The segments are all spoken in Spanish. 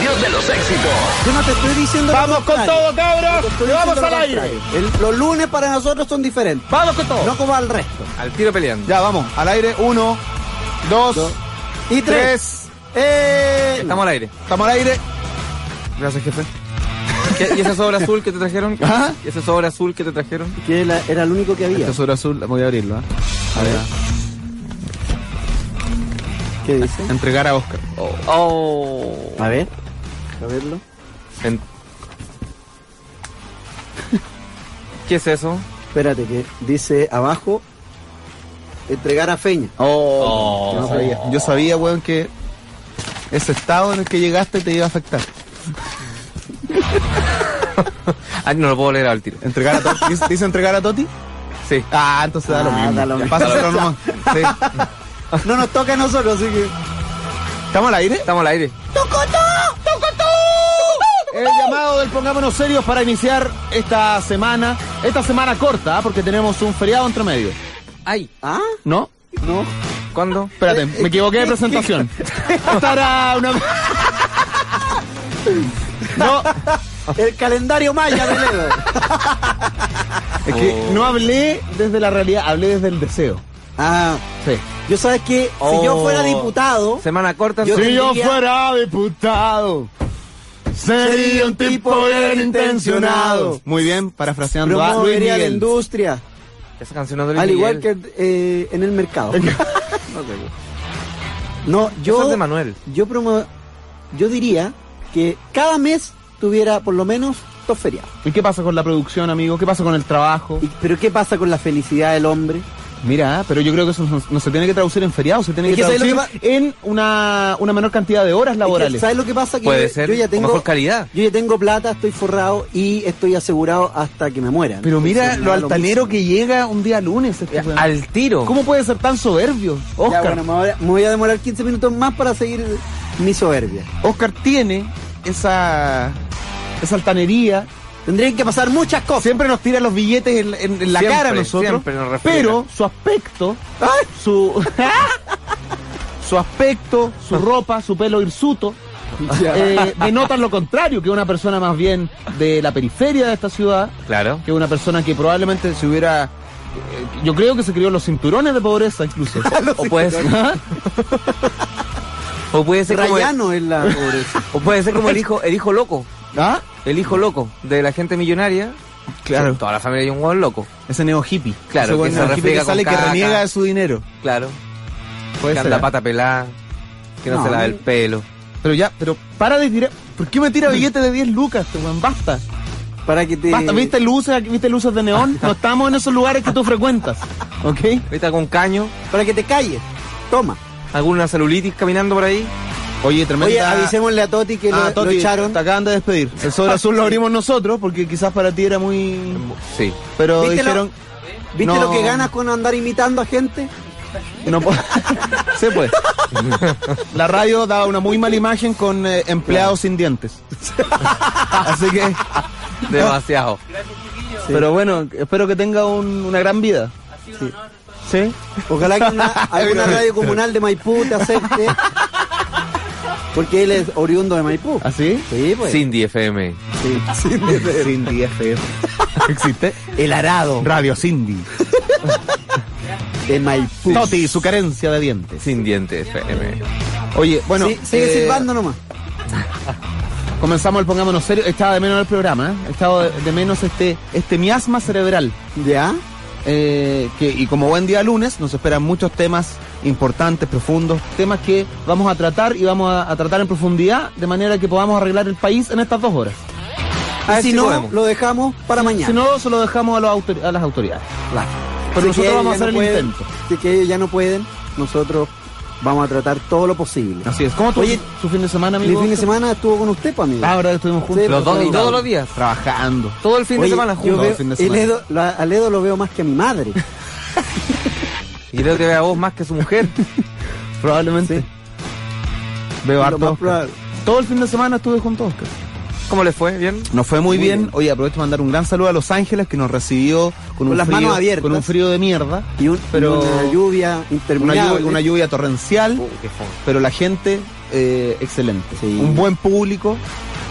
dios de los éxitos. Yo no te estoy diciendo lo Vamos con contrario. todo, cabros. Te estoy Vamos diciendo al lo aire. contrario. El- los lunes para nosotros son diferentes. Vamos con todo. No como al resto. Al tiro peleando. Ya, vamos. Al aire, uno, dos, Dos. Y tres. tres. Eh, Estamos al aire. Estamos al aire. Gracias, jefe. ¿Ah? ¿Qué- ¿Y esa sobra azul que te trajeron? Ajá. ¿Y esa sobra azul que te trajeron? que era, era el único que había. Esta sobra azul, voy a ¿ah? abrirla. A ver. ¿Qué dice? Entregar a Oscar. Oh. A ver. A verlo. En- ¿Qué es eso? Espérate, que dice abajo. Entregar a Feña. Oh. Yo no sabía. Yo sabía, weón, que ese estado en el que llegaste te iba a afectar. ah, no lo puedo leer al tiro. Entregar a Toti. ¿Dice- ¿Dice entregar a Toti? Sí. Ah, entonces da lo Ah, mismo. da lo mismo. Pásalo nomás. Sí. No nos toca a nosotros, así que. ¿Estamos al aire? Estamos al aire. El llamado del Pongámonos Serios para iniciar esta semana. Esta semana corta, ¿ah? porque tenemos un feriado entre medio. Ay. ¿Ah? ¿No? No. ¿Cuándo? Eh, Espérate, me equivoqué de presentación. Esta era una... No, El calendario maya, me leo. es que no hablé desde la realidad, hablé desde el deseo. Ah. Sí. Yo sabes que si yo Oh. fuera diputado. oh. Semana corta. Yo- Si yo tendría- fuera diputado, sería un tipo bien intencionado. Muy bien, parafraseando. promovería la Miguel. industria. Esa canción no de Luis Al igual Miguel. que eh, en el mercado. No, Esa yo. es de Manuel. Yo promo- Yo diría que cada mes tuviera por lo menos dos feriados. ¿Y qué pasa con la producción, amigo? ¿Qué pasa con el trabajo? Y- Pero ¿qué pasa con la felicidad del hombre? Mira, pero yo creo que eso no, no se tiene que traducir en feriado, se tiene Es que, que ¿sabes traducir lo en una, una menor cantidad de horas Es que, laborales. ¿Sabes lo que pasa? Que Puede yo, ser. yo ya o tengo Mejor calidad. Yo ya tengo plata, estoy forrado y estoy asegurado hasta que me muera. Pero mira Entonces, me lo da altanero mismo. que llega un día lunes. este weón. Al tiro. ¿Cómo puede ser tan soberbio? Ya, Oscar, bueno, me voy a- me voy a demorar 15 minutos más para seguir mi soberbia. Oscar tiene esa, esa altanería. Tendrían que pasar muchas cosas. Siempre nos tira los billetes en, en- en la Siempre, cara a nosotros. siempre nos refriega. pero su aspecto, su, su aspecto, su ropa, su pelo hirsuto, eh, denotan lo contrario, que una persona más bien de la periferia de esta ciudad, Claro. que una persona que probablemente se hubiera... eh, Yo creo que se crió en los cinturones de pobreza incluso. O puede ser. o puede ser como. el- Rayano es la pobreza. O puede ser como el hijo, el hijo loco. ¿Ah? El hijo loco de la gente millonaria. Claro. Toda la familia hay un hueón loco. Ese neo hippie. Claro, Ese que buen se neo hippie refriega que sale con que caca. reniega de su dinero. Claro. Puede que ser, anda ¿eh? pata pelada. Que no, No, se lava no. el pelo. Pero ya, pero para de tirar. ¿Por qué me tira billetes de 10 lucas, este weón? Basta. Para que te. Basta. ¿Viste luces? aquí? ¿Viste luces de neón? No estamos en esos lugares que tú frecuentas. ¿Ok? Ahorita con caño. Para que te calles. Toma. Alguna celulitis caminando por ahí. Oye, Oye, avisémosle a Toti ah, que lo, ah, lo Toti, echaron. Ah, te acaban de despedir. El sobre azul lo abrimos nosotros porque quizás para ti era muy. Sí. Pero ¿Viste lo- dijeron. ¿Viste no- lo que ganas con andar imitando a gente? No po- Se puede. La radio daba una muy mala imagen con eh, empleados sin dientes. Así que. Demasiado. Pero bueno, espero que tenga un- una gran vida. Sí. Ojalá que una- alguna radio comunal de Maipú te acepte. Porque él es oriundo de Maipú. ¿Así? Sí, pues. Cindy FM. Sí. Cindy FM. ¿Existe? El arado Radio Cindy. de Maipú. Toti, su carencia de dientes. Sin diente FM. Oye, bueno. Sí, sigue eh, silbando nomás. Comenzamos el Pongámonos Serio. Estaba de menos el programa, ¿eh? Estaba de, de menos este, este miasma cerebral. ¿Ya? eh, que, y como buen día lunes, nos esperan muchos temas importantes, profundos, temas que vamos a tratar y vamos a, a tratar en profundidad de manera que podamos arreglar el país en estas dos horas. A ver Y si si no, podemos. lo dejamos para mañana. Si no, se lo dejamos a, los autor- a las autoridades. Claro. Pero Si nosotros que vamos a ellos hacer ya no el pueden, intento. Si que ellos ya no pueden, nosotros vamos a tratar todo lo posible. Así es. ¿Cómo tu, Oye, su fin de semana, Mi amigo? fin de semana estuvo con usted, pa, amigo. Ah, ¿verdad? Estuvimos juntos. Sí, Los dos, y todos los días. Trabajando. Todo el fin Oye, de semana yo juntos. veo, el fin de el semana. Edo- la- al Edo lo veo más que a mi madre. Y creo que vea a vos más que su mujer. Probablemente. Veo Lo harto. más Oscar. probable. Todo el fin de semana estuve junto a Oscar. ¿Cómo le fue? ¿Bien? Nos fue muy, Muy bien. bien. Oye, aprovecho de mandar un gran saludo a Los Ángeles que nos recibió con, un las frío, manos abiertas. con un frío de mierda, Y, un- Pero- y una lluvia una interminable. lluvia, una lluvia torrencial, Uh, qué fome. pero la gente eh, excelente, Sí. un buen público.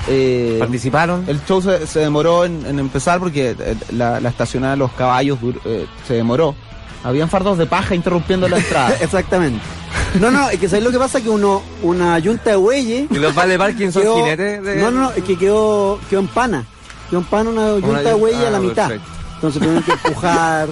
eh, ¿Participaron? el show se, se demoró en, en empezar porque eh, la, la estacionada de los caballos dur- eh, se demoró. Habían fardos de paja interrumpiendo la entrada. Exactamente. No, no, es que ¿sabes lo que pasa? Que uno, una yunta de bueyes. ¿Y los Vale Parkin son quedó- jinetes? de- No, no, no, es que quedó, quedó en pana. Quedó en pana una yunta de yunta- bueyes a la ah, mitad. perfecto. Entonces tuvieron que empujar.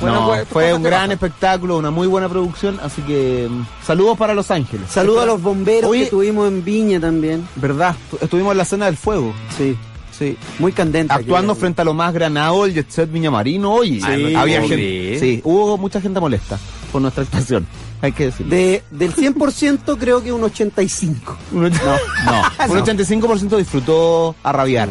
Bueno, No, pues, fue un pásate gran baja. espectáculo, una muy buena producción, así que mm, saludos para Los Ángeles. Saludo a los bomberos Oye. que tuvimos en Viña también. ¿Verdad? tu- Estuvimos en la cena del fuego. Sí, Sí. muy candente. Actuando aquella- frente a lo más granado, el Jet Set Viña Marino, oye. Ah, no te había puedo gente. creer. Sí, hubo mucha gente molesta por nuestra estación. Hay que decirlo. De, del 100% creo que un 85. No, no. Un 85% disfrutó a rabiar.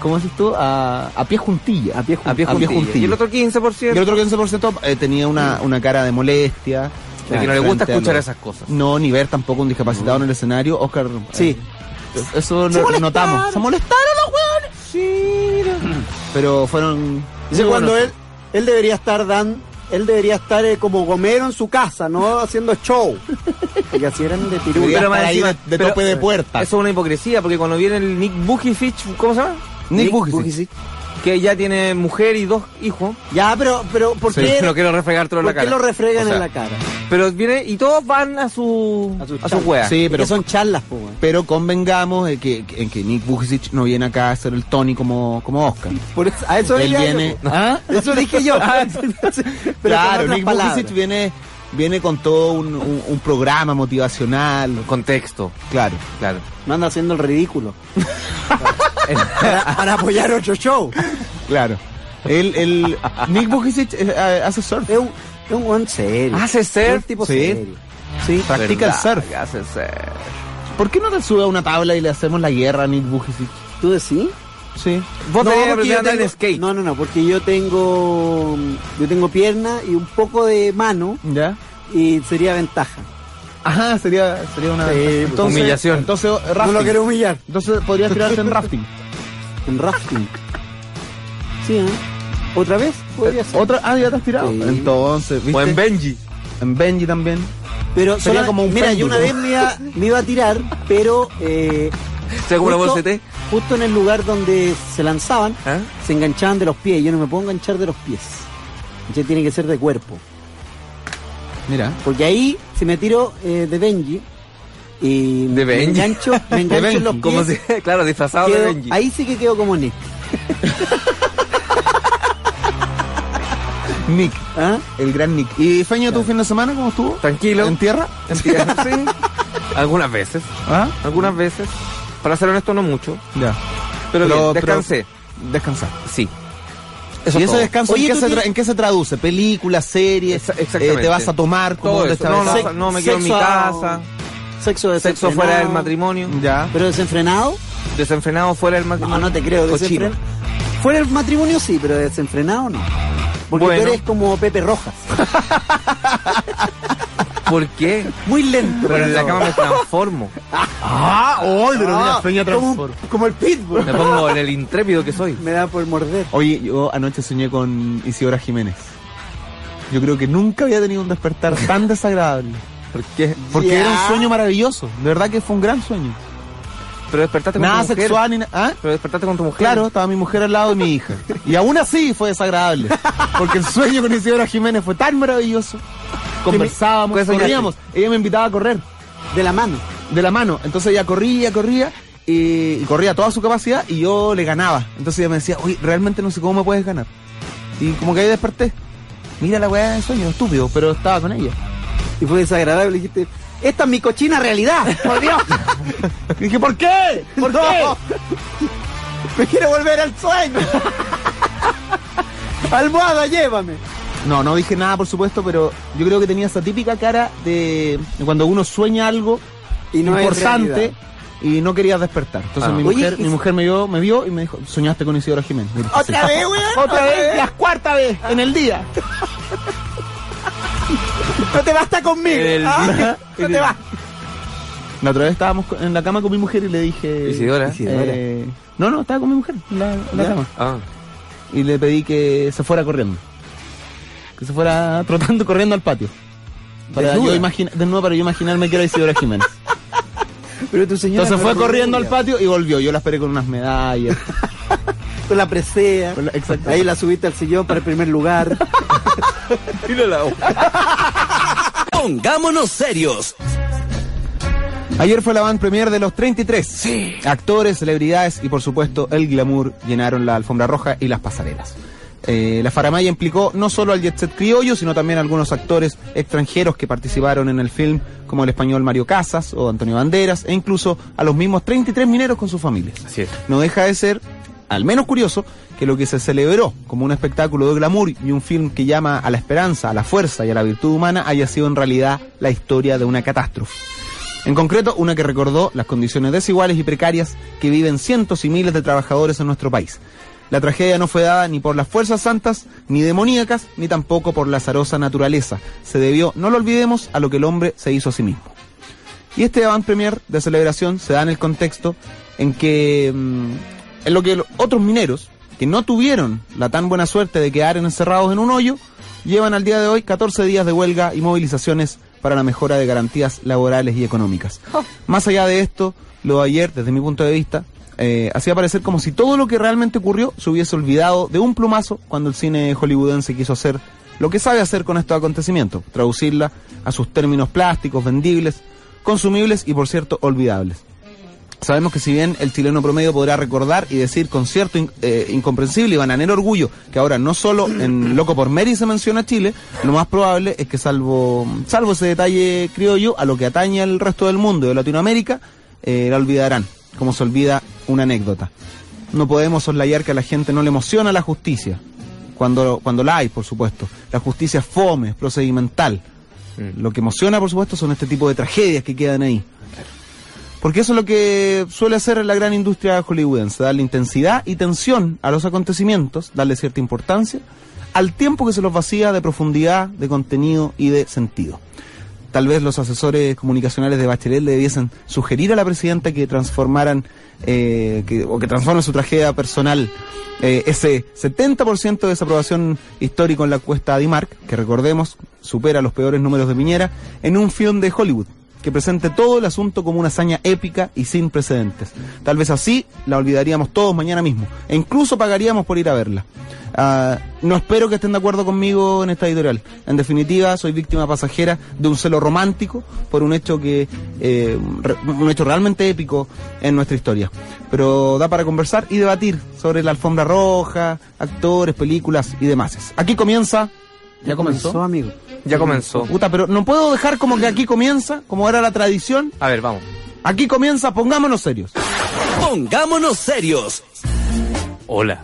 ¿Cómo dices tú? A, a pie juntilla. A pie juntilla. A pie juntilla. juntilla. Y el otro 15%. Y el otro 15% eh, tenía una, una cara de molestia. De que no le gusta frente a escuchar lo- esas cosas. No, ni ver tampoco un discapacitado en el escenario. Oscar. eh, Sí. eso lo- lo notamos. Se molestaron los hueones. Pero fueron. Dice muy cuando buenos. él, él debería estar dan, él debería estar eh, como gomero en su casa, no haciendo show. Porque así eran de Debería pirula. estar ahí de- de tope de puerta. Eso es una hipocresía, porque cuando viene el Nick Bujicic, ¿cómo se llama? Nick Bujicic. Bujicic. Que ya tiene mujer y dos hijos. Ya, pero, pero ¿por Sí, qué, No quiero refregártelo en por la qué cara. lo refregan O sea, en la cara? Pero viene y todos van a su A su a su charla. wea. Sí, Es pero que son charlas, po, weón. Pero convengamos en que, en que Nick Vujicic no viene acá a ser el Tony como, como Oscar. Por eso, a eso Él iba yo, viene. po. ¿Ah? Eso dije yo. Pero claro, con otras Nick palabras. Vujicic viene, viene con todo un, un- un programa motivacional. Contexto, Claro. claro. No anda haciendo el ridículo. para, para apoyar otro show. Claro. El, el, Nick Vujicic eh, hace surf. Es un, es un weón serio. Hace Es ser. un tipo Ah, Sí. serio. Sí. Practica el Verdad, surf. Hace ser. ¿Por qué no te sube a una tabla y le hacemos la guerra a Nick Vujicic? ¿Tú decís? Sí. Vos tenés que porque aprender yo a andar en tengo- skate. No, no, no, porque yo tengo mm, yo tengo pierna y un poco de mano ¿Ya? y sería ventaja. Ajá, sería, sería una Sí, pues, entonces, humillación. Entonces, rafting. No lo quiero humillar. Entonces podrías tirarte en rafting. En rafting. Sí, ¿eh? ¿Otra vez? Eh, Podría ser. Otra, ah, ya te has tirado. Sí. Entonces, ¿viste? O en Benji. En Benji también. Pero Sería sola- como un Mira, yo péndulo. una vez me iba, me iba a tirar, pero... Eh, ¿Sabes cómo la justo- bolsa de té? Justo en el lugar donde se lanzaban, ¿Ah? se enganchaban de los pies. Yo no me puedo enganchar de los pies. Ya tiene que ser de cuerpo. Mira. Porque ahí, si me tiro eh, de Benji, y me ¿De Benji? engancho, me engancho en los Como pies, si, claro, disfrazado quedo- de Benji. ahí sí que quedo como Nick. Nick. ¿Ah? El gran Nick. ¿Y Feño, tu fin de semana cómo estuvo? Tranquilo. ¿En tierra? Mentira, sí. Algunas veces. ¿Ah? Algunas veces. Para ser honesto, no mucho. Ya. Pero, bien, descansé. descansar. sí. ¿Y ese todo. descanso Oye, ¿en, qué tú se tienes- tra- en qué se traduce? ¿Películas, series? Exa- exactamente. eh, ¿Te vas a tomar? ¿Cómo Todo te eso. está- No, no, Sex- no, me quedo en mi sexo a- casa. Sexo Sexo desenfrenado. fuera del matrimonio. Ya. ¿Pero desenfrenado? Desenfrenado fuera del No, matrimonio. no te creo. Cochino. desenfren- Fuera del matrimonio sí, pero desenfrenado no. Porque Bueno. tú eres como Pepe Rojas. ¿Por qué? Muy lento. Pero en la cama me transformo. ¡Ah! ¡Oh! Pero mira, Feño como, transforma. como el pitbull. Me pongo en el intrépido que soy. Me da por morder. Oye, yo anoche soñé con Isidora Jiménez. Yo creo que nunca había tenido un despertar tan desagradable. ¿Por qué? Porque Ya. era un sueño maravilloso. De verdad que fue un gran sueño. Pero despertaste con Nada tu mujer. sexual ni nada. ¿Ah? Pero despertaste con tu mujer. Claro, estaba mi mujer al lado de mi hija. Y aún así fue desagradable. Porque el sueño con Isidora Jiménez fue tan maravilloso. Conversábamos, ¿Qué soñaste? corríamos. Ella me invitaba a correr De la mano. de la mano. Entonces ella corría, corría. Y, y corría a toda su capacidad y yo le ganaba. Entonces ella me decía, oye, realmente no sé cómo me puedes ganar. Y como que ahí desperté. Mira la weá de sueño, estúpido, pero estaba con ella. Y fue desagradable. Dijiste, esta es mi cochina realidad. Por Dios. Y dije, ¿por qué? ¿Por No. qué? Me quiero volver al sueño. Almohada, llévame. No, no dije nada, por supuesto, pero yo creo que tenía esa típica cara de de cuando uno sueña algo Y no es importante realidad. y no querías despertar. Entonces Ah. mi Oye, mujer, y- mi mujer me vio, me vio y me dijo, soñaste con Isidora Jiménez. Y dije, Otra "Sí". vez, weón. Otra vez, la cuarta vez en el día. No te basta conmigo. En el- ¿ah? No te basta. La otra vez estábamos co- en la cama con mi mujer y le dije... Isidora. Isidora. eh, no, no, estaba con mi mujer en la, en la Ya. cama. Ah. Y le pedí que se fuera corriendo. Que se fuera trotando, corriendo al patio. Para Desnuda. yo imagina- desnuda para yo imaginarme que era Isidora Jiménez. Pero tu señora. Entonces no fue lo corriendo al podía. patio y volvió. Yo la esperé con unas medallas. Con la presea. Con la- exacto. Ahí la subiste al sillón para el primer lugar. Pongámonos serios. Ayer fue la van premier de los 33. Actores, celebridades y por supuesto el glamour llenaron la alfombra roja y las pasarelas. Eh, la faramaya implicó no solo al jet set criollo, sino también a algunos actores extranjeros que participaron en el film, como el español Mario Casas o Antonio Banderas, e incluso a los mismos 33 mineros con sus familias. Así es. No deja de ser, al menos curioso, que lo que se celebró como un espectáculo de glamour y un film que llama a la esperanza, a la fuerza y a la virtud humana haya sido en realidad la historia de una catástrofe. En concreto, una que recordó las condiciones desiguales y precarias que viven cientos y miles de trabajadores en nuestro país. La tragedia no fue dada ni por las fuerzas santas, ni demoníacas, ni tampoco por la azarosa naturaleza. Se debió, no lo olvidemos, a lo que el hombre se hizo a sí mismo. Y este avant premier de celebración se da en el contexto en que mm, en lo que los otros mineros que no tuvieron la tan buena suerte de quedar encerrados en un hoyo llevan al día de hoy 14 días de huelga y movilizaciones para la mejora de garantías laborales y económicas. Más allá de esto, lo de ayer, desde mi punto de vista, eh, hacía parecer como si todo lo que realmente ocurrió se hubiese olvidado de un plumazo cuando el cine hollywoodense quiso hacer lo que sabe hacer con estos acontecimientos, traducirla a sus términos plásticos, vendibles, consumibles y por cierto olvidables. Sabemos que si bien el chileno promedio podrá recordar y decir con cierto in- eh, incomprensible y bananero orgullo que ahora no solo en Loco por Mary se menciona a Chile, lo más probable es que salvo, salvo ese detalle criollo, a lo que atañe al resto del mundo y de Latinoamérica, eh, la olvidarán, como se olvida una anécdota. No podemos soslayar que a la gente no le emociona la justicia, cuando, cuando la hay, por supuesto. La justicia es fome, es procedimental. Lo que emociona, por supuesto, son este tipo de tragedias que quedan ahí. Porque eso es lo que suele hacer la gran industria hollywoodense, darle intensidad y tensión a los acontecimientos, darle cierta importancia, al tiempo que se los vacía de profundidad, de contenido y de sentido. Tal vez los asesores comunicacionales de Bachelet le debiesen sugerir a la presidenta que transformaran eh, que- o que transformen su tragedia personal eh, ese 70% de desaprobación histórico en la encuesta Dimark, que recordemos supera los peores números de Piñera, en un film de Hollywood que presente todo el asunto como una hazaña épica y sin precedentes. Tal vez así la olvidaríamos todos mañana mismo e incluso pagaríamos por ir a verla. Ah, no espero que estén de acuerdo conmigo en esta editorial. En definitiva, soy víctima pasajera de un celo romántico por un hecho que eh, re- un hecho realmente épico en nuestra historia. Pero da para conversar y debatir sobre la alfombra roja, actores, películas y demás. Aquí comienza. ¿Ya comenzó? amigo. Ya comenzó. Puta, pero no puedo dejar como que aquí comienza, como era la tradición. A ver, vamos. Aquí comienza, pongámonos serios. Pongámonos serios. Hola.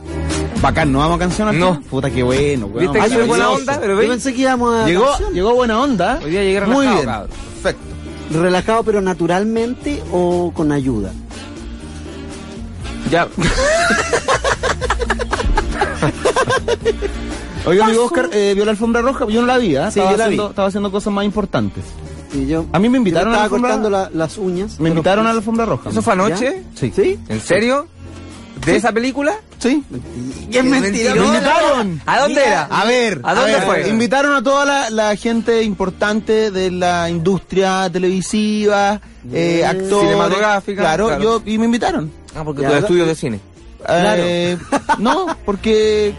Bacán, ¿no vamos a cancionar? No. Puta, qué bueno. weón. ¿Viste que soy buena Maravilloso. onda? Pero Yo veis. pensé que íbamos a. Llegó, canción. llegó buena onda. Hoy día llegué Muy relajado, bien. cabrón. Perfecto. Relajado, pero naturalmente o con ayuda. Ya. Oiga, amigo Oscar, eh, vio la alfombra roja. Yo no la vi, ¿ah? Sí, estaba, yo la vi. haciendo, estaba haciendo cosas más importantes. Y yo, A mí me invitaron yo a me la estaba alfombra- cortando la- las uñas. Me de los invitaron a pies. la alfombra roja. pues, ¿Eso fue anoche? ¿Ya? Sí. ¿Sí? ¿En serio? ¿De esa película? Sí. ¿Qué Me Yo- invitaron. ¿A dónde era? A ver, ¿A dónde ver, fue? Invitaron a toda la, la gente importante de la industria televisiva, eh, actores. Cinematográfica, Claro, claro. yo, y me invitaron. Ah, porque Ya, tú ¿dó- estudios de cine. Claro. Eh, no, porque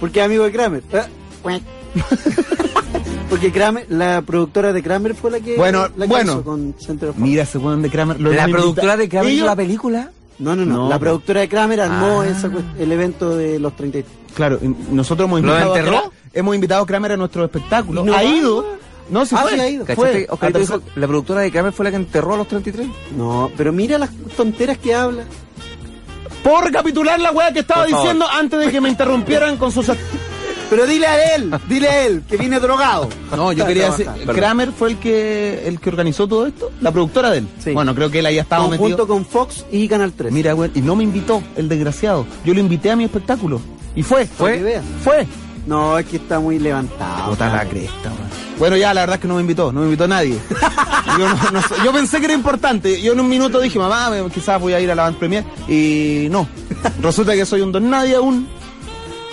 Porque es amigo de Kramer. Ah, cuac. Porque Kramer, la productora de Kramer fue la que Bueno, la que bueno. hizo con Centro de Mira ese weón de Kramer. lo- La lo productora invita- de que ha visto Ellos- la película. No, no, no, No. La productora de Kramer armó Ah. esa cuest- el evento de los 30. Claro, y nosotros hemos ¿Lo invitado, enterró? a Kramer, hemos invitado a Kramer a nuestro espectáculo. No. ha ido. No, se Ah, fue. sí, ha ido. Fue. ¿Cachaste? Oscarito A dijo, tercer- la productora de Kramer fue la que enterró a los 33. No, pero mira las tonteras que habla. Por recapitular la weá que estaba Por favor. diciendo antes de que me interrumpieran con sus... act- Pero dile a él, dile a él, que viene drogado. No, yo quería decir, Perdón. Kramer fue el que el que organizó todo esto, la productora de él. Sí. Bueno, creo que él haya estado Junto metido. con Fox y Canal 3. Mira, weón, y no me invitó, el desgraciado. Yo lo invité a mi espectáculo. Y fue. Para que veas. Fue. No, es que está muy levantado. Puta la Kramer. cresta, weón. Bueno, ya, la verdad es que no me invitó, no me invitó nadie. Yo, no- no sé, yo pensé que era importante. Yo en un minuto dije, mamá, me- quizás voy a ir a la Van Premier. Y no. Resulta que soy un don nadie aún.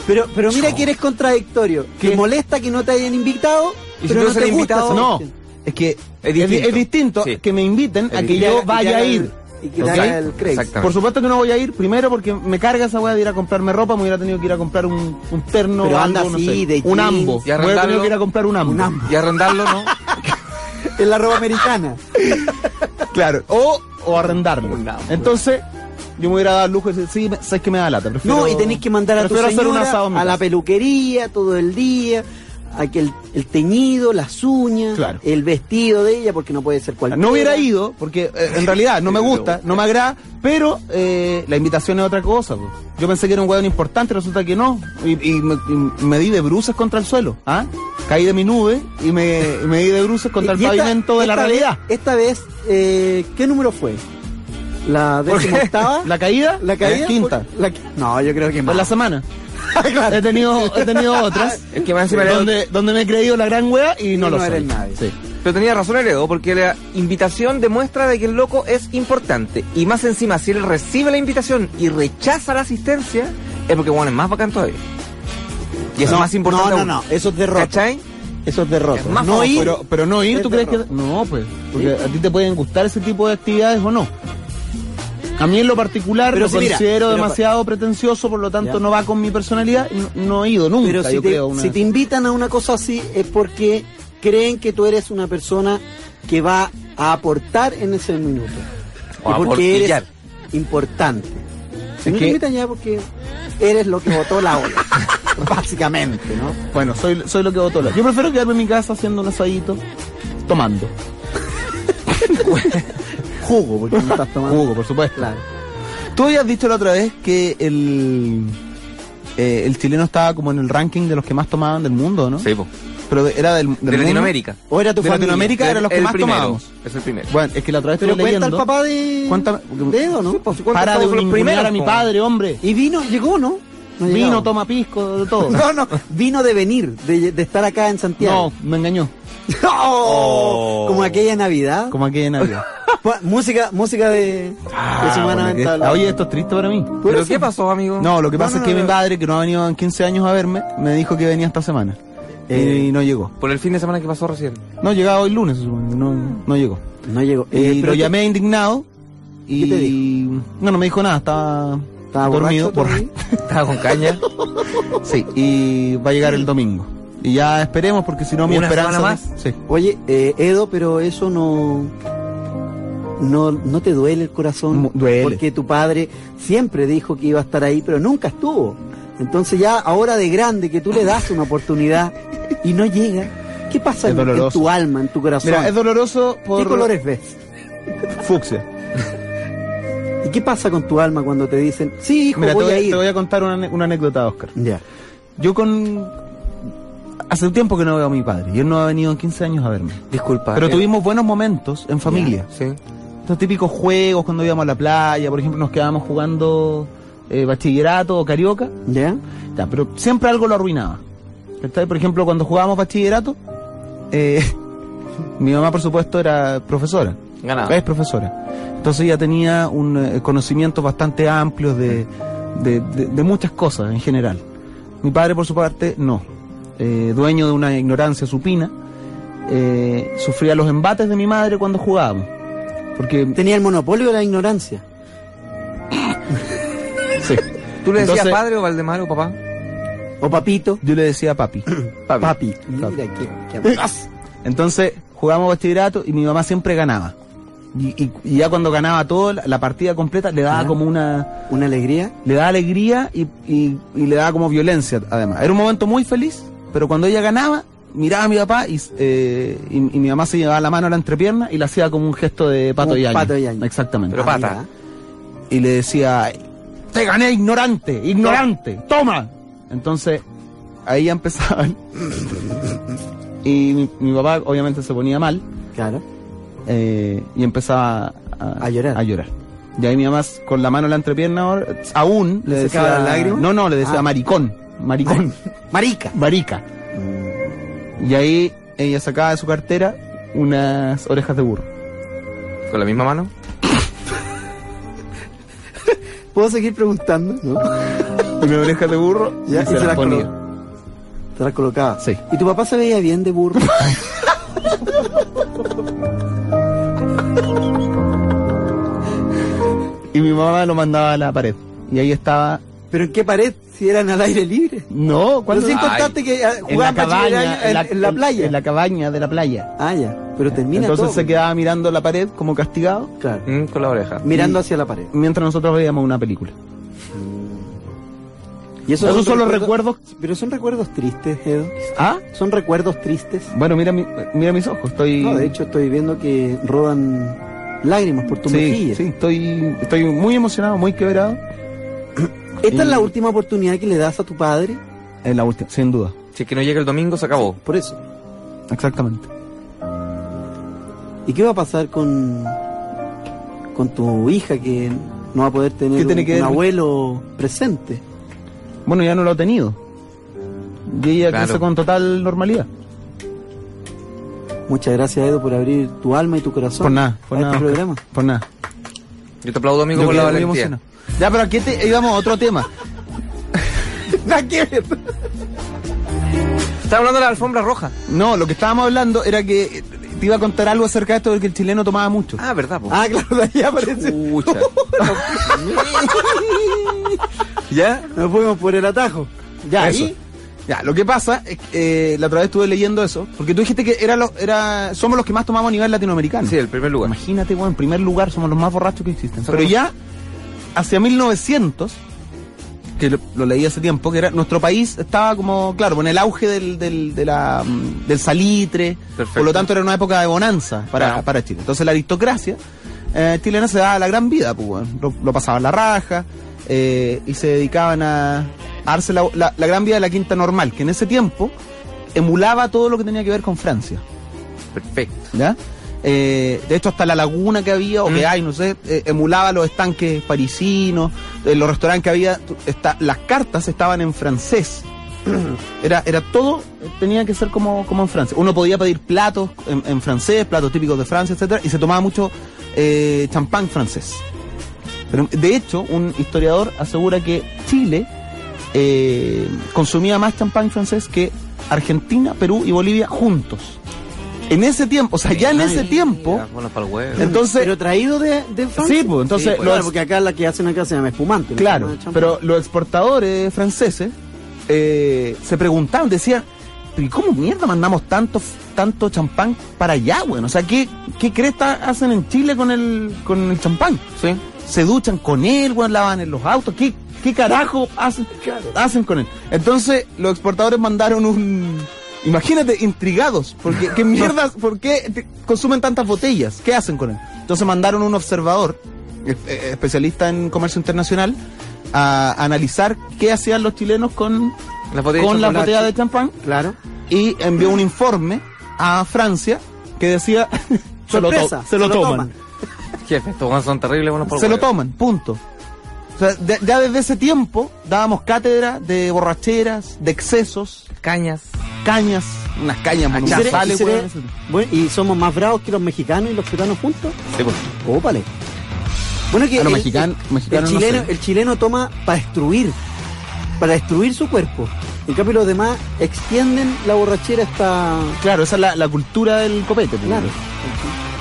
Pero, pero mira que eres contradictorio. Que molesta que no te hayan invitado, ¿Y si pero no no se te le gusta invitado? esa No. cuestión. Es que Es es distinto. distinto, es, distinto Sí. que me inviten Es a que distinto. yo Y que vaya haga a el- ir. Y que ¿Ok? te haga el crazy. Exactamente. Por supuesto que no voy a ir, primero porque me carga esa weá de ir a comprarme ropa, me hubiera tenido que ir a comprar un, un terno, Pero anda algo, no así, sé, de un jeans, ambo. y Me hubiera arrendarlo. tenido que ir a comprar un ambo. Un ambo. Y arrendarlo, ¿no? Es la ropa americana. Claro, o, o arrendarlo. Un pues. ambo. Entonces, yo me hubiera dado el lujo de decir, sí, me- sabes que me da lata. prefiero- No, y tenés que mandar a tu prefiero hacer un señora asado en mi a la casa. peluquería todo el día, a que el, el teñido, las uñas, Claro. el vestido de ella, porque no puede ser cualquiera. No hubiera ido, porque eh, en realidad no me gusta, no me agrada, pero eh, la invitación es otra cosa. pues. Yo pensé que era un hueón importante, resulta que no. Y, y me, y me di de bruces contra el suelo. ¿ah? Caí de mi nube y me, y me di de bruces contra el Y esta- pavimento de la esta realidad. vez- esta vez, eh, ¿qué número fue? ¿La decimoctava? ¿La caída? ¿La caída? Eh, quinta. La qui- no, yo creo que Por más. la semana. Ah. He tenido, he tenido otras. Es que más encima le- donde, donde me he creído la gran wea y no Y lo no soy. eres nadie. Sí. Pero tenía razón el Edo, porque la invitación demuestra de que el loco es importante. Y más encima, si él recibe la invitación y rechaza la asistencia, es porque bueno, es más bacán todavía. Y eso No, es más importante. No, aún. no, no, eso es derrota. ¿Cachai? Eso es Es derrota. más No famoso, ir, Pero, pero no ir, Es ¿tú crees que.? derrota. No, pues. Porque a ti te pueden gustar ese tipo de actividades o no. A mí en lo particular Pero lo si mira, considero pero- demasiado pretencioso, por lo tanto Ya. no va con mi personalidad. No, no he ido nunca, Pero si, yo te, creo. a una- si te invitan a una cosa así es porque creen que tú eres una persona que va a aportar en ese minuto. O y a porque eres aportillar. importante. Si Es no te que- invitan ya porque eres lo que votó la ola. básicamente, ¿no? Bueno, soy, soy lo que votó la. Yo prefiero quedarme en mi casa haciendo un asadito, tomando. Jugo, porque no estás tomando. Jugo, por supuesto. Claro. Tú habías dicho la otra vez que el, eh, el chileno estaba como en el ranking de los que más tomaban del mundo, ¿no? Sí, po. Pero era del, del De mundo. Latinoamérica. O era tu De familia. Latinoamérica eran los que El más primero. tomábamos. Es el primero. Bueno, es que la otra vez Pero estuve cuenta el leyendo. papá de. Cuenta- Dedo, ¿no? pues, ¿cuántos Para de fueron los primeros, ningunear a mi po? padre, hombre. Y vino, llegó, ¿no? No Vino, llegaba. toma pisco, de todo. No, no. Vino de venir, de, de estar acá en Santiago. No, me engañó. ¡Oh! Como aquella Navidad. Como aquella Navidad. Pu- Música, música de, de Ah, bueno, Humanamente que- Hablando. Oye, esto es triste para mí. ¿Pero qué pasó, amigo? No, lo que No, pasa no, es que mi no, no. padre, que no ha venido en 15 años a verme, me dijo que venía esta semana. Eh. y no llegó. Por el fin de semana que pasó recién. No, llegaba hoy lunes, se supone, no, no llegó. No llegó. Mm. Eh, Y pero lo tú- llamé indignado. Y ¿Qué te No, no me dijo nada, estaba, ¿Estaba dormido. borracho borra- todavía? Estaba con caña. Sí, y va a llegar el domingo. Y ya esperemos porque si no mi ¿Una esperanza... semana de- Sí. Oye, eh, Edo, pero eso no, no. No te duele el corazón. Mu- duele. Porque tu padre siempre dijo que iba a estar ahí, pero nunca estuvo. Entonces, ya ahora de grande que tú le das una oportunidad y no llega, ¿qué pasa Es en, en doloroso. tu alma, en tu corazón? Mira, es doloroso por... ¿Qué colores ves? Fucsia. ¿Y qué pasa con tu alma cuando te dicen, sí, hijo, Mira, voy te, a voy, ir? te voy a contar una, ane- una anécdota, Oscar. Ya. Yo con... Hace un tiempo que no veo a mi padre y él no ha venido en 15 años a verme. Disculpa. Pero eh, tuvimos buenos momentos en familia. Sí. Estos típicos juegos cuando íbamos a la playa, por ejemplo, nos quedábamos jugando eh, bachillerato o carioca. ¿Ya? Ya, pero siempre algo lo arruinaba. ¿Cachai? Por ejemplo, cuando jugábamos bachillerato, eh, mi mamá, por supuesto, era profesora. Ganaba. Es profesora. Entonces ella tenía un eh, conocimientos bastante amplios de, de- de- de muchas cosas en general. Mi padre, por su parte, no. Eh, dueño de una ignorancia supina, eh, sufría los embates de mi madre cuando jugábamos. Porque Tenía el monopolio de la ignorancia. sí. ¿Tú le decías Entonces- padre o Valdemar o papá? O papito. yo le decía papi. Papi. Mira, qué- qué- Entonces jugábamos bachillerato y mi mamá siempre ganaba. Y, y- y ya cuando ganaba todo, la, la partida completa le daba Ya. como una. Una alegría. le daba alegría y, y- y le daba como violencia además. Era un momento muy feliz, pero cuando ella ganaba, miraba a mi papá y, eh, y- y mi mamá se llevaba la mano a la entrepierna y le hacía como un gesto de pato Un y año. pato yaño. Exactamente. Pero pata. mira. Y le decía, te gané ignorante, ignorante, toma. Entonces, ahí ya empezaban. y mi, mi papá obviamente se ponía mal Claro. eh, y empezaba a, A llorar. A llorar. Y ahí mi mamá s- con la mano en la entrepierna ahora, aún le ¿Le decía secaba las lágrimas? No, no, le decía Ah. maricón, maricón, Marica. marica. Y ahí ella sacaba de su cartera unas orejas de burro. ¿Con la misma mano? ¿Puedo seguir preguntando? ¿No? Unas orejas de burro Ya, y se las ponía. colo- te las colocaba. Sí. ¿Y tu papá se veía bien de burro? Y mi mamá lo mandaba a la pared. Y ahí estaba. ¿Pero en qué pared? Si eran al aire libre. No, Pero cuando sin contarte que ah, en la jugaban cabaña, bachillerato en, en la playa. En la cabaña de la playa. Ah, ya. Pero termina Entonces todo. se quedaba mirando la pared como castigado Claro. Mm, con la oreja. Mirando Y- hacia la pared. mientras nosotros veíamos una película. Y Mm. Esos son los recuerdos- Pero son recuerdos tristes, Edo. ¿Ah? Son recuerdos tristes. Bueno, mira, mi- mira mis ojos, estoy. No, de hecho estoy viendo que rodan lágrimas por tu sí, mejilla. sí, estoy, estoy muy emocionado, muy quebrado. Esta es Y- la última oportunidad que le das a tu padre. En la última, sin duda. Si es que no llega el domingo, se acabó. Por eso. Exactamente. ¿Y qué va a pasar con, con tu hija que no va a poder tener ¿Qué tiene un, que un ver? abuelo presente? Bueno, ya no lo ha tenido. Y ella Claro. crece con total normalidad. Muchas gracias, Edo, por abrir tu alma y tu corazón Por nada, por a nada. este Oscar, programa. Por nada. Yo te aplaudo, amigo, Yo por la quedé muy valentía. emocionado. Ya, pero aquí te, íbamos a otro tema. Estaba hablando de la alfombra roja. No, lo que estábamos hablando era que eh, te iba a contar algo acerca de esto de que el chileno tomaba mucho. Ah, verdad, po. Ah, claro, de ahí aparece. Pucha. ¿Ya? Nos fuimos por el atajo. Ya, Eso. ¿y? Ya, lo que pasa es que eh, la otra vez estuve leyendo eso, porque tú dijiste que era lo, era, somos los que más tomamos a nivel latinoamericano. Sí, el primer lugar. Imagínate, bueno, en primer lugar somos los más borrachos que existen. Somos Pero los- ya, hacia 1900, que lo, lo leí hace tiempo, que era nuestro país estaba como, claro, en el auge del, del, de la, mm, del salitre, Perfecto. por lo tanto era una época de bonanza para, Claro. para Chile. Entonces la aristocracia eh, chilena se daba la gran vida, pues, bueno. lo, lo pasaban la raja eh, y se dedicaban a, a darse la, la- la gran vida de la quinta normal, que en ese tiempo emulaba todo lo que tenía que ver con Francia. Perfecto. ¿ya? Eh, de hecho, hasta la laguna que había, o Mm. que hay, no sé, eh, emulaba los estanques parisinos, eh, los restaurantes que había, tu- está- las cartas estaban en francés. Era, era todo, eh, tenía que ser como, como en Francia. Uno podía pedir platos en, en francés, platos típicos de Francia, etcétera, y se tomaba mucho eh, champán francés. Pero, de hecho, un historiador asegura que Chile eh, consumía más champán francés que Argentina, Perú y Bolivia juntos. En ese tiempo, o sea, Eh, ya en ese tiempo, eh, Ya, bueno, para el huevo. entonces, Pero traído de, de Francia. sí, pues, entonces, Claro, los- porque acá la que hacen acá se llama espumante. no se claro, llama champán. pero los exportadores franceses eh, se preguntaban, decían, "¿Pero ¿y cómo mierda mandamos tanto, tanto champán para allá, weón? O sea, ¿qué, qué cresta hacen en Chile con el, con el champán? Sí. se duchan con él, weón, lavan en los autos, ¿qué, qué carajo hacen, hacen con él? Entonces, los exportadores mandaron un... Imagínate, intrigados, porque qué mierdas, ¿por qué te- consumen tantas botellas? ¿Qué hacen con él? Entonces mandaron un observador, eh, eh, especialista en comercio internacional, a analizar qué hacían los chilenos con, La botella de con la chocolate. botella de champán Claro. y envió un informe a Francia que decía... se lo to- Sorpresa, se lo toman. Jefe, estos guanes son terribles, bueno, para el Se lo huevo. toman, punto. O sea, de- ya desde ese tiempo dábamos cátedra de borracheras, de excesos, Cañas. cañas, unas cañas ¿Y seré- y monumentales, seré- pues. weón, etcétera. bueno, y somos más bravos que los mexicanos y los peruanos juntos. Sí, pues. Ópale. Bueno, que A los mexican- mexicanos el no chileno, sé. el chileno toma para destruir, para destruir su cuerpo. En cambio, los demás extienden la borrachera hasta. Claro, esa es la, la cultura del copete. pues, Claro.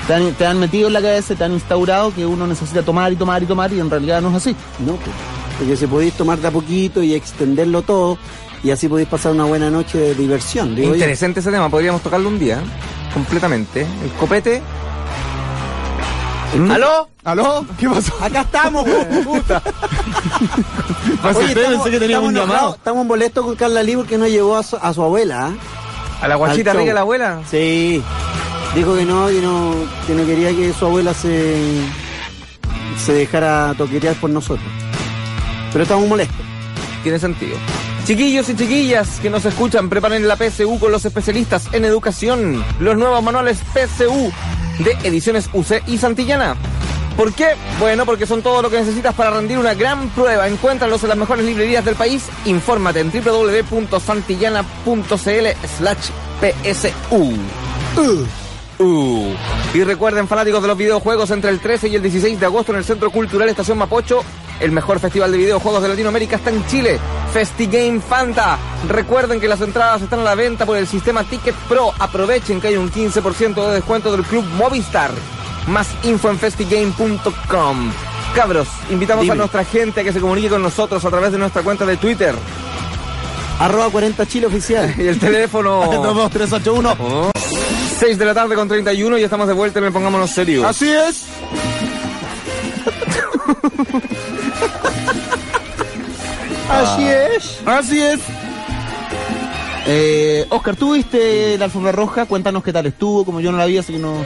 Te han, te han metido en la cabeza, te han instaurado que uno necesita tomar y tomar y tomar y en realidad no es así. No, pues. porque se podéis tomar de a poquito y extenderlo todo, y así podéis pasar una buena noche de diversión. Digo yo. Interesante ese tema, podríamos tocarlo un día, completamente. El copete. ¿Mm? ¿Aló? ¿Aló? ¿Qué pasó? Acá estamos, puta. Pues Oye, usted estamos, pensé que tenía estamos un enojados, llamado. estamos molestos con Carla Lee porque no llevó a su, a su abuela. ¿ah? ¿A la guachita Al show. rica de la abuela? Sí. Dijo que no, que no, que no quería que su abuela se, se dejara toquetear por nosotros. Pero estamos molestos. Tiene sentido. Chiquillos y chiquillas que nos escuchan, preparen la PSU con los especialistas en educación. Los nuevos manuales PSU de Ediciones UC y Santillana. ¿Por qué? Bueno, porque son todo lo que necesitas para rendir una gran prueba. Encuéntralos en las mejores librerías del país. Infórmate en www.santillana.cl slash PSU. Uh. Y recuerden, fanáticos de los videojuegos, entre el 13 y el 16 de agosto en el Centro Cultural Estación Mapocho, el mejor festival de videojuegos de Latinoamérica está en Chile, FestiGame Fanta. Recuerden que las entradas están a la venta por el sistema Ticket Pro. Aprovechen que hay un 15% de descuento del club Movistar. Más info en festigame.com. Cabros, invitamos a nuestra gente a que se comunique con nosotros a través de nuestra cuenta de Twitter Arroba 40 Chile oficial. y el teléfono 22381. 6 de la tarde con 31 y estamos de vuelta, me pongámonos serios. Así es. Así es. Así es. Eh, Oscar, ¿tú viste la alfombra roja? Cuéntanos qué tal estuvo, como yo no la vi, así que no...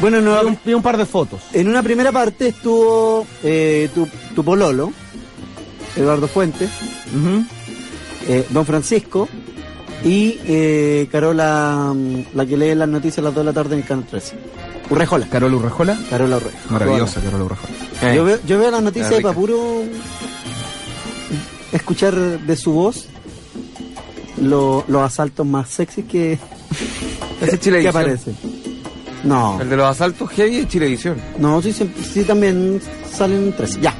Bueno, no, Vi un, vi un par de fotos. en una primera parte estuvo eh, tu, tu pololo, Eduardo Fuentes, eh, Don Francisco y eh, Carola, mm, la que lee las noticias a las 2 de la tarde en el canal 13. Urrejola. Carola Urrejola. Carola Urrejola. Maravillosa, Carola Urrejola. Eh, Yo veo, yo veo las Ah, noticias rica. para puro escuchar de su voz lo- los asaltos más sexys que, ese es que Chilevisión. aparecen. No, El de los asaltos heavy es Chilevisión. no, sí, sí, sí, también salen tres. Ya.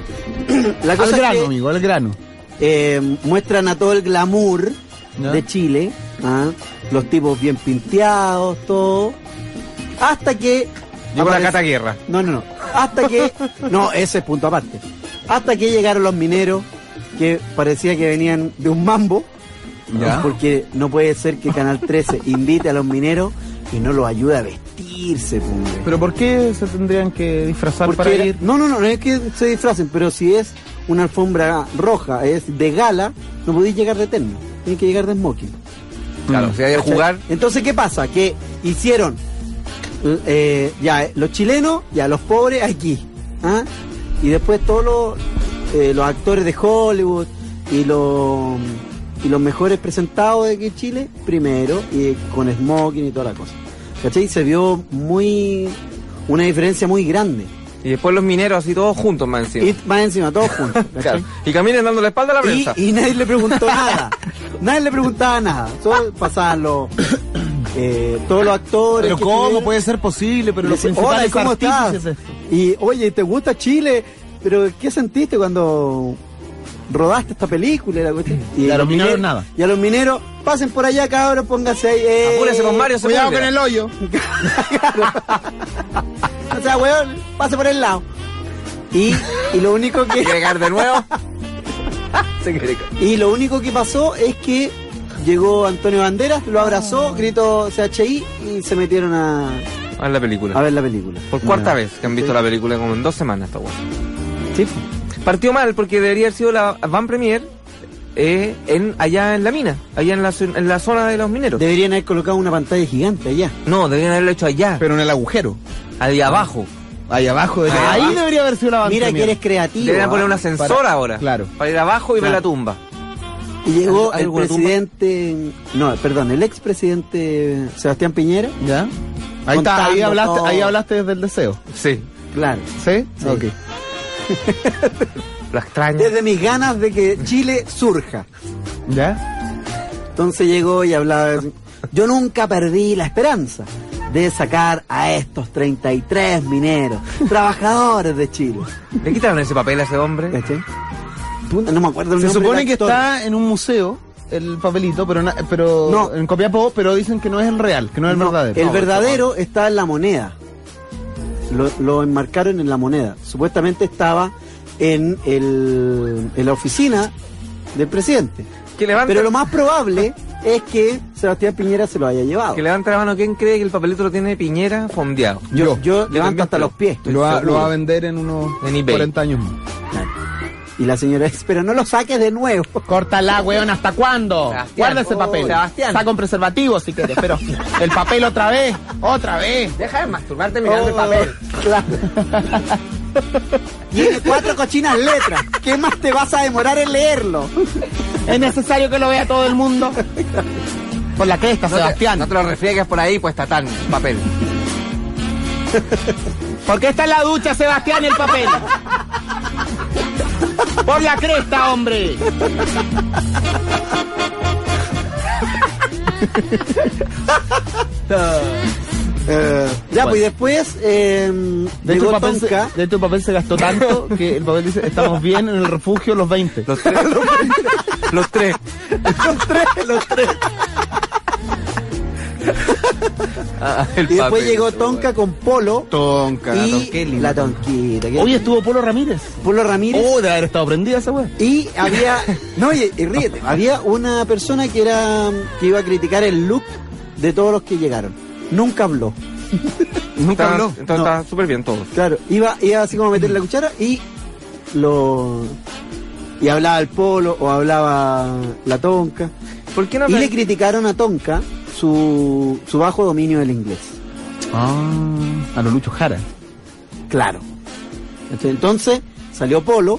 La Al cosa grano, es que amigo, al grano. eh, muestran a todo el glamour Ya. de Chile, ¿ah? los tipos bien pinteados, todo, hasta que... Llegó la aparece- Cata Guerra. no, no, no. Hasta que. No, ese es punto aparte. Hasta que llegaron los mineros que parecía que venían de un mambo. Ya. Porque no puede ser que Canal 13 invite a los mineros y no los ayude a vestirse, po, hombre. Pero ¿por qué se tendrían que disfrazar Porque para era- ir? No, no, no, no es que se disfracen, pero si es una alfombra roja, es de gala, no podéis llegar de terno. Tienes que llegar de smoking. Claro, si hay a ¿Cachai? jugar. Entonces, ¿qué pasa? Que hicieron l- eh, ya eh, los chilenos, ya los pobres aquí. ¿ah? Y después todos los, eh, los actores de Hollywood y los, y los mejores presentados de aquí en Chile, primero, y con smoking y toda la cosa. ¿Cachai? Se vio muy una diferencia muy grande. Y después los mineros así todos juntos más encima. Y más encima, todos juntos. ¿cachai? Claro. Y caminen dando la espalda a la Y, prensa. y nadie le preguntó nada. Nadie le preguntaba nada. Solo pasaban los, eh, todos los actores. Pero que ¿cómo estuvieron. puede ser posible? Pero Y los dice, Hola, principales ¿cómo estás? artífices- Y oye, ¿te gusta Chile? Pero ¿qué sentiste cuando rodaste esta película? y la cuestión? Y, a a los mineros mine- nada. Y a los mineros, pasen por allá, cabros, pónganse ahí. eh". Apúrense con Mario, se Cuidado vuelve. con el hoyo. O sea, weón, pase por el lado. Y, y lo único que. ¿Quiere caer de nuevo? Se quiere caer. Y lo único que pasó es que llegó Antonio Banderas, lo abrazó, gritó CHI y se metieron a, A ver la película. a ver la película. Por cuarta Una- vez que han visto la película como en dos semanas esta weá. Sí. Partió mal porque debería haber sido la van premier eh, en, allá en la mina, allá en la, zo- en la zona de los mineros. Deberían haber colocado una pantalla gigante allá. No, deberían haberlo hecho allá, Pero en el agujero. ahí abajo. Ahí abajo de Ahí Ahí debería haber sido la banca. Mira que eres creativo. Deberían ¿ah? poner un ascensor para- ahora. claro. Para ir abajo y ver Claro. la tumba. Y llegó ¿Hay el alguna tumba? presidente, no, perdón, el expresidente Sebastián Piñera. ¿Ya? Ahí está, ahí Contando hablaste, todo. ahí hablaste desde el deseo. Sí. Claro. ¿Sí? Sí. Ok. La extraña. Desde mis ganas de que Chile surja. ¿Ya? Entonces llegó y hablaba. así, Yo nunca perdí la esperanza de sacar a estos 33 mineros, trabajadores de Chile. ¿Le quitaron ese papel a ese hombre? ¿Cachai? Puta, No me acuerdo el Se nombre supone del que actor. está en un museo el papelito, pero na- pero No. en Copiapó, pero dicen que no es el real, que no es el No, verdadero. El No, verdadero está en la moneda. Lo, lo enmarcaron en la moneda. Supuestamente estaba en, el, en la oficina del presidente. Que levante, Pero lo más probable es que Sebastián Piñera se lo haya llevado. que levante la mano. ¿Quién cree que el papelito lo tiene Piñera fondeado? Yo, yo Yo también levanto hasta creo. los pies. estoy Lo va, seguro. lo va a vender en unos En eBay. 40 años más. Y la señora dice, pero no lo saques de nuevo. Córtala, weón, ¿hasta cuándo? Sebastián. Guarda ese Oh, papel. Sebastián. Está con preservativo si quieres, pero el papel otra vez, otra vez. Deja de masturbarte Oh, claro. Tiene cuatro cochinas letras. ¿Qué más te vas a demorar en leerlo? Oh. Es necesario que lo vea todo el mundo. Por la cresta, No te, Sebastián. no te lo refriegues por ahí, pues está tan papel. ¿Por qué está en la ducha, Sebastián, el papel? Por la cresta, hombre. Eh, ya, pues y después eh, De hecho, llegó el papel se, Tonka. de hecho, el papel se gastó tanto que el papel dice, estamos bien en el refugio los 20. Los tres. los tres. Ah, el Y después papel, llegó weón. Tonka con Polo Tonka, la y Tonkelli. la Tonquita. que- Hoy estuvo Polo Ramírez. Polo Ramírez. Oh, de haber estado prendida esa weá. Y había. No, y, y ríete. Oh. Había una persona que era. que iba a criticar el look de todos los que llegaron. Nunca habló. Nunca Está- habló. Entonces No. está súper bien todo. Claro. Iba, iba así como a meter la cuchara y lo. Y hablaba el polo o hablaba la tonca. ¿Por qué no Y habla- le criticaron a Tonka su, su bajo dominio del inglés. Ah, a los Lucho Jara. Claro. Entonces, entonces salió Polo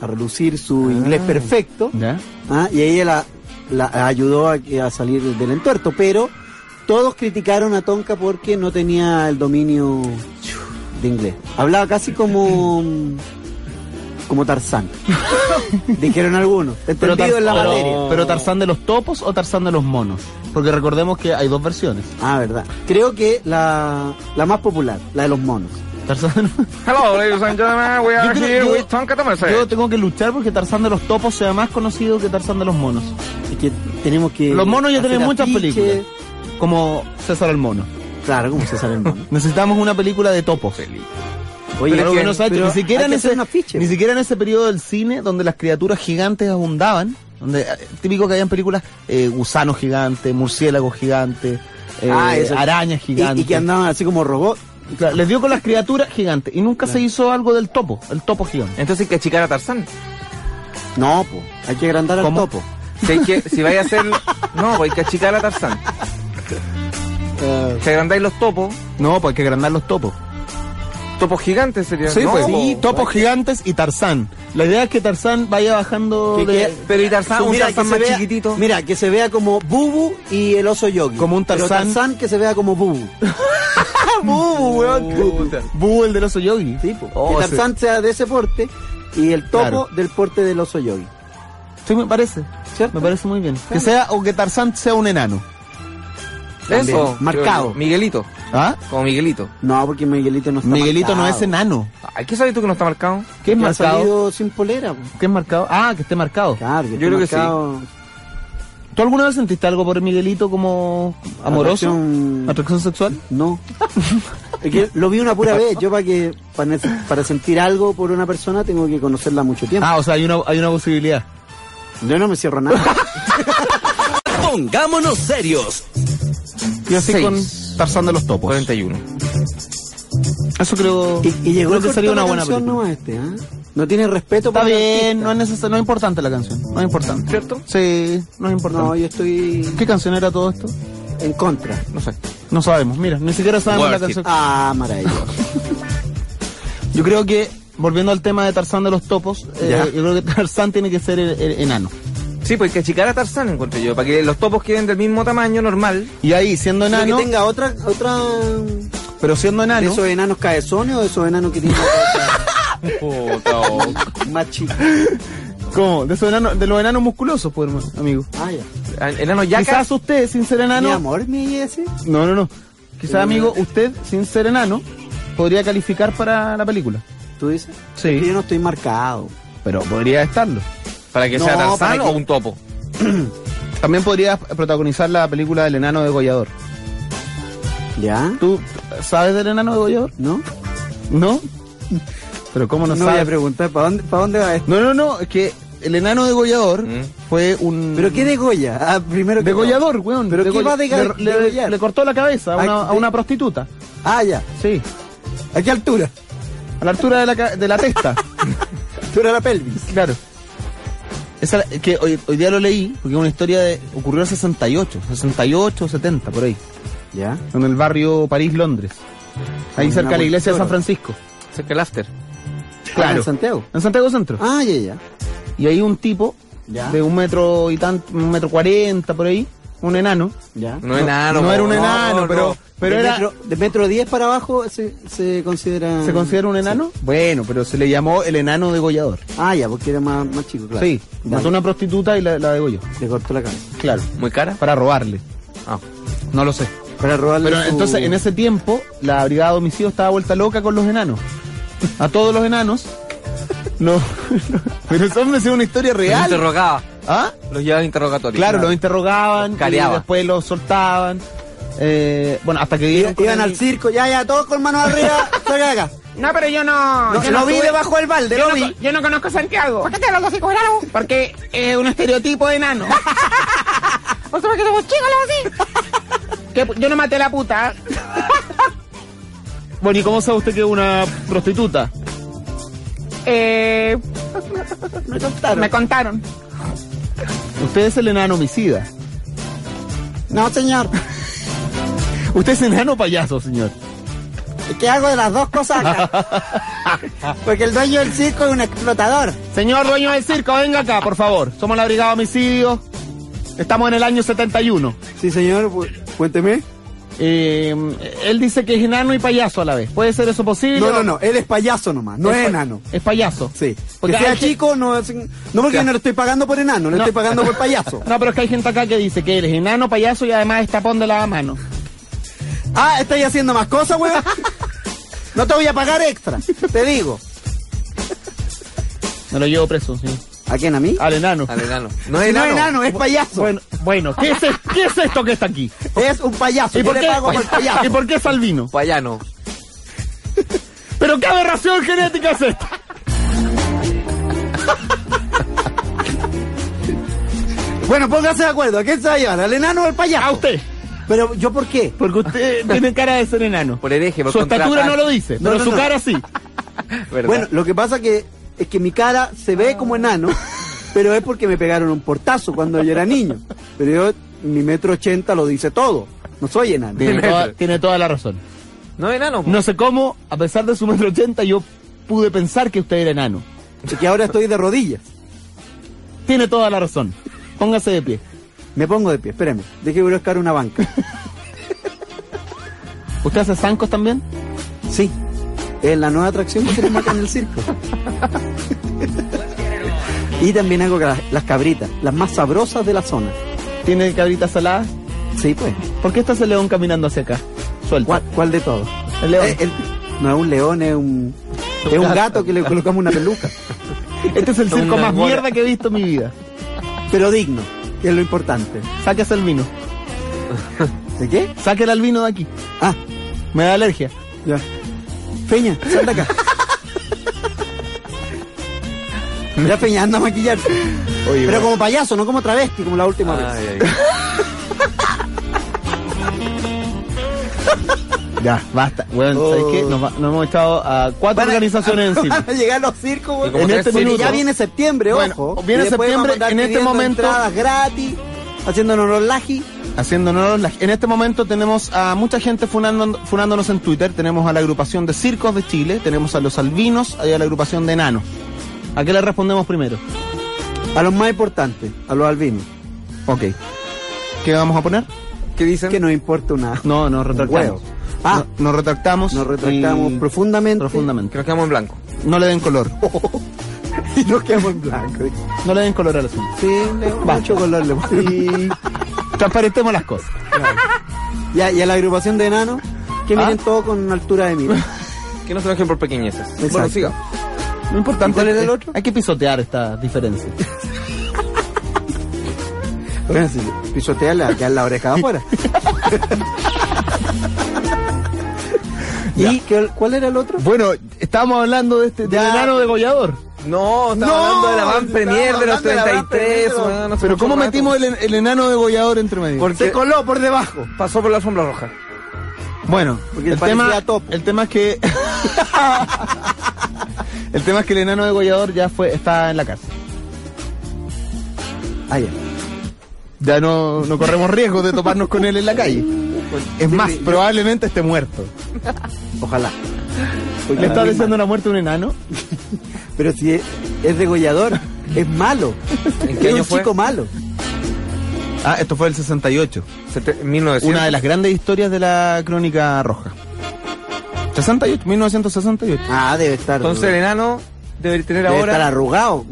a relucir su inglés perfecto. ¿Ya? Ah, y ella la, la ayudó a, que- a salir del entuerto, pero todos criticaron a Tonka porque no tenía el dominio de inglés. Hablaba casi como mm, como Tarzán. Dijeron algunos. Pero, Entendido Tar- en la pero- materia. pero Tarzán de los topos o Tarzán de los monos. Porque recordemos que hay dos versiones. Ah, verdad. Creo que la, la más popular, la de los monos. Tarzán de los- Hello, ladies and gentlemen, we Yo are creo- here yo- with Ah, Tonka Tomerset. Yo tengo que luchar porque Tarzán de los topos sea más conocido que Tarzán de los monos. Es que tenemos que. Los monos ya hacer tienen muchas afiches. películas. Como César el mono. Claro, como se sale el mono. Necesitamos una película de topos. Oye, Pero es que- bueno, Sacho, pero ni siquiera hay en que ese, hacer un afiche. ni siquiera en ese periodo del cine donde las criaturas gigantes abundaban, donde eh, típico que habían películas eh, gusanos gigantes, murciélagos gigantes, eh, Ah, eso. arañas Y- gigantes. y que andaban así como robots. Claro, les dio con las criaturas gigantes y nunca se hizo algo del topo, el topo gigante. Entonces hay que achicar a Tarzán. No, po. Hay que agrandar al ¿Cómo? topo. Si, hay que, si vais a hacer. No, pues hay que achicar a Tarzán. Si agrandáis los topos, No, pues hay que agrandar los topos. topos gigantes serían. Sí, No, pues. po. Sí, Topos gigantes y Tarzán. La idea es que Tarzán vaya bajando Que- de- que- Pero y Tarzán, un Mira, Tarzán que más se vea- chiquitito. Mira, que se vea como Bubu y el oso Yogi. Como un Pero Tarzán. Tarzán que se vea como Bubu. Bubu, weón. Boo, el del oso yogi. Sí, po. Oh, que Tarzán sea de ese porte y el topo Claro. del porte del oso Yogi. Sí, me parece. ¿Cierto? Me parece muy bien. Que Claro. sea o que Tarzán sea un enano. También. Eso. Marcado. yo- Miguelito. ¿Ah? Como Miguelito. No, porque Miguelito no está Miguelito no marcado. es enano. Ay, ¿Qué sabes tú que no está marcado? ¿Qué es Que ha marcado? salido sin polera. po. ¿Qué es marcado? Ah, que esté marcado. Claro, que Yo creo que sí. que sí. ¿Tú alguna vez sentiste algo por Miguelito como amoroso? Atracción- ¿Atracción sexual? No. Es que lo vi una pura vez. Yo para que para, para sentir algo por una persona tengo que conocerla mucho tiempo. Ah, o sea, hay una, hay una posibilidad. Yo no me cierro a nada. Pongámonos serios. Y así Seis. con Tarzán de los topos. 41. Eso creo, Y, y llegó creo el que sería una buena canción película. nomás este, ¿ah? No tiene respeto Está por el bien, no es artista. necesario, no es importante la canción. No es importante. ¿Cierto? Sí, no es importante. No, yo estoy ¿Qué canción era todo esto? en contra. No sé. No sabemos, mira, ni siquiera sabemos la Worth it. canción. Ah, maravilloso. Yo creo que, volviendo al tema de Tarzán de los topos, eh, Ya. yo creo que Tarzán tiene que ser el- el enano. Sí, pues hay que achicar a Tarzán, encuentro yo. Para que los topos queden del mismo tamaño normal. Y ahí, siendo Pero enano, que tenga otra, otra Pero siendo de Ah, enano, esos enanos cabezones o de esos enanos que tienen la cabeza más chica. ¿cómo? De, esos enanos- de los enanos musculosos, pues, hermano, amigo. Ah, ya. Enano Quizás yacas. usted, sin ser Mi enano, amor, Eh. mi ese. No, no, no. Quizás, amigo, usted, sin ser enano, podría calificar para la película. ¿Tú dices? Sí. Es que Yo no estoy marcado. Pero podría estarlo. Para que No, sea Tarzán para que- o un topo. también podrías protagonizar la película del enano degollador. ¿Ya? ¿Tú sabes del enano degollador? ¿No? ¿No? Pero ¿cómo no, No voy a sabes? preguntar, ¿para dónde, para dónde va esto? No, no, no. Es que el enano degollador Mm. fue un... ¿Pero qué de Goya? Ah, primero que Degollador, todo. weón. ¿Pero qué Degoll- va a dega- le, le, degollar? le cortó la cabeza a una, Ah, a una prostituta. Ah, ya. Sí. ¿A qué altura? A la altura de la, ca- de la testa. Altura de la pelvis. Claro. Esa, que hoy, hoy día lo leí, porque es una historia de... Ocurrió en 68, 68, 70, por ahí. ¿Ya? en el barrio París-Londres. Ahí Una cerca de la iglesia de cultura. San Francisco. O sea, que el after. Claro. Ah, en Santiago. En Santiago Centro. Ah, ya, ya. Y ahí un tipo Ya. de un metro y tanto, un metro cuarenta por ahí, un enano. Ya. No, enano. no po. era un No, enano, no. pero, pero de, era. metro, de metro 10 para abajo se, se considera... ¿Se considera un enano? Bueno, pero se le llamó el enano degollador. Ah, ya, porque era más, más chico, claro. Sí, Ya, mató a una prostituta y la, la degolló. Le cortó la cabeza. Claro, Muy cara. para robarle. Ah. No lo sé. Para robarle Pero su- entonces, en ese tiempo, la brigada de homicidios estaba vuelta loca con los enanos. A todos los enanos. No, Pero eso me decía una historia Los real. interrogaba. ¿Ah? Los llevaba al interrogatorio. Claro, los interrogaban, Los careaban. y después los soltaban. Eh, bueno, hasta que dieron con Iban el- al circo, ya, ya, todos con manos arriba, salga de acá. No, pero yo no. No, yo lo no vi tuve- debajo del balde, Yo lo no, vi. co- yo no conozco a Santiago. ¿Por qué te los hijos enanos? Porque es un estereotipo de enano. ¿Vos sabés que somos chicos así? que pu- yo no maté a la puta. Bueno, ¿y cómo sabe usted que es una prostituta? Eh, Me contaron. me contaron. Usted es el enano homicida. No, señor. Usted es enano payaso, señor. Es que hago de las dos cosas acá. Porque el dueño del circo es un explotador. Señor dueño del circo, venga acá, por favor. Somos la brigada de homicidios. Estamos en el año 71. Sí, señor, cuénteme. Eh, él dice que es enano y payaso a la vez. ¿Puede ser eso posible? No, no, no, él es payaso nomás, no es, pa- enano. Es payaso. Sí. Porque que sea hay gente- chico, no es- No porque yo no le estoy pagando por enano, le No. estoy pagando por payaso. No, pero es que hay gente acá que dice que él es enano, payaso y además es tapón de la mano. Ah, estáis haciendo más cosas, weón. No te voy a pagar extra, te digo. Me lo llevo preso, sí. ¿A quién? ¿A mí? Al Ah, enano. Al enano. No es Si enano. No es enano, es payaso. Bueno, bueno, ¿qué es, e- qué es esto que está aquí? es un payaso. ¿Y Yo por, le qué? pago por ¿Y payaso. por qué Salvino? Payano. ¿Pero qué aberración genética es esta? Bueno, póngase de acuerdo. ¿A quién se va a llevar? ¿Al enano o al payaso? A usted. Pero yo por qué? Porque usted tiene cara de ser enano. Por hereje, por Su estatura contratar. no lo dice, No, pero no, su no. cara sí. ¿verdad? Bueno, lo que pasa que es que mi cara se ve como enano, pero es porque me pegaron un portazo cuando yo era niño. Pero yo, mi metro ochenta lo dice todo. No soy enano. Tiene toda, tiene toda la razón. no es enano. pues. po. No sé cómo, a pesar de su metro ochenta, yo pude pensar que usted era enano. Es que ahora estoy de rodillas. Tiene toda la razón. Póngase de pie. Me pongo de pie, espérame. Deje de buscar una banca. ¿Usted hace zancos también? Sí. Es la nueva atracción que tenemos acá en el circo. Y también hago ca- las cabritas, las más sabrosas de la zona. ¿Tiene cabritas saladas? Sí, pues. ¿Por qué está ese león caminando hacia acá? Suelta. ¿Cuál, cuál de todos? El león. Eh, el- no es un león, es un, es un gato que le colocamos una peluca. Este es el Son circo unas más bolas. mierda que he visto en mi vida. Pero digno, que es lo importante. Sáquese el vino. ¿De qué? Sáquela el vino de aquí. Ah, Me da alergia. ya. Peña, sal de acá. Ya Peña, anda a maquillarse. Pero bueno. como payaso, no como travesti, como la última vez. Ay, ay. Ya, basta. Bueno, ¿sabes qué? Nos, va- nos hemos echado a cuatro Van a- organizaciones encima. Van a llegar los circos, güey. Y como En tres este circos. Y minuto. ya viene septiembre, Bueno, ojo. viene Y después septiembre, vamos a andar en este pidiendo momento- entradas gratis, haciéndonos los laji. Haciéndonos la- En este momento tenemos a mucha gente funando- funándonos en Twitter. Tenemos a la agrupación de circos de Chile, tenemos a los albinos y a la agrupación de enanos. ¿A qué le respondemos primero? A los más importantes, a los albinos. Ok. ¿Qué vamos a poner? ¿Qué dicen? Que no importa nada. No, nos retractamos. Huevo. Ah. No- nos retractamos. Nos retractamos y- profundamente. Que profundamente. nos quedamos en blanco. No le den color. Y nos quedamos en blanco. No le den color al asunto. Sí, le- mucho color le ponemos. Y transparentemos las cosas. Y a, y a la agrupación de enanos, que Ah. miren todo con una altura de mira. Que no se enojen por pequeñeces. Bueno, Exacto. siga. Lo importante ¿Cuál era el es- otro? Hay que pisotear esta diferencia. Bueno, si pisoteala, queda la oreja afuera. ¿Y qué- cuál era el otro? Bueno, estábamos hablando de este del Ya. enano degollador. No, estamos No, hablando de la van estamos premier de los hablando de la van 33. premier, weón, hace Pero mucho ¿cómo rato. metimos el, en- el enano degollador entre medio? Porque Se coló por debajo. pasó por la alfombra roja. Bueno, Porque el parecía tema, topo. el tema es que el tema es que el enano degollador ya fue está en la cárcel. Ah, ya. Ya no, no corremos riesgo de toparnos con él en la calle. Pues, Es más, probablemente esté muerto. Ojalá. Porque ¿Le está es deseando una muerte a un enano? malo. Pero si es, es degollador, es malo. ¿En qué es año un fue? chico malo. Ah, esto fue el 68. Sete- 1900. Una de las grandes historias de la crónica roja. 68, 1968. Ah, debe estar. Entonces el enano debe tener debe estar ahora. arrugado.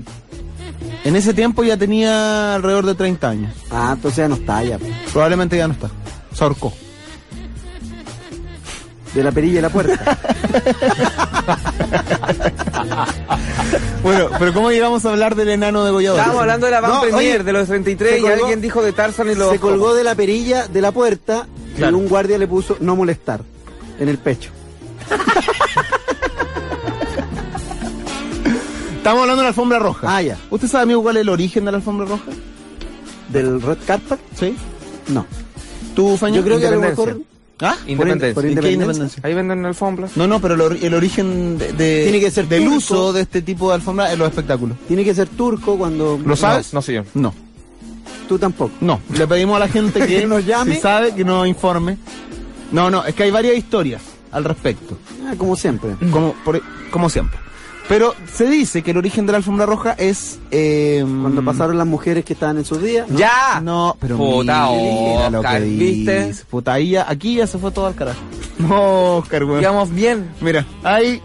En ese tiempo ya tenía alrededor de 30 años. Ah, entonces ya no está ya. Probablemente ya no está. se ahorcó. de la perilla de la puerta. Bueno, pero ¿cómo llegamos a hablar del enano degollador? Estábamos hablando de la Van No, Premier, oye, de los 33, se y colgó- alguien dijo de Tarzan y los... Se colgó de la perilla de la puerta Claro. y un guardia le puso no molestar en el pecho. Estamos hablando de la alfombra roja. Ah, ya. ¿Usted sabe, amigo, cuál es el origen de la alfombra roja? ¿Del red carpet? ¿Sí? No. ¿Tú, Faña? Yo creo que a lo Independencia. mejor ¿Ah? Independencia. ¿Por in- por ¿En qué independencia? Ahí venden alfombras. No, no, pero el, or- el origen de, de- Tiene que ser del turco. uso de este tipo de alfombra en los espectáculos. tiene que ser turco cuando... ¿Lo sabes? No, no sé yo. No, Tú tampoco. no. Le pedimos a la gente que, Que nos llame. si sabe, que nos informe. No, no, es que hay varias historias al respecto. Ah, como siempre. como, por- e, como siempre. Pero se dice que el origen de la alfombra roja es... eh, Cuando pasaron las mujeres que estaban en sus días. ¿no? ¡Ya! No, pero Ah, Puta, mira lo que Oscar, ¿viste? dice. Puta, ahí ya- aquí ya se fue todo al carajo. No, Oscar, weón. Digamos bien. Mira, ahí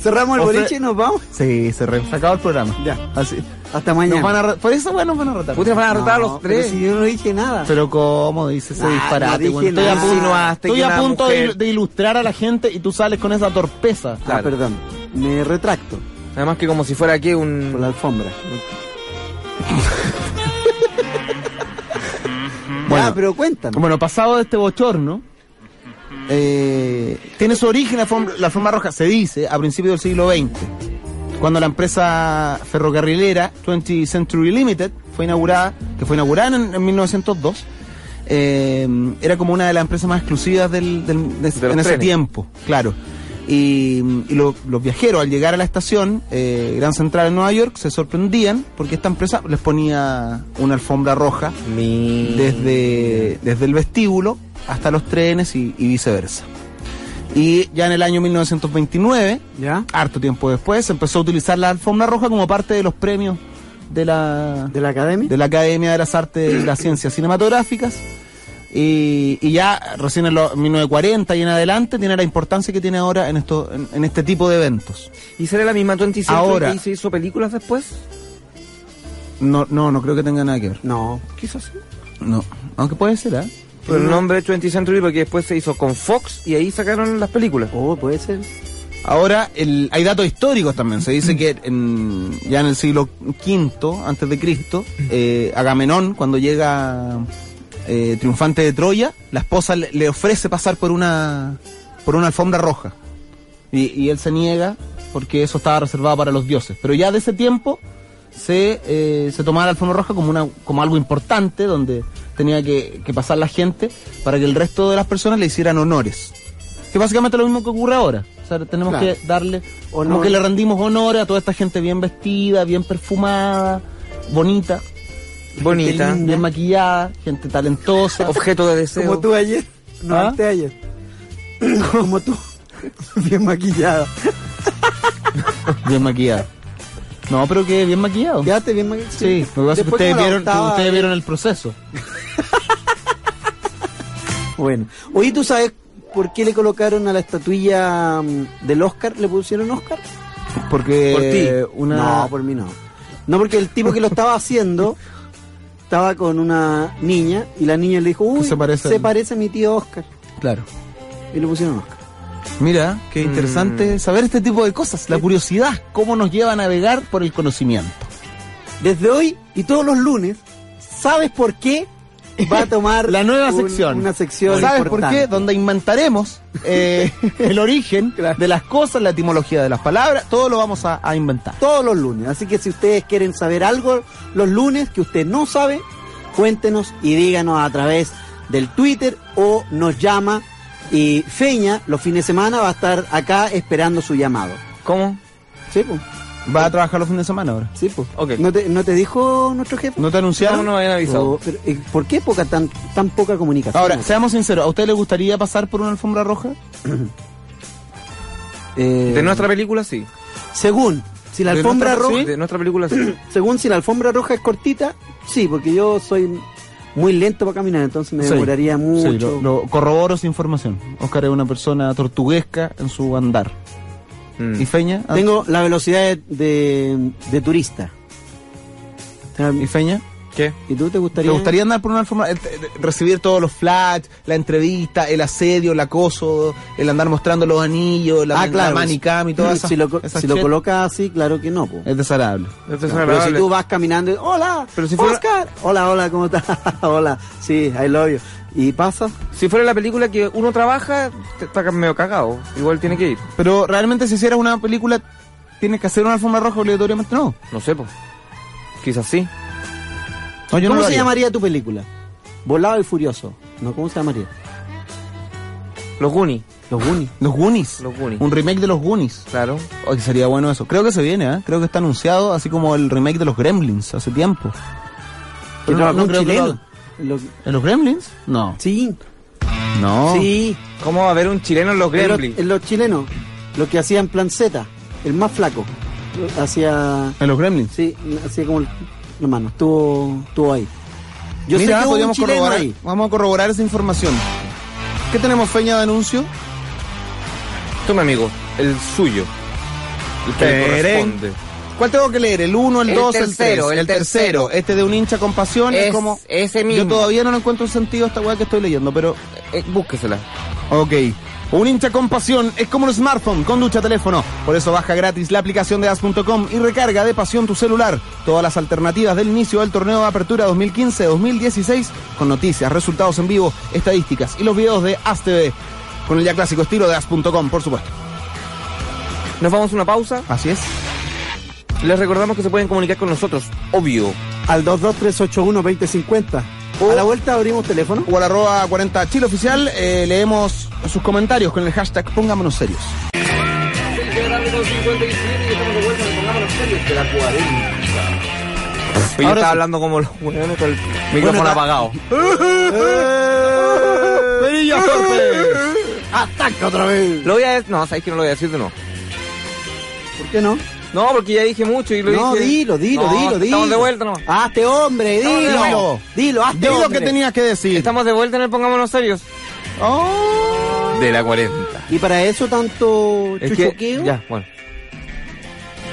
Cerramos el O sea- boliche y nos vamos. sí, se re- se acabó el programa. Ya. Así. Hasta Nos mañana. van a re- por eso, weón, nos van a rotar. Ustedes van a derrotar a los No, pero tres. si yo no dije nada. Pero cómo dice ese Ah, no disparate, dije weón. Estoy a nada. punto, Insinuaste estoy que a una punto de, mujer- de ilustrar a la gente y tú sales con esa torpeza. Ah, Claro. perdón. Me retracto Mm. Además que como si fuera aquí un... por la alfombra. Bueno. ah, pero cuéntanos. Bueno, pasado de este bochorno, eh, tiene su origen la forma, la forma roja, se dice, a principios del siglo XX, cuando la empresa ferrocarrilera 20th Century Limited fue inaugurada, que fue inaugurada en, en 1902, eh, era como una de las empresas más exclusivas del, del- de- De los en ese trenes. tiempo, claro. Y, y lo- los viajeros al llegar a la estación eh, Gran Central en Nueva York se sorprendían porque esta empresa les ponía una alfombra roja Mi- desde, desde el vestíbulo hasta los trenes y, y viceversa. Y ya en el año 1929, ¿Ya? harto tiempo después, se empezó a utilizar la alfombra roja como parte de los premios de la, ¿De la academia? de la Academia de las Artes y las Ciencias Cinematográficas. Y, y ya recién en los 1940 y en adelante tiene la importancia que tiene ahora en, esto, en, en este tipo de eventos. ¿Y será la misma 20 Ahora. que se hizo películas después? No, no, no creo que tenga nada que ver. No. Quizás sí. No, aunque puede ser, ¿ah? Pero el nombre 20 Century porque después se hizo con Fox y ahí sacaron las películas. Oh, puede ser. Ahora, el- hay datos históricos también. Se dice que en- ya en el siglo V antes de Cristo, eh, Agamenón, cuando llega eh, triunfante de Troya, la esposa le, le ofrece pasar por una por una alfombra roja. Y, y él se niega porque eso estaba reservado para los dioses. Pero ya de ese tiempo se, eh, se tomaba la alfombra roja como, una, como algo importante donde tenía que, que pasar la gente para que el resto de las personas le hicieran honores. Que básicamente es lo mismo que ocurre ahora. O sea, tenemos Claro. que darle, como Honor. que le rendimos honor a toda esta gente bien vestida, bien perfumada, bonita, Bonita. lindo. bien maquillada, gente talentosa. Objeto de deseo. Como tú ayer. No, ¿Ah? antes de ayer. Como tú. Bien maquillada. Bien maquillado. No, pero que bien maquillado. ¿Quedaste bien maquillada? Sí, lo que pasa es que Después ustedes como la vieron, octava, ustedes eh, vieron el proceso. Bueno. Oye, ¿tú sabes por qué le colocaron a la estatuilla mm, del Oscar? ¿Le pusieron Oscar? Porque una No, por mí no. No, porque el tipo que lo estaba haciendo estaba con una niña y la niña le dijo, uy, se se parece parece, al- a mi tío Oscar. Claro. Mm. Y le pusieron Oscar. Mira, qué interesante saber este tipo de cosas, la curiosidad, cómo nos lleva a navegar por el conocimiento. Desde hoy y todos los lunes, ¿sabes por qué? Va a tomar La nueva un- sección. Una sección. ¿Sabes por importante. qué? Donde inventaremos eh, el origen de las cosas, la etimología de las palabras, todo lo vamos a, a inventar. Todos los lunes. Así que si ustedes quieren saber algo los lunes que usted no sabe, cuéntenos y díganos a través del Twitter o nos llama. Y Feña, los fines de semana, va a estar acá esperando su llamado. ¿Cómo? Sí, pues. ¿Va a trabajar los fines de semana ahora? Sí, pues. Ok. ¿No, te, ¿No te dijo nuestro jefe? ¿No te No, anunciaron? no me habían avisado. O- pero, eh, ¿Por qué poca, tan, tan poca comunicación? Ahora, seamos sinceros, ¿a usted le gustaría pasar por una alfombra roja? Eh, De nuestra película sí. Según, si la De alfombra nuestra- roja, sí, De nuestra película sí. según si la alfombra roja es cortita, sí, porque yo soy muy lento para caminar, entonces me Sí. demoraría mucho. Sí, lo, lo corroboro su información. Oscar es una persona tortuguesca en su andar. Mm. ¿Y Feña? Tengo la velocidad de, de- de turista. O sea, ¿Y Feña? ¿Qué? ¿Y tú te ¿Te gustaría? gustaría andar por una alfombra? eh, te- te- Recibir todos los flats, la entrevista, el asedio, el acoso, el andar mostrando los anillos, la, ah, la claro. manicam y todas esas Si lo, co- esas si lo shit. colocas así, claro que no, po. Es desagradable. Es Pero si desagradable. tú vas caminando y, hola, Pero si fuera- Oscar, hola, hola, ¿cómo estás? hola, sí, I love you. ¿Y pasa? Si fuera la película que uno trabaja, te- está medio cagado. Igual tiene que ir. Pero realmente si hicieras una película, ¿tienes que hacer una alfombra roja obligatoriamente? No. No sé, pues. Quizás sí. No, yo no ¿Cómo lo se haría. llamaría tu película? Volado y Furioso. No, ¿cómo se llamaría? Los Goonies. Los Goonies. Los Goonies. Los Goonies. Un remake de los Goonies. Claro. Oye, sería bueno eso. Creo que se viene, ¿eh? Creo que está anunciado, así como el remake de los Gremlins hace tiempo. Que Pero no, trabajó no un creo que chileno. Lo- ¿En los Gremlins? No. Sí, No. sí. ¿Cómo va a haber un chileno en los En los, Gremlins? en los chilenos, los que hacían plan Z, el más flaco, hacía, ¿En los Gremlins? sí, hacía como el hermano, estuvo, estuvo ahí. Mira, Yo sé que hubo un podríamos chileno corroborar, ahí. vamos a corroborar esa información. ¿Qué tenemos, Feña, de anuncio? Tome, amigo. El suyo. El que le Terén. corresponde. ¿Cuál tengo que leer? ¿El 1, el El 2, el tercero, 3? el El tercero. Este de un hincha con pasión es, Es como... ese Yo mismo. todavía no le encuentro el sentido a esta weá que estoy leyendo, pero... Eh, búsquesela. Ok. Un hincha con pasión es como un smartphone con ducha teléfono. Por eso baja gratis la aplicación de as.com y recarga de pasión tu celular. Todas las alternativas del inicio del torneo de apertura 2015-2016 con noticias, resultados en vivo, estadísticas y los videos de As TV. Con el ya clásico estilo de as.com, por supuesto. Nos vamos a una pausa. Así es. Les recordamos que se pueden comunicar con nosotros. Obvio. Al 22381-2050. A la vuelta abrimos teléfono. O al arroba 40 Chile Oficial, eh, leemos sus comentarios con el hashtag Pongámonos Serios. Yo Ahora sí. estaba hablando como los hueones con el micrófono ta- apagado. ¡Perilla Torpe! ¡Ataca otra vez! Lo voy a decir. No, sabéis que no lo voy a decir de nuevo. ¿Por qué no? No, porque ya dije mucho y lo No, dije. dilo, dilo, No, dilo, dilo. Estamos de vuelta nomás. Hazte hombre, Estamos de dilo. Dilo, vuelta. hazte Di lo hombre. que tenías que decir. Estamos de vuelta en el Pongámonos Serios. Oh. De la 40. Y para eso tanto Es que- chuchoqueo. ya, bueno.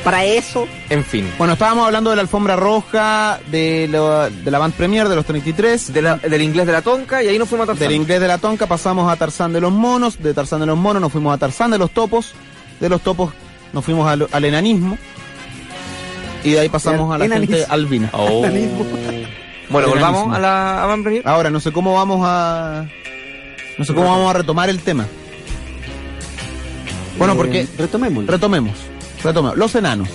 Para eso. En fin. Bueno, estábamos hablando de la alfombra roja, de, lo- de la band premier de los 33, De la- del inglés de la tonca y ahí nos fuimos a Tarzán. del inglés de la tonca, pasamos a Tarzán de los monos, de Tarzán de los monos nos fuimos a Tarzán de los topos, de los topos nos fuimos al, al enanismo y de ahí pasamos a la Enanismo. gente albina. Oh. Bueno, volvamos Granísimo. a la a Van Premier. Ahora, no sé cómo vamos a... No sé cómo vamos a retomar el tema. Bueno, eh, porque... Retomémoslo. Retomemos. Retomemos. Los enanos.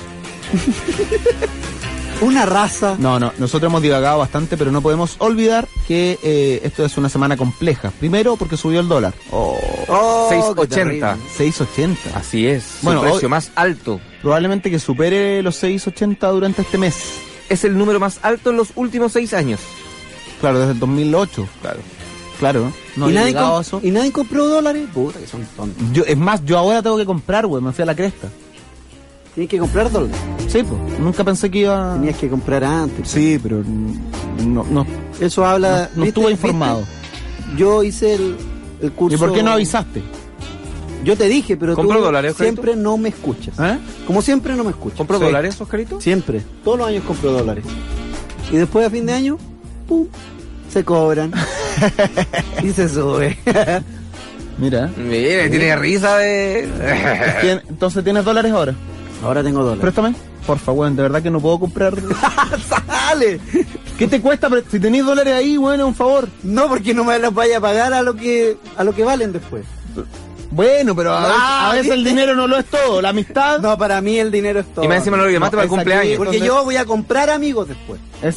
Una raza. No, no, nosotros hemos divagado bastante, pero no podemos olvidar que eh, esto es una semana compleja. Primero porque subió el dólar. Oh, Oh, qué 680. terrible. 6.80. Así es. Bueno, Bueno, hoy- precio más alto. Probablemente que supere los 6.80 durante este mes. Es el número más alto en los últimos seis años. Claro, desde el 2008. Claro. Claro, no ¿Y, había nadie llegado com- a eso. y nadie compró dólares. Puta, que son tontos. Yo, es más, yo ahora tengo que comprar, güey, me fui a la cresta. Tienes que comprar dólares. Sí, pues, nunca pensé que iba... Tenías que comprar antes. Sí, pero mm, no, no, Eso habla. no ¿viste? estuve informado. ¿Viste? Yo hice el, el curso. ¿Y por qué no avisaste? Yo te dije, pero tú ¿Compró dólares, Oscarito? siempre no me escuchas. ¿Eh? Como siempre no me escuchas. ¿Compró Sí. dólares, Oscarito? Siempre. Todos los años compro dólares. Y después a fin de año, ¡pum! Se cobran. y se sube. Mira. ¿eh? Mire, tiene risa de... ¿Tien- entonces tienes dólares ahora. Ahora tengo dólares. Préstame. Por favor, de verdad que no puedo comprar. ¡Sale! ¿Qué te cuesta? pre- Si tenés dólares ahí, bueno, un favor. No, porque no me los vaya a pagar a lo que, a lo que valen después. Bueno, pero a, veces, a Ah, veces el dinero no lo es todo. La amistad. No, para mí el dinero es todo. Y me encima no lo llamaste No, para el es aquí, cumpleaños. Porque entonces- yo voy a comprar amigos después. Es,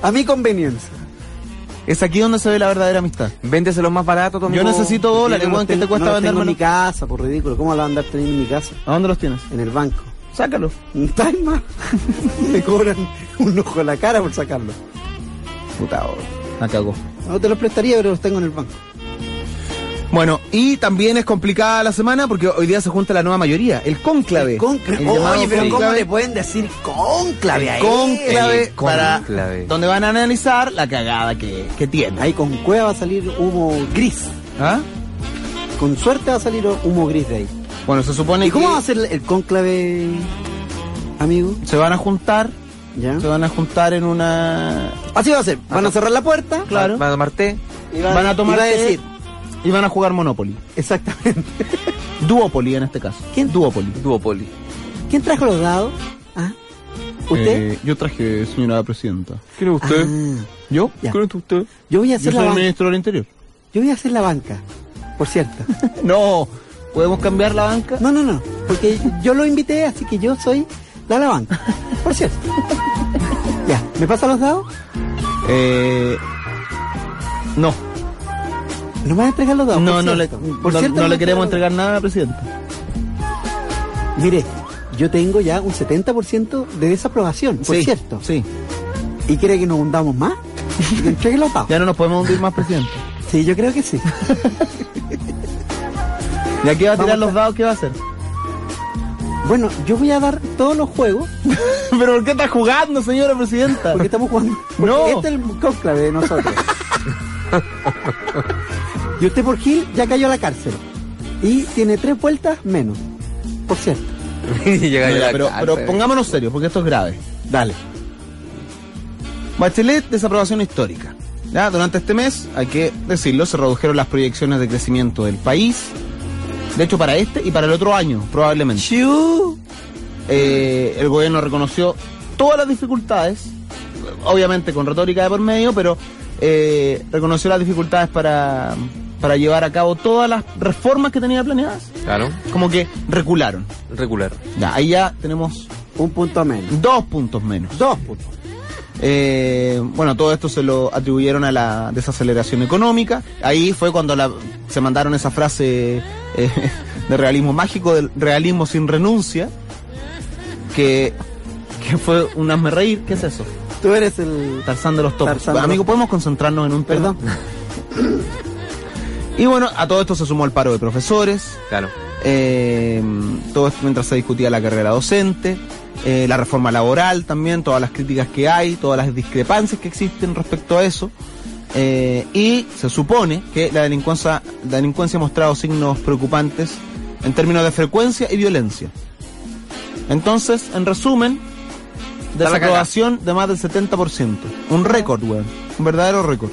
A mi conveniencia. es aquí donde se ve la verdadera amistad. Véndese los más baratos, tu Yo amigo. necesito dólares, Yo no weón. ¿Qué tengo- te cuesta no los tengo venderme? en mi casa, por ridículo. ¿Cómo la van a andar teniendo en mi casa? ¿A dónde los tienes? En el banco. Sácalo. ¿Estás más? Me cobran un ojo en la cara por sacarlo. Putado. oh, La cagó. No te los prestaría, pero los tengo en el banco. Bueno, y también es complicada la semana porque hoy día se junta la nueva mayoría, el cónclave. Cónclave. El llamado Oye, pero ¿cómo cónclave. le pueden decir cónclave a él? Cónclave El para cónclave. donde van a analizar la cagada que, que tiene. Ahí con cueva va a salir humo gris. ¿Ah? Con suerte va a salir humo gris de ahí. Bueno, se supone ¿Y cómo que va a ser el cónclave, amigo? se van a juntar Ya. Se van a juntar en una. Así va a ser. Van a cerrar la puerta. Claro. Van a tomar té. Y Van a tomar y va té. decir. Y van a jugar Monopoly. Exactamente. Duopoly en este caso. ¿Quién? Duopoly. Duopoli. ¿Quién trajo los dados? ¿Ah? ¿Usted? Eh, yo traje, señora presidenta. ¿Quién es usted? Ah, ¿Yo? ya. ¿Quién es usted? Yo voy a Yo hacer la soy el banca. ministro del Interior. Yo voy a hacer la banca. Por cierto. No. ¿Podemos cambiar la banca? No, no, no. Porque yo lo invité, así que yo soy la lavanca. Por cierto. Ya, ¿me pasa los dados? Eh. No. No me vas a entregar los dados. No, por no le, cierto. Por no- no cierto, me vas le a queremos los entregar nada a la presidenta. dados. Mire, yo tengo ya un 70% de desaprobación, por Sí, cierto. Sí. ¿Y quiere que nos hundamos más? Que entregue los dados. Ya no nos podemos hundir más, presidenta. Sí, yo creo que sí. ¿Y aquí va a Vamos tirar a- los dados? ¿Qué va a hacer? Bueno, yo voy a dar todos los juegos ¿Pero por qué está jugando, señora presidenta? porque estamos jugando. porque No. Este es el conclave de nosotros. y usted por Gil ya cayó a la cárcel. Y tiene tres vueltas menos. Por cierto. Y llega No, ya ya, la pero, carta, pero eh. pongámonos serios, porque esto es grave. Dale. Bachelet, desaprobación histórica. Ya, durante este mes, hay que decirlo, se redujeron las proyecciones de crecimiento del país. De hecho, para este y para el otro año, probablemente. Eh, el gobierno reconoció todas las dificultades, obviamente con retórica de por medio, pero eh, reconoció las dificultades para, para llevar a cabo todas las reformas que tenía planeadas. Claro. Como que recularon. Regular. Ya, ahí ya tenemos Un punto menos. dos puntos menos. Dos puntos. Eh, bueno, todo esto se lo atribuyeron a la desaceleración económica. Ahí fue cuando la- se mandaron esa frase eh, de realismo mágico, del realismo sin renuncia, que, que fue un hazme reír. ¿Qué es eso? Tú eres el. Tarzán de los topos. Tarzán de Amigo, los- ¿podemos concentrarnos en un tema? Perdón. Y bueno, a todo esto se sumó el paro de profesores, Claro. eh, todo esto mientras se discutía la carrera docente, eh, la reforma laboral también, todas las críticas que hay, todas las discrepancias que existen respecto a eso. eh, y se supone que la delincuencia, la delincuencia ha mostrado signos preocupantes en términos de frecuencia y violencia. Entonces, en resumen, la desaprobación de más del 70%. Un récord, weón. Un verdadero récord.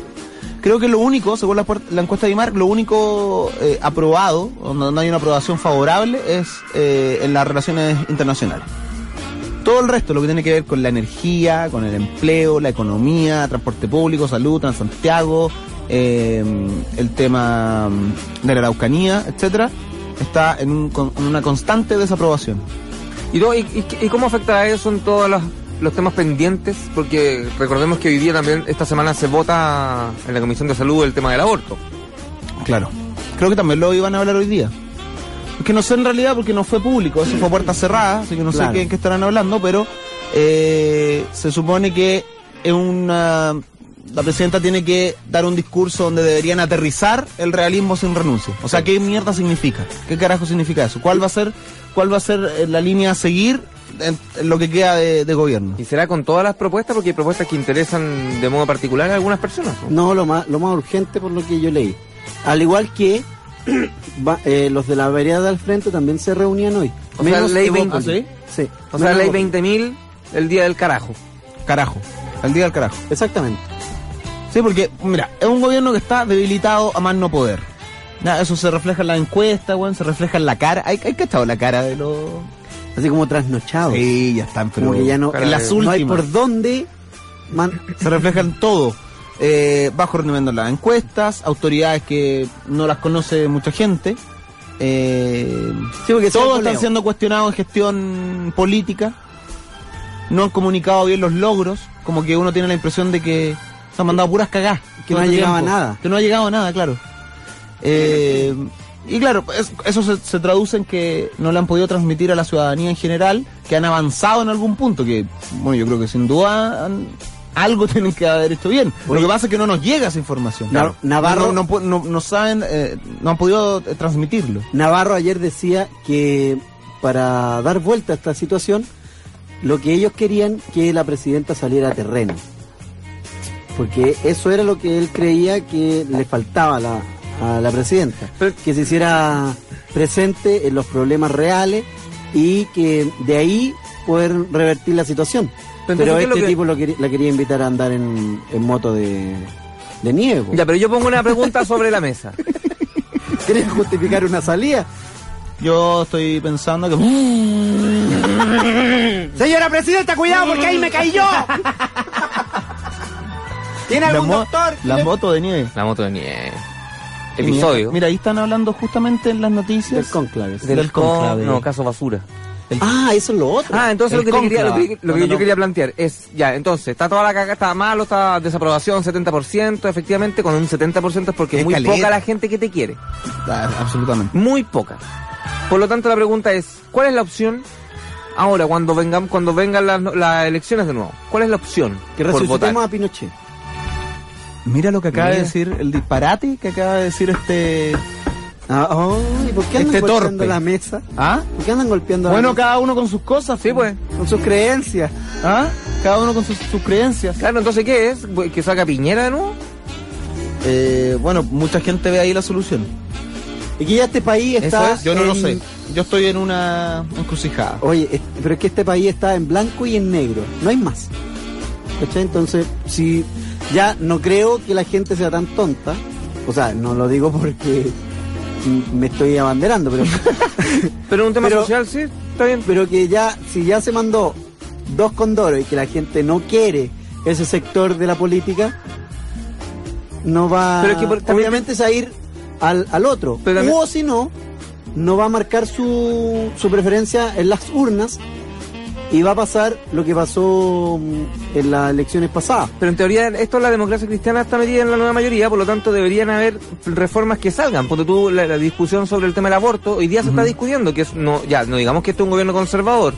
Creo que lo único, según la, puer- la encuesta de IMAR, lo único eh, aprobado, donde no hay una aprobación favorable, es eh, en las relaciones internacionales. Todo el resto, lo que tiene que ver con la energía, con el empleo, la economía, transporte público, salud, Transantiago, eh, el tema mm, de la Araucanía, etcétera, está en, un con- en una constante desaprobación. ¿Y, no, y, y- y cómo afecta a eso en todos los, los temas pendientes? Porque recordemos que hoy día también, esta semana se vota en la Comisión de Salud el tema del aborto. Claro. Creo que también lo iban a hablar hoy día. Es que no sé en realidad porque no fue público, eso fue puerta cerrada, así que no Claro. sé qué, qué estarán hablando, pero eh, se supone que es una... La presidenta tiene que dar un discurso donde deberían aterrizar el realismo sin renuncia. O sea, ¿qué mierda significa? ¿Qué carajo significa eso? ¿Cuál va a ser, cuál va a ser eh, la línea a seguir en, en lo que queda de, de gobierno? ¿Y será con todas las propuestas? Porque hay propuestas que interesan de modo particular a algunas personas. ¿no? No, lo más, lo más urgente por lo que yo leí. Al igual que va- eh, los de la vereda del frente también se reunían hoy. O sea, ley Evópoli. 20. ¿Ah, Sí. O sea, Menos ley Evópoli. 20.000 el día del carajo. Carajo. Al día del carajo. Exactamente. Sí, porque, mira, es un gobierno que está debilitado a más no poder. Nada, eso se refleja en la encuesta, weón, se refleja en la cara. Hay, hay cachado la cara de los. Así como trasnochados. Sí, ya están, pero. Ah, Como que ya no, eh, en las no últimas. hay por dónde. man- Se refleja en todo. Eh, bajo rendimiento en las encuestas, autoridades que no las conoce mucha gente. Eh, Sí, porque sea todos goleo. están siendo cuestionados en gestión política. No han comunicado bien los logros. Como que uno tiene la impresión de que se han mandado puras cagás. Que todo no ha este llegado a tiempo. nada. Que no ha llegado a nada, claro. Eh, y claro, es- eso se, se traduce en que no le han podido transmitir a la ciudadanía en general, que han avanzado en algún punto, que bueno, yo creo que sin duda han- algo tienen que haber hecho bien. Lo que pasa es que no nos llega esa información. Claro. Navarro- No, no pu- no- no saben, eh, no han podido eh, transmitirlo. Navarro ayer decía que para dar vuelta a esta situación, lo que ellos querían que la presidenta saliera a terreno. Porque eso era lo que él creía que le faltaba a la, a la presidenta. Pero- Que se hiciera presente en los problemas reales y que de ahí poder revertir la situación. Pero Pero entonces, ¿qué es este lo que- tipo lo quería- la quería invitar a andar en, en moto de, de nieve. po. Ya, pero yo pongo una pregunta sobre la mesa. ¿Quería justificar una salida? Yo estoy pensando que. Señora presidenta, cuidado porque ahí me caí yo. ¿Tiene La algún mo- doctor? la moto de nieve. La moto de nieve. Episodio. Mira, mira, ahí están hablando justamente en las Del noticias. conclave. del del con- conclave. No, caso basura. Ah, eso es lo otro. Ah, entonces lo El que, te quería- lo cónclave. que- lo que No, no, yo no. quería plantear es, ya, entonces, está toda la caca, está malo, está desaprobación, 70%, efectivamente, con un 70% es porque Es es muy caleta. poca la gente que te quiere. Ah, absolutamente. Muy poca. Por lo tanto, la pregunta es, ¿cuál es la opción ahora, cuando vengan cuando vengan las, las elecciones de nuevo? ¿Cuál es la opción que por votar? resucitemos a Pinochet. Mira lo que acaba de Mira. decir, el disparate que acaba de decir este. Ah, oh, ¿y por qué andan Este golpeando torpe. la mesa? ¿Ah? ¿Por qué andan golpeando Bueno, la mesa? cada uno con sus cosas. Sí, pues. Con sus creencias. ¿Ah? Cada uno con sus, sus creencias. Claro, entonces, ¿qué es? Pues, ¿Que saca Piñera de nuevo? Eh, bueno, mucha gente ve ahí la solución. Y que ya este país está. Yo no lo sé. en- Yo estoy en una encrucijada. Oye, es- pero es que este país está en blanco y en negro, no hay más. ¿Cachai? Entonces, si ya no creo que la gente sea tan tonta, o sea, no lo digo porque mm, me estoy abanderando, pero, Pero es un tema Pero- social, sí, está bien. pero que ya, si ya se mandó dos condoros y que la gente no quiere ese sector de la política, no va, Pero es que por- también- obviamente se va a ir al, al otro, Pero también- o si no, no va a marcar su, su preferencia en las urnas y va a pasar lo que pasó mm, en las elecciones pasadas. Pero en teoría, esto la democracia cristiana está medida en la nueva mayoría, por lo tanto deberían haber reformas que salgan. Porque tú, la, la discusión sobre el tema del aborto, hoy día se está discutiendo, que es, no, ya, no digamos que este es un gobierno conservador,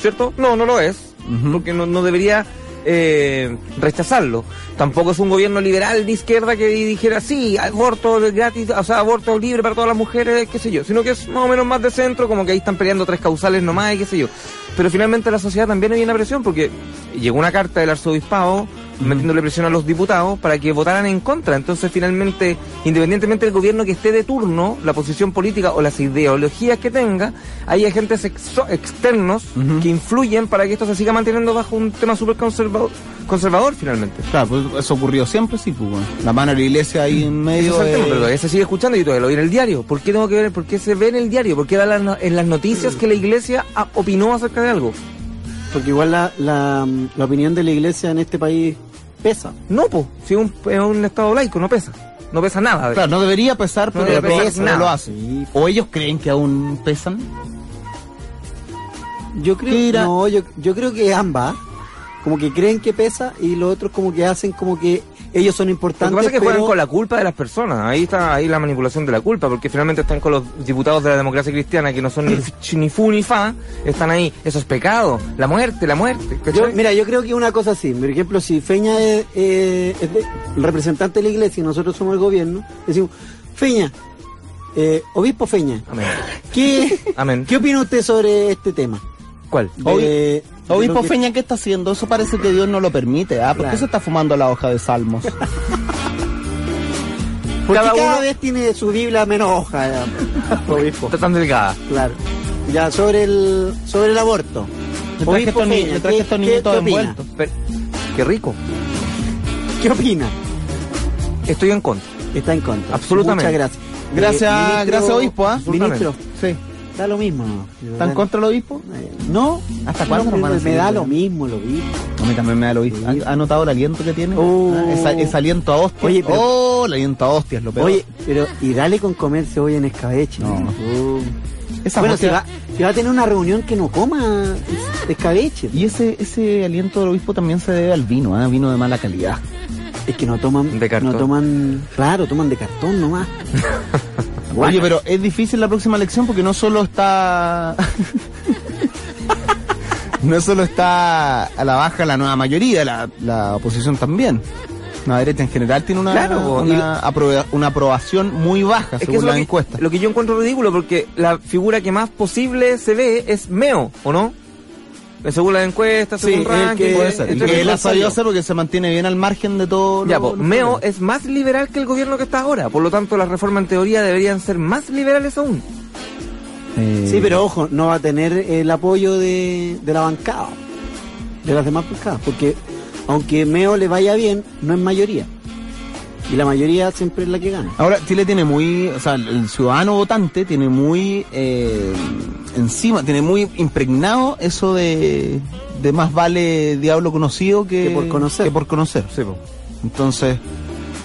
¿cierto? No, no lo es, Ujú. porque no, no debería eh, rechazarlo. Tampoco es un gobierno liberal de izquierda que dijera, sí, aborto gratis, o sea, aborto libre para todas las mujeres, qué sé yo, sino que es más o menos más de centro, como que ahí están peleando tres causales nomás y qué sé yo. Pero finalmente la sociedad también hay una presión, porque llegó una carta del arzobispado metiéndole presión a los diputados para que votaran en contra. Entonces, finalmente, independientemente del gobierno que esté de turno, la posición política o las ideologías que tenga, hay agentes exo- externos Ujú. que influyen para que esto se siga manteniendo bajo un tema súper conservador, conservador finalmente. Claro, pues eso ocurrió siempre, sí, pues, bueno. La mano de la iglesia ahí en Ese medio. es el tema, eh, pero todavía se sigue escuchando y todavía lo vi en el diario. ¿Por qué tengo que ver? ¿Por qué se ve en el diario? ¿Por qué da las no- en las noticias que la iglesia a- opinó acerca de algo? Porque igual la, la, mm, la opinión de la iglesia en este país pesa. No, pues, si es un, es un estado laico, no pesa. No pesa nada. Claro, no debería pesar, pero debería lo- pesar pero lo nada. hacen. O ellos creen que aún pesan. Yo creo Mira. No, yo, yo creo que ambas. ¿ah? Como que creen que pesa y los otros como que hacen como que ellos son Lo importantes. que pasa es que juegan pero- con la culpa de las personas. Ahí está ahí la manipulación de la culpa, porque finalmente están con los diputados de la democracia cristiana que no son ni, f- ni fu ni fa. Están ahí. Eso es pecado. La muerte, la muerte. Yo- ¿cachai? mira, yo creo que una cosa así, por ejemplo, si Feña es, eh, es de- el representante de la iglesia y nosotros somos el gobierno, decimos, Feña, eh, obispo Feña, Amén. ¿qué, Amén. ¿qué opina usted sobre este tema? ¿Cuál? De- Obvi- de Obispo lo que- Feña, ¿qué está haciendo? Eso parece que Dios no lo permite. ¿ah? ¿Por qué Claro. se está fumando la hoja de Salmos? Porque cada cada, uno- vez tiene su Biblia menos hoja, ya, obispo, Está tan delgada. claro. Ya, sobre el, sobre el aborto. Le traje Obispo estos ni- Feña, le traje ¿qué- estos qué- niñitos qué opina? envueltos. Pero- qué rico. ¿Qué opina? Estoy en contra. Está en contra. Absolutamente. Muchas gracias. Gracias, Eh, gracias, obispo, ¿ah? Ministro, Sí. da lo mismo. ¿Está en contra el obispo? Eh, No. ¿Hasta cuándo nos No, van a me seguir da pegando? lo mismo, lo vi. A mí también me da el obispo. ¿Ha, ha notado el aliento que tiene? Oh. Ah, esa- ese, aliento a hostias. Oye, pero- Oh, el aliento a hostias, lo peor. Oye, pero y dale con comerse hoy en escabeche. No. Oh. Esa bueno, hostia- si va, si va a tener una reunión que no coma escabeche. Y ese, ese aliento del obispo también se debe al vino, ¿ah? vino de mala calidad. Es que no toman. De cartón. No toman. Claro, toman de cartón nomás. Oye, pero es difícil la próxima elección porque no solo está. no solo está a la baja la nueva mayoría, la, la oposición también. La derecha en general tiene una, Claro, po, una, apro- una aprobación muy baja Es que según eso la lo que- encuesta. Lo que yo encuentro ridículo, porque la figura que más posible se ve es Meo, ¿o no? Según las encuestas, según el ranking, que- Puede ser. Y etcétera. que él ha sabido hacer porque se mantiene bien al margen de todo. Ya, lo- pues, lo- Meo es más liberal que el gobierno que está ahora. Por lo tanto, las reformas en teoría deberían ser más liberales aún. Eh, Sí, pero ojo, no va a tener el apoyo de, de la bancada. de las demás pescadas, porque aunque Meo le vaya bien, no es mayoría. Y la mayoría siempre es la que gana. Ahora, Chile tiene muy, o sea, el ciudadano votante tiene muy eh, encima, tiene muy impregnado eso de, de más vale diablo conocido que, Que por conocer. que por conocer. Entonces,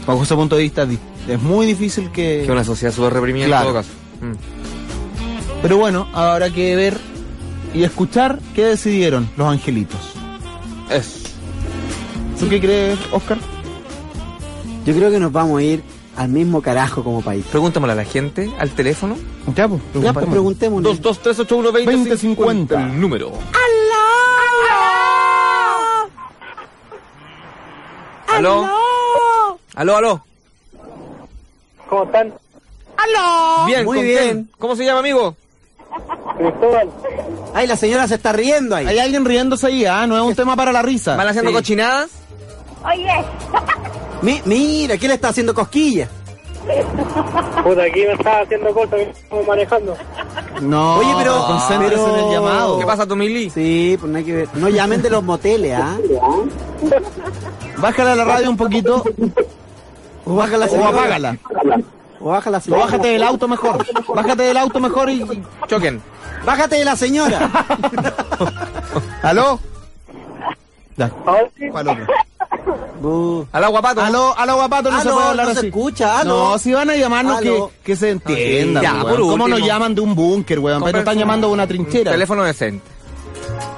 bajo ese punto de vista, di- es muy difícil que... Que una sociedad súper reprimida Claro. en todo caso. Mm. Pero bueno, habrá que ver y escuchar qué decidieron los angelitos. Eso. ¿Tú qué crees, Oscar? Yo creo que nos vamos a ir al mismo carajo como país. Preguntámosle a la gente al teléfono. Ya, pues, Ya, pues preguntémonos. 223812050. El número. ¡Aló! ¡Aló! ¡Aló, aló! ¿Cómo están? ¡Aló! Bien, Ah, Muy con bien. bien. ¿Cómo se llama, amigo? Cristóbal. Ay, la señora se está riendo ahí. Hay alguien riéndose ahí, ah, no es un tema para la risa. ¿Van haciendo cochinadas? Oye, Mi- mira, ¿qué le está haciendo cosquillas? Puta, aquí me estaba haciendo cosas que estamos manejando. No, Oye, pero- concéntrese pero- en el llamado. ¿Qué pasa, Tomili? Sí, pues no hay que ver. No llamen de los moteles, ¿ah? Bájala la radio un poquito O baja la o señora. apágala. O baja la O señora. bájate del auto mejor. Bájate del auto mejor y... y- Choquen. Bájate de la señora. ¿Aló? Ya, Ahora sí. ¿cuál otro? Bu. Al agua, pato. Aló, aló, guapato, no se Aló, puede hablar no se así. escucha, aló. No, si van a llamarnos, que, Aló. que se entienda. Ya, weón. por ¿Cómo último. nos llaman de un búnker, weón? Pero están llamando de una trinchera. Teléfono decente.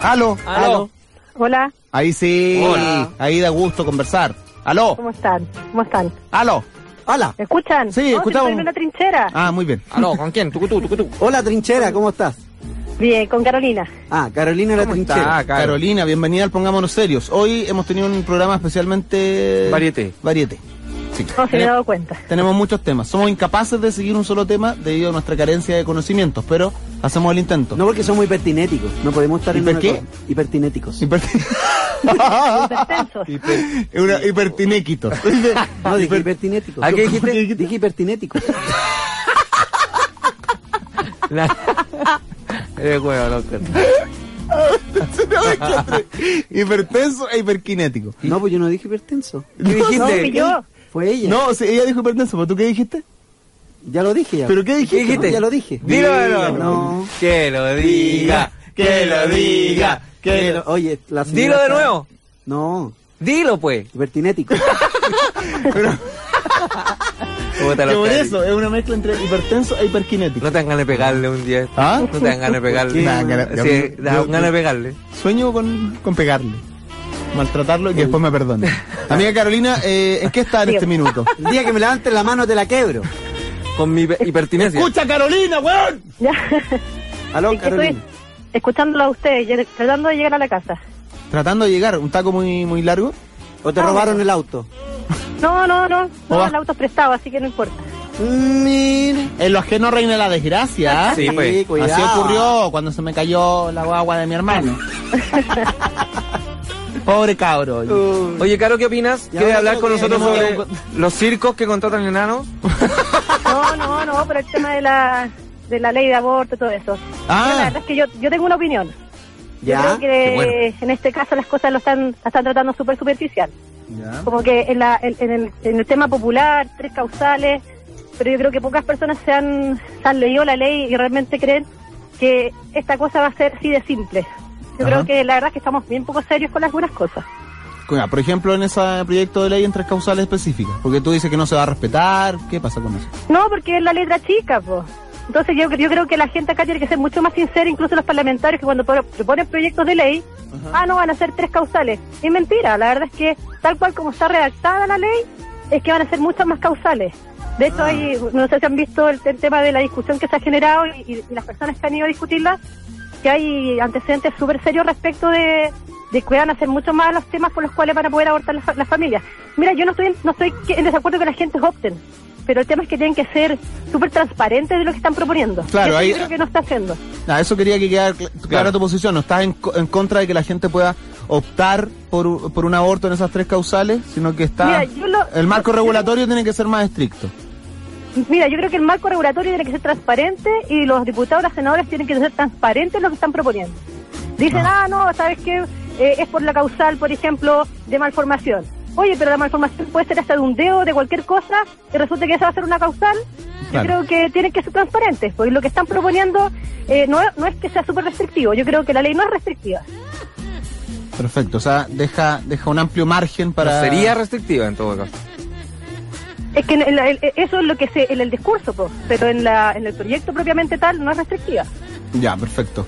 Aló. Aló. hola, Ahí sí, Hola. ahí da gusto conversar. Aló, ¿cómo están? ¿Cómo están? aló. Hola. ¿Me escuchan? Sí, No, si escuchamos. estoy en una trinchera. Ah, muy bien. Aló, ¿con quién? Tucutú, tucutú. Hola, trinchera, ¿cómo estás? Bien, con Carolina. Ah, Carolina la ¿Cómo está? trinchera. Ah, claro. Carolina, bienvenida al Pongámonos Serios. Hoy hemos tenido un programa especialmente... Varieté. Variete. No se me he dado cuenta. Tenemos muchos temas. Somos incapaces de seguir un solo tema debido a nuestra carencia de conocimientos, pero hacemos el intento. No porque somos hipertinéticos. No podemos estar en ¿Hiper una qué? cosa. Hipertinéticos. Hipertensos. Hipertinéquitos. No, dije hipertinéticos. ¿A qué dijiste? Dije hipertinéticos. Eh, weón, Oscar. Hipertenso e hiperkinético. No, pues yo no dije hipertenso. ¿Qué No, fui dijiste? yo. Fue ella. No, sí, ella dijo hipertenso, pero tú qué dijiste? Ya lo dije ya. ¿Pero qué dijiste? ¿Qué dijiste? Ya lo dije. Dilo de nuevo. No. Que lo diga, que lo diga, que lo... Oye, la señora Dilo de está- nuevo. No, Dilo, pues. hipertinéticos. Puta, Que los por cari- eso es una mezcla entre hipertenso e hiperkinético. No te dan ganas de pegarle un día. ¿Ah? No te dan ganas de pegarle. Me dan ganas- Sí, yo- da yo- ganas de pegarle. Sueño con, con pegarle, maltratarlo y que después me perdone. Amiga Carolina, eh, ¿en qué está en este minuto? El día que me levantes la mano te la quebro. Con mi hiper- hipertinencia. ¡Escucha Carolina, weón! Ya. Aló, Es que estoy Carolina. escuchándola a ustedes, lleg- tratando de llegar a la casa. Tratando de llegar, un taco muy, muy largo. ¿O Ah, te robaron el auto? No, no, no. No, Hola. el auto es prestado, así que no importa. Mira. En lo ajeno reina la desgracia. ¿ah? Sí, pues. cuidado. Así ocurrió cuando se me cayó la guagua de mi hermano. Pobre cabro. Uh, Oye, Caro, ¿qué opinas? Ya, ¿Quieres no, hablar no, con no, nosotros no, no, sobre no, los circos que contratan enanos? No, no, no, pero el tema de la, de la ley de aborto, todo eso. Ah. Pero la verdad es que yo, yo tengo una opinión. ya. Yo creo que Qué bueno. en este caso las cosas lo están, la están tratando súper superficial. ¿Ah? Como que en, la, en, en el, en el tema popular, tres causales, pero yo creo que pocas personas se han, se han leído la ley y realmente creen que esta cosa va a ser así de simple. Yo Ajá. creo que la verdad es que estamos bien poco serios con algunas cosas. Mira, Por ejemplo, en ese proyecto de ley en tres causales específicas. Porque tú dices que no se va a respetar. ¿Qué pasa con eso? No, porque es la letra chica, pues. Entonces yo, yo creo que la gente acá tiene que ser mucho más sincera, incluso los parlamentarios que cuando pro- proponen proyectos de ley, ah, no, van a ser tres causales. Es mentira, la verdad es que tal cual como está redactada la ley, es que van a ser muchas más causales. De hecho, hay, no sé si han visto el, el tema de la discusión que se ha generado y, y- y las personas que han ido a discutirla, que hay antecedentes súper serios respecto de, de que van a ser mucho más los temas por los cuales van a poder abortar las fa- las familias. Mira, yo no estoy, en- no estoy que- en desacuerdo que la gente opten, pero el tema es que tienen que ser súper transparentes de lo que están proponiendo. Claro, Y eso ahí- yo creo que no está haciendo. Ah, eso quería que quedara cl- clara Claro. tu posición. No estás en, co- en contra de que la gente pueda optar por, u- por un aborto en esas tres causales, sino que está... Mira, yo lo- el marco yo- regulatorio tiene que ser más estricto. Mira, yo creo que el marco regulatorio tiene que ser transparente y los diputados y las senadoras tienen que ser transparentes en lo que están proponiendo. Dicen, ah, no, ¿sabes qué? eh, es por la causal, por ejemplo, de malformación. Oye, pero la malformación puede ser hasta de un dedo, de cualquier cosa, y resulta que esa va a ser una causal. Claro. Yo creo que tienen que ser transparentes, porque lo que están proponiendo eh, no, no es que sea súper restrictivo, yo creo que la ley no es restrictiva. Perfecto, o sea, deja, deja un amplio margen para... No sería restrictiva en todo caso. Es que en la- el- eso es lo que se en el discurso, po, pero en, la, en el proyecto propiamente tal no es restrictiva. Ya, perfecto.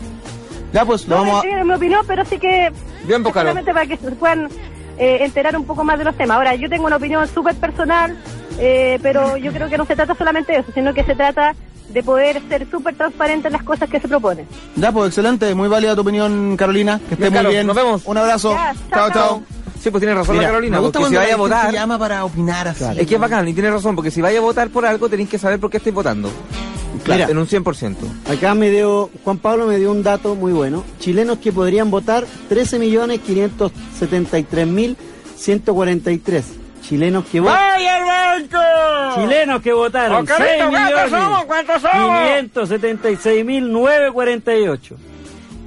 Ya, pues, lo No, vamos a... sí, en mi opinión, pero sí que Bien, pues, Caro. solamente para que se puedan eh, enterar un poco más de los temas. Ahora, yo tengo una opinión súper personal, eh, pero yo creo que no se trata solamente de eso, sino que se trata de poder ser súper transparente en las cosas que se proponen. Ya, pues, excelente. Muy válida tu opinión, Carolina. Que esté Bien, muy Caro, bien. nos vemos. Un abrazo. Ya, chao, chao, chao. Sí, pues tiene razón Mira, la Carolina, me gusta porque si cuando vaya la a gente votar, te llama para opinar así. es que es bacán y tiene razón, porque si vaya a votar por algo tenéis que saber por qué estáis votando. Claro, Mira. en un 100%. Acá me dio, Juan Pablo me dio un dato muy bueno. Chilenos que podrían votar 13.573.143. Chilenos que votan. el Ah. banco! Chilenos que votaron. Oscarito, seis ¿cuántos millones, somos? ¿Cuántos somos? 576.948.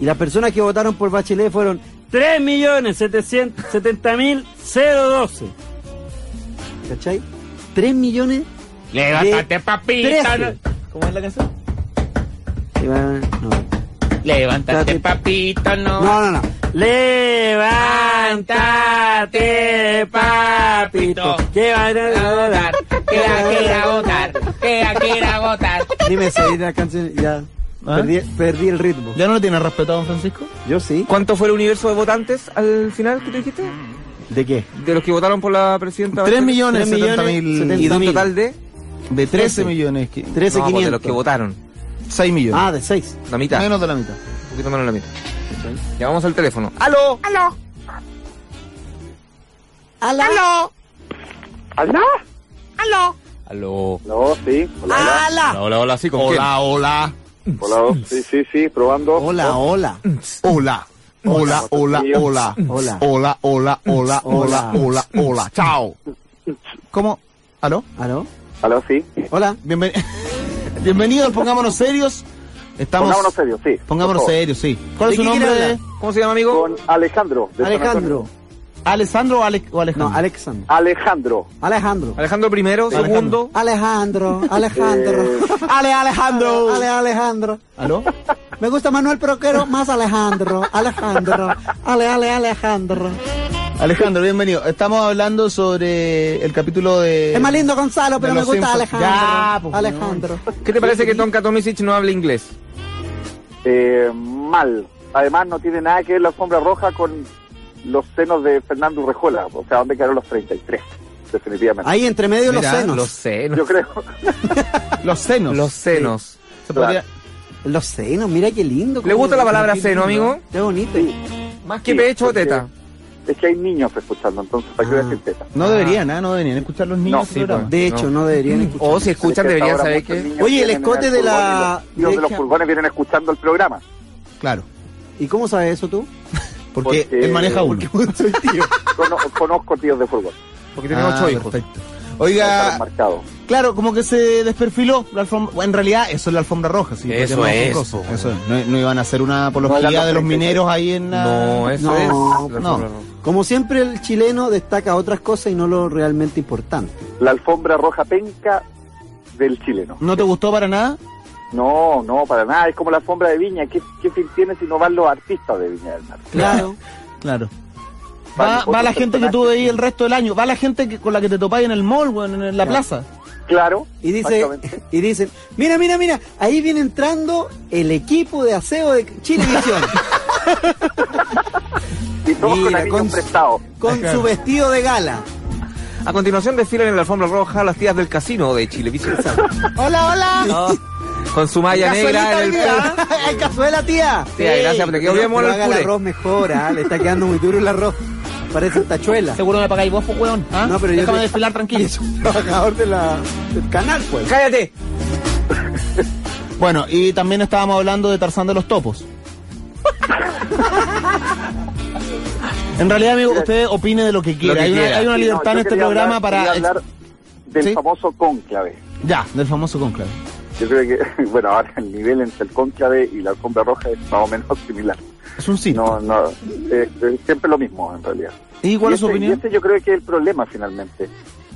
Y las personas que votaron por Bachelet fueron 3 millones 770 mil 012. ¿Cachai? 3 millones. Levántate, papita. Trece. ¿Cómo es la canción? que van- No. Levántate, Levántate, papito, no. no, no, no. Levántate, papito. Que van a votar. Que la quiera votar. Que la quiera votar. Dime si la canción. Ya. ¿Ah? Perdí, perdí el ritmo. ¿Ya no lo tienes respetado, don Francisco? Yo sí. ¿Cuánto fue el universo de votantes al final que te dijiste? ¿De qué? De los que votaron por la presidenta. Tres Bachelet. millones, Tres setenta millones, mil... setenta- Y de un 30.000. total de... De 13 millones, que... 13, No, pues, de los que 500. votaron. 6 millones. Ah, de 6. La mitad. Menos de la mitad. Un poquito menos de la mitad. Ya vamos al teléfono. ¡Aló! ¡Aló! ¿Aló? ¡Aló! No, sí. Hola, Hola, hola, hola, sí, ¿con Hola, hola. hola. hola. Sí, sí, sí, probando. Hola, hola. Hola. Hola, hola, hola. Hola. Hola, hola, hola, hola, Hola. hola, hola. Chao. ¿Cómo? ¿Aló? ¿Aló? ¿Aló, sí? Hola. Bienven- Bienvenidos, pongámonos serios. Estamos... Pongámonos serios, sí. Pongámonos Por favor. serios, sí. ¿Cuál es su ¿De qué quiere nombre? hablar? ¿Cómo se llama, amigo? Con Alejandro. de San Antonio. Alejandro. ¿Alessandro o, Ale- o Alejandro? No, Alexandro. Alejandro. Alejandro. Ah, Alejandro primero, segundo. Alejandro, Alejandro. Eh, Ale Alejandro. Ale Alejandro. ¿Aló? Me gusta Manuel, pero quiero más Alejandro. Alejandro. Ale, ale, Alejandro. Alejandro, bienvenido. Estamos hablando sobre el capítulo de... Es más lindo Gonzalo, pero de me los gusta Simpsons. Alejandro. Ya, pues, Alejandro. ¿Qué te parece que Tonka Tomisic no hable inglés? eh, mal. Además, no tiene nada que ver la sombra roja con los senos de Fernando Urrejuela. O sea, ¿dónde quedaron los 33? Definitivamente. Ahí entre medio Mira, los senos. Los Los, senos. Yo creo. Los senos. Los senos. Se podría- senos, mira qué lindo. ¿Le cómo gusta la palabra qué seno, lindo. amigo? Qué bonito. Más que Sí, pecho o porque- teta. Es que hay niños escuchando, entonces, ¿para qué voy a Ah. decir teta? No deberían, ¿ah? No deberían escuchar los niños. No, este sí, programa. pues. De hecho, no, deberían escuchar. O Oh, si escuchan, Es que deberían ahora saber muchos que... niños Oye, el tienen en escote de furgón la- y Los niños de los derecha. furgones vienen escuchando el programa. Claro. Oh. ¿Y cómo sabes eso tú? Porque, Porque- él maneja uno. Cono- conozco tíos de furgón. Porque tiene Ah, ocho hijos. perfecto. Están Oiga, marcados. claro, como que se desperfiló la alfombra. bueno, En realidad, eso es la alfombra roja. Sí, Eso Porque no, es, pues. cosas. po. Eso es. No, no iban a hacer una No apología eran los de los 33. mineros ahí en la. No, eso No, es... la no. sombra roja. Como siempre, el chileno destaca otras cosas y no lo realmente importante. La alfombra roja penca del chileno. ¿No te gustó para nada? No, no, para nada. Es como la alfombra de Viña. ¿Qué, qué fin tiene si no van los artistas de Viña del Mar? Claro. Claro. Vale, Va, otro va la gente que tú personaje. veías el resto del año. Va la gente que, con la que te topáis en el mall, weón, en la plaza. Claro. Y dice, exactamente. y dicen, mira, mira, mira, ahí viene entrando el equipo de aseo de Chilevisión Y todos con Mira, amigos con- prestados. con su vestido de gala. A continuación desfilan en la alfombra roja las tías del casino de Chilevisión. Hola, hola. Con su malla negra en el pelo. el cazuela, tía. Tía, gracias, pero quedó bien bueno el haga el puré. arroz mejor, ah, le está quedando muy duro el arroz. Parece tachuela. Seguro me pagáis vos, pues, weón. ¿ah? No, pero yo Déjame te- desfilar tranquilo. Trabajador de la, del canal, pues. ¡Cállate! Bueno, y también estábamos hablando de Tarzán de los Topos. en realidad, amigo, usted opine de lo que quiera. que hay, una, quiera. hay una Sí, no, libertad yo en este quería programa hablar- para. quería hablar del ¿Sí? famoso cónclave. Ya, del famoso conclave. Yo creo que, bueno, ahora el nivel entre el cónclave y la alfombra roja es más o menos similar. Es un sí. No, no, eh, eh, siempre lo mismo en realidad. ¿Y cuál Y es su ese- y opinión? ese yo creo que es el problema finalmente.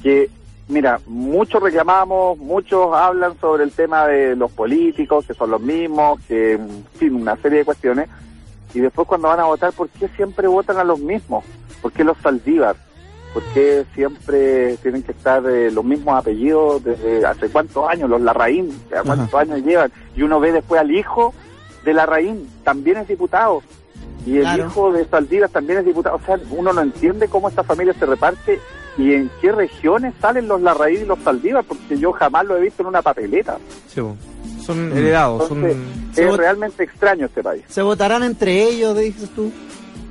Que, mira, muchos reclamamos, muchos hablan sobre el tema de los políticos, que son los mismos, que, en fin, una serie de cuestiones. Y después cuando van a votar, ¿por qué siempre votan a los mismos? ¿Por qué los Saldívar? ¿Por qué siempre tienen que estar eh, los mismos apellidos desde hace cuántos años? Los Larraín, ¿a cuántos años llevan? Y uno ve después al hijo de Larraín, también es diputado. Y el Claro. hijo de Saldívar también es diputado. O sea, uno no entiende cómo esta familia se reparte y en qué regiones salen los Larraín y los Saldívar, porque yo jamás lo he visto en una papeleta. Sí, po. son heredados, Entonces, son... Se es vota- realmente extraño este país. ¿Se votarán entre ellos, dices tú?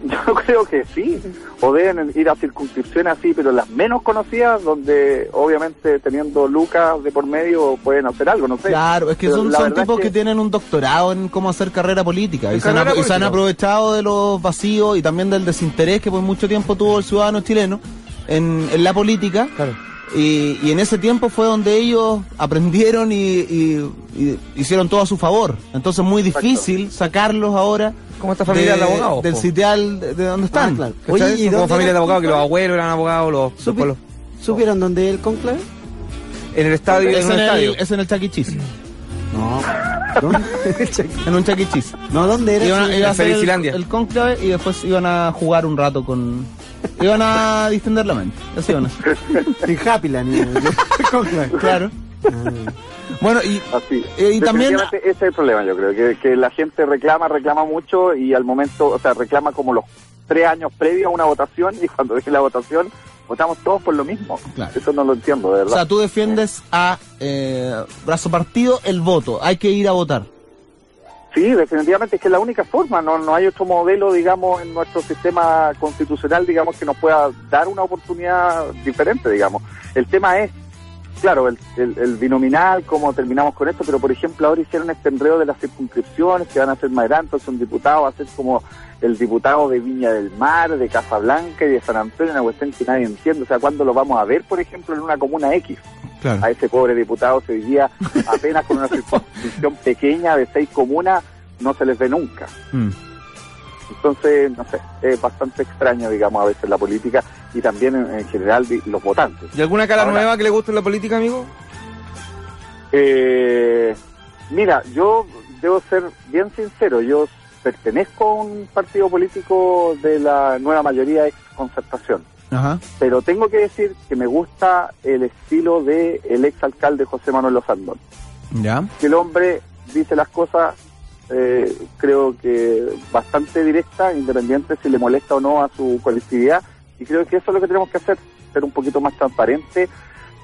Yo creo que sí, o deben ir a circunscripciones así, pero las menos conocidas, donde obviamente teniendo lucas de por medio pueden hacer algo, no sé. Claro, es que Pero son, la son verdad tipos es que... que- tienen un doctorado en cómo hacer carrera política En y se, han, carrera apro- y se han política. aprovechado de los vacíos y también del desinterés que por mucho tiempo tuvo el ciudadano chileno en, en la política Claro. y, y en ese tiempo fue donde ellos aprendieron y, y- y hicieron todo a su favor. Entonces muy Exacto. difícil sacarlos ahora Como esta familia de, abogados. del po. sitial de de donde están. Ah, claro. Oye, ¿Cachai? ¿y Son como dónde familia era- de abogados, que los abuelos eran abogados, los, los Supi- pueblos. ¿Supieron dónde es el conclave? En el estadio, Es en un en, el, estadio. es en el Chuck E. Cheese. No. ¿Dónde? En un Chuck E. Cheese. no, ¿dónde era? Iban a, Sí. iba a En hacer el, Felicilandia. el cónclave y después iban a jugar un rato con... Iban a distender la mente. Eso iban a hacer. En Happyland. eh, conclave. Claro. Bueno, y... Así. Eh, y también- Definitivamente Ese es el problema, yo creo, que, que la gente reclama, reclama mucho y al momento, o sea, reclama como los tres años previos a una votación y cuando deje la votación, votamos todos por lo mismo. Claro. Eso no lo entiendo, de O verdad. sea, tú defiendes a eh, brazo partido el voto. Hay que ir a votar. Sí, definitivamente es que es la única forma, no, no hay otro modelo, digamos, en nuestro sistema constitucional, digamos, que nos pueda dar una oportunidad diferente, digamos. El tema es, claro, el, el- el binominal, cómo terminamos con esto, pero por ejemplo ahora hicieron este enredo de las circunscripciones que van a ser más grandes, entonces un diputado va a ser como el diputado de Viña del Mar, de Casablanca y de San Antonio, una cuestión que nadie entiende, o sea, ¿cuándo lo vamos a ver, por ejemplo, en una comuna X? Claro. a ese pobre diputado se vivía apenas con una circunscripción pequeña de seis comunas, no se les ve nunca. Entonces, no sé, es bastante extraño, digamos, a veces la política y también en, en general di- los votantes. ¿Y alguna cara Ahora- nueva que le guste la política, amigo? Eh, mira, yo debo ser bien sincero, yo pertenezco a un partido político de la nueva mayoría ex concertación. Ajá. pero tengo que decir que me gusta el estilo del el exalcalde José Manuel Lozandón. Ya. que el hombre dice las cosas, eh, creo que bastante directa, independiente si le molesta o no a su colectividad. Y creo que eso es lo que tenemos que hacer, ser un poquito más transparente,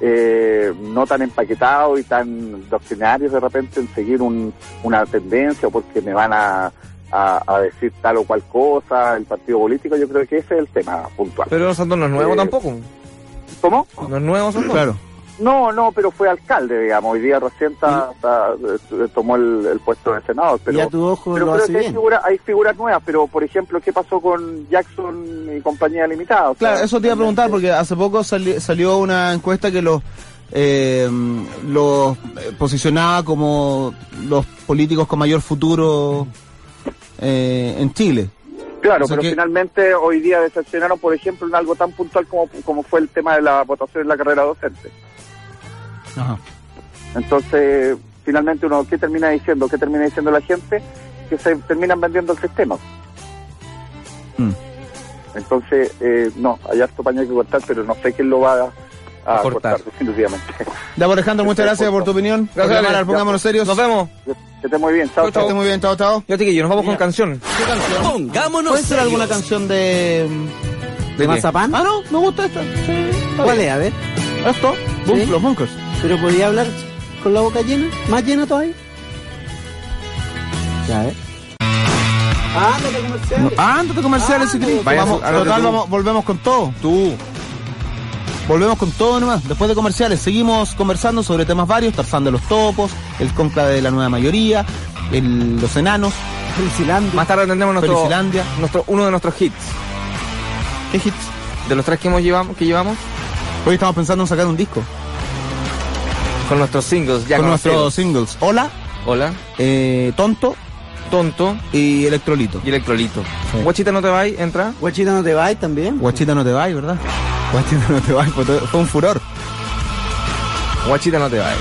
eh, no tan empaquetado y tan doctrinarios de repente en seguir un- una tendencia o porque me van a, a- a decir tal o cual cosa, el partido político. Yo creo que ese es el tema puntual. Pero Santos no es nuevo Eh, tampoco. ¿Cómo? No es nuevo Santos. Claro. No, no, pero fue alcalde, digamos. Hoy día recién ta- ta- eh, tomó el, el puesto de senador. Pero ¿Mm? y a tu ojo pero lo creo hace que hay, bien. figura- hay figuras nuevas, pero por ejemplo, ¿qué pasó con Jackson y compañía limitada? O sea, Claro, eso te iba a preguntar porque hace poco sali- salió una encuesta que los eh, los eh, posicionaba como los políticos con mayor futuro eh, en Chile. Claro, o sea pero que- finalmente hoy día decepcionaron, por ejemplo, en algo tan puntual como, como fue el tema de la votación en la carrera docente. Ajá. Entonces, finalmente uno, ¿qué termina diciendo? ¿Qué termina diciendo la gente? Que se terminan vendiendo el sistema. Mm. Entonces, eh, no, hay harto paño que cortar, pero no sé quién lo va a, a A cortar. cortar, definitivamente. Ya, pues, Alejandro, muchas gracias por tu opinión. Gracias, Gracias, Ale. Pongámonos serios. Nos vemos. Que esté muy bien, chao, Que esté chao. muy bien, chao, chao. Ya, Tiquillo, nos vamos con canción. Pongámonos ¿Puede ser serios. alguna canción de... ¿De qué? mazapán? Ah, no, me gusta esta. ¿Cuál es? A ver. Esto, Bun- ¿Sí? los bunkers. ¿Pero podía hablar con la boca llena? ¿Más llena todavía? Ya, ¿eh? Ah, no te comerciales. Ah, antes de comerciales, Ah, si querés. vaya, Vamos, anota total, tú. vamos- volvemos con todo. Tú. Volvemos con todo nomás. Después de comerciales, seguimos conversando sobre temas varios. Tarzán de los topos, el conclave de la nueva mayoría, el- los enanos, Felicilandia. Más tarde tendremos nuestro, Felicilandia. nuestro, uno de nuestros hits. ¿Qué hits? De los tres que, hemos llevamos, que llevamos, Hoy estamos pensando en sacar un disco con nuestros singles ya con nuestros conocidos. singles. Hola, Hola. eh, Tonto Tonto y electrolito. y electrolito. Guachita, no te vais, entra. Guachita no te va también. Guachita no te vais, ¿verdad? Guachita no te vais, fue, to- fue un furor. Guachita, no te vais.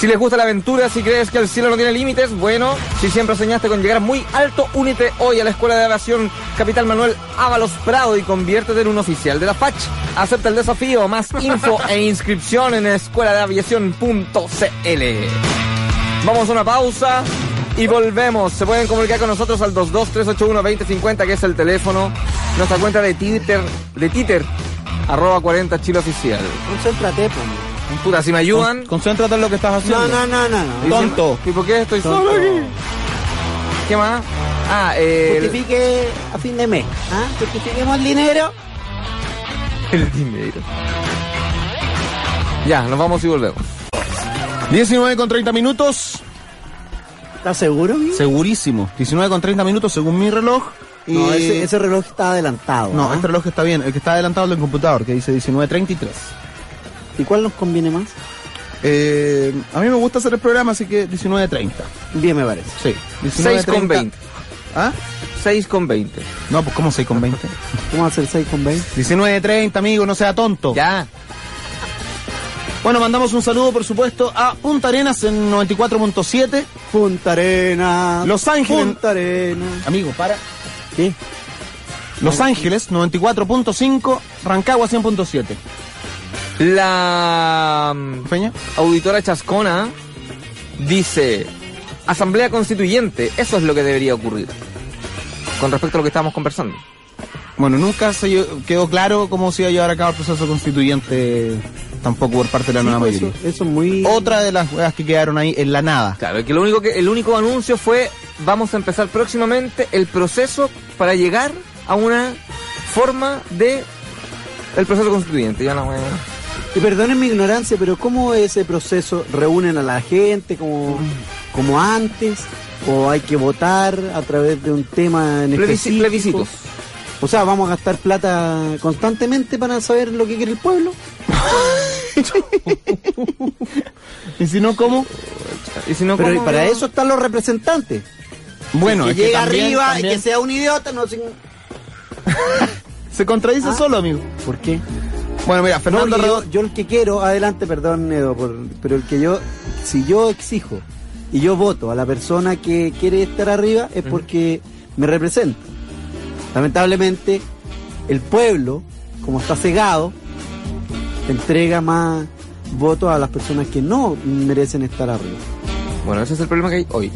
Si les gusta la aventura, si crees que el cielo no tiene límites, bueno, si siempre soñaste con llegar muy alto, únete hoy a la Escuela de Aviación Capital Manuel Ábalos Prado y conviértete en un oficial de la FACH. Acepta el desafío, más info e inscripción en escueladeaviación.cl. Vamos a una pausa y volvemos. Se pueden comunicar con nosotros al 223812050, que es el teléfono. Nuestra cuenta de Twitter, de Twitter, arroba 40 chile oficial. Concéntrate, po. Puta, si me ayudan. Concéntrate en lo que estás haciendo. No, no, no, no. no. Y si- Tonto. ¿Y por qué estoy Tonto. solo aquí? ¿Qué más? Ah, el, Justifique a fin de mes. ¿ah? Justifiquemos el dinero. el dinero. Ya, nos vamos y volvemos. 19 con 30 minutos. ¿Estás seguro, mi? Segurísimo. 19 con 30 minutos según mi reloj. Y... No, ese, ese reloj está adelantado. No, ¿ah? este reloj está bien. El que está adelantado es el del computador, que dice 19.33. ¿Y cuál nos conviene más? Eh, a mí me gusta hacer el programa, así que 19.30. Bien, me parece. Sí. 6 con 20. ¿Ah? 6 con 20. No, pues ¿cómo 6 con 20? ¿Cómo hacer 6 con 20? 19.30, amigo, no sea tonto. Ya. Bueno, mandamos un saludo, por supuesto, a Punta Arenas en 94.7. Punta Arena. Los Ángeles. Punta Arena. Amigo, para. ¿Qué? Los Ángeles, 94.5, Rancagua 100.7. La mm, Peña. auditora Chascona dice, Asamblea Constituyente, eso es lo que debería ocurrir. Con respecto a lo que estábamos conversando. Bueno, nunca se lle- quedó claro cómo se iba a llevar a cabo el proceso constituyente, tampoco por parte de la nueva Sí, pues eso, mayoría. eso es muy... Otra de las weas que quedaron ahí en la nada. Claro, que lo único que el único anuncio fue vamos a empezar próximamente el proceso para llegar a una forma de el proceso constituyente. Ya no, eh. bueno. Y perdonen mi ignorancia, pero ¿cómo es ese proceso? ¿Reúnen a la gente como, como antes? ¿O hay que votar a través de un tema en Plebisci- específico? plebiscitos. O sea, ¿vamos a gastar plata constantemente para saber lo que quiere el pueblo? Y si no, ¿cómo? Y si no, Pero ¿cómo? para No. eso están los representantes. Bueno, que es que llega también- arriba y también que sea un idiota, no sé... se contradice Ah. solo, amigo. ¿Por qué? Bueno, mira, No, Fernando porque yo, Redón- yo el que quiero, adelante, perdón, Edo, por- pero el que yo, si yo exijo y yo voto a la persona que quiere estar arriba es porque me representa. Lamentablemente, el pueblo, como está cegado, entrega más votos a las personas que no merecen estar arriba. Bueno, ese es el problema que hay hoy.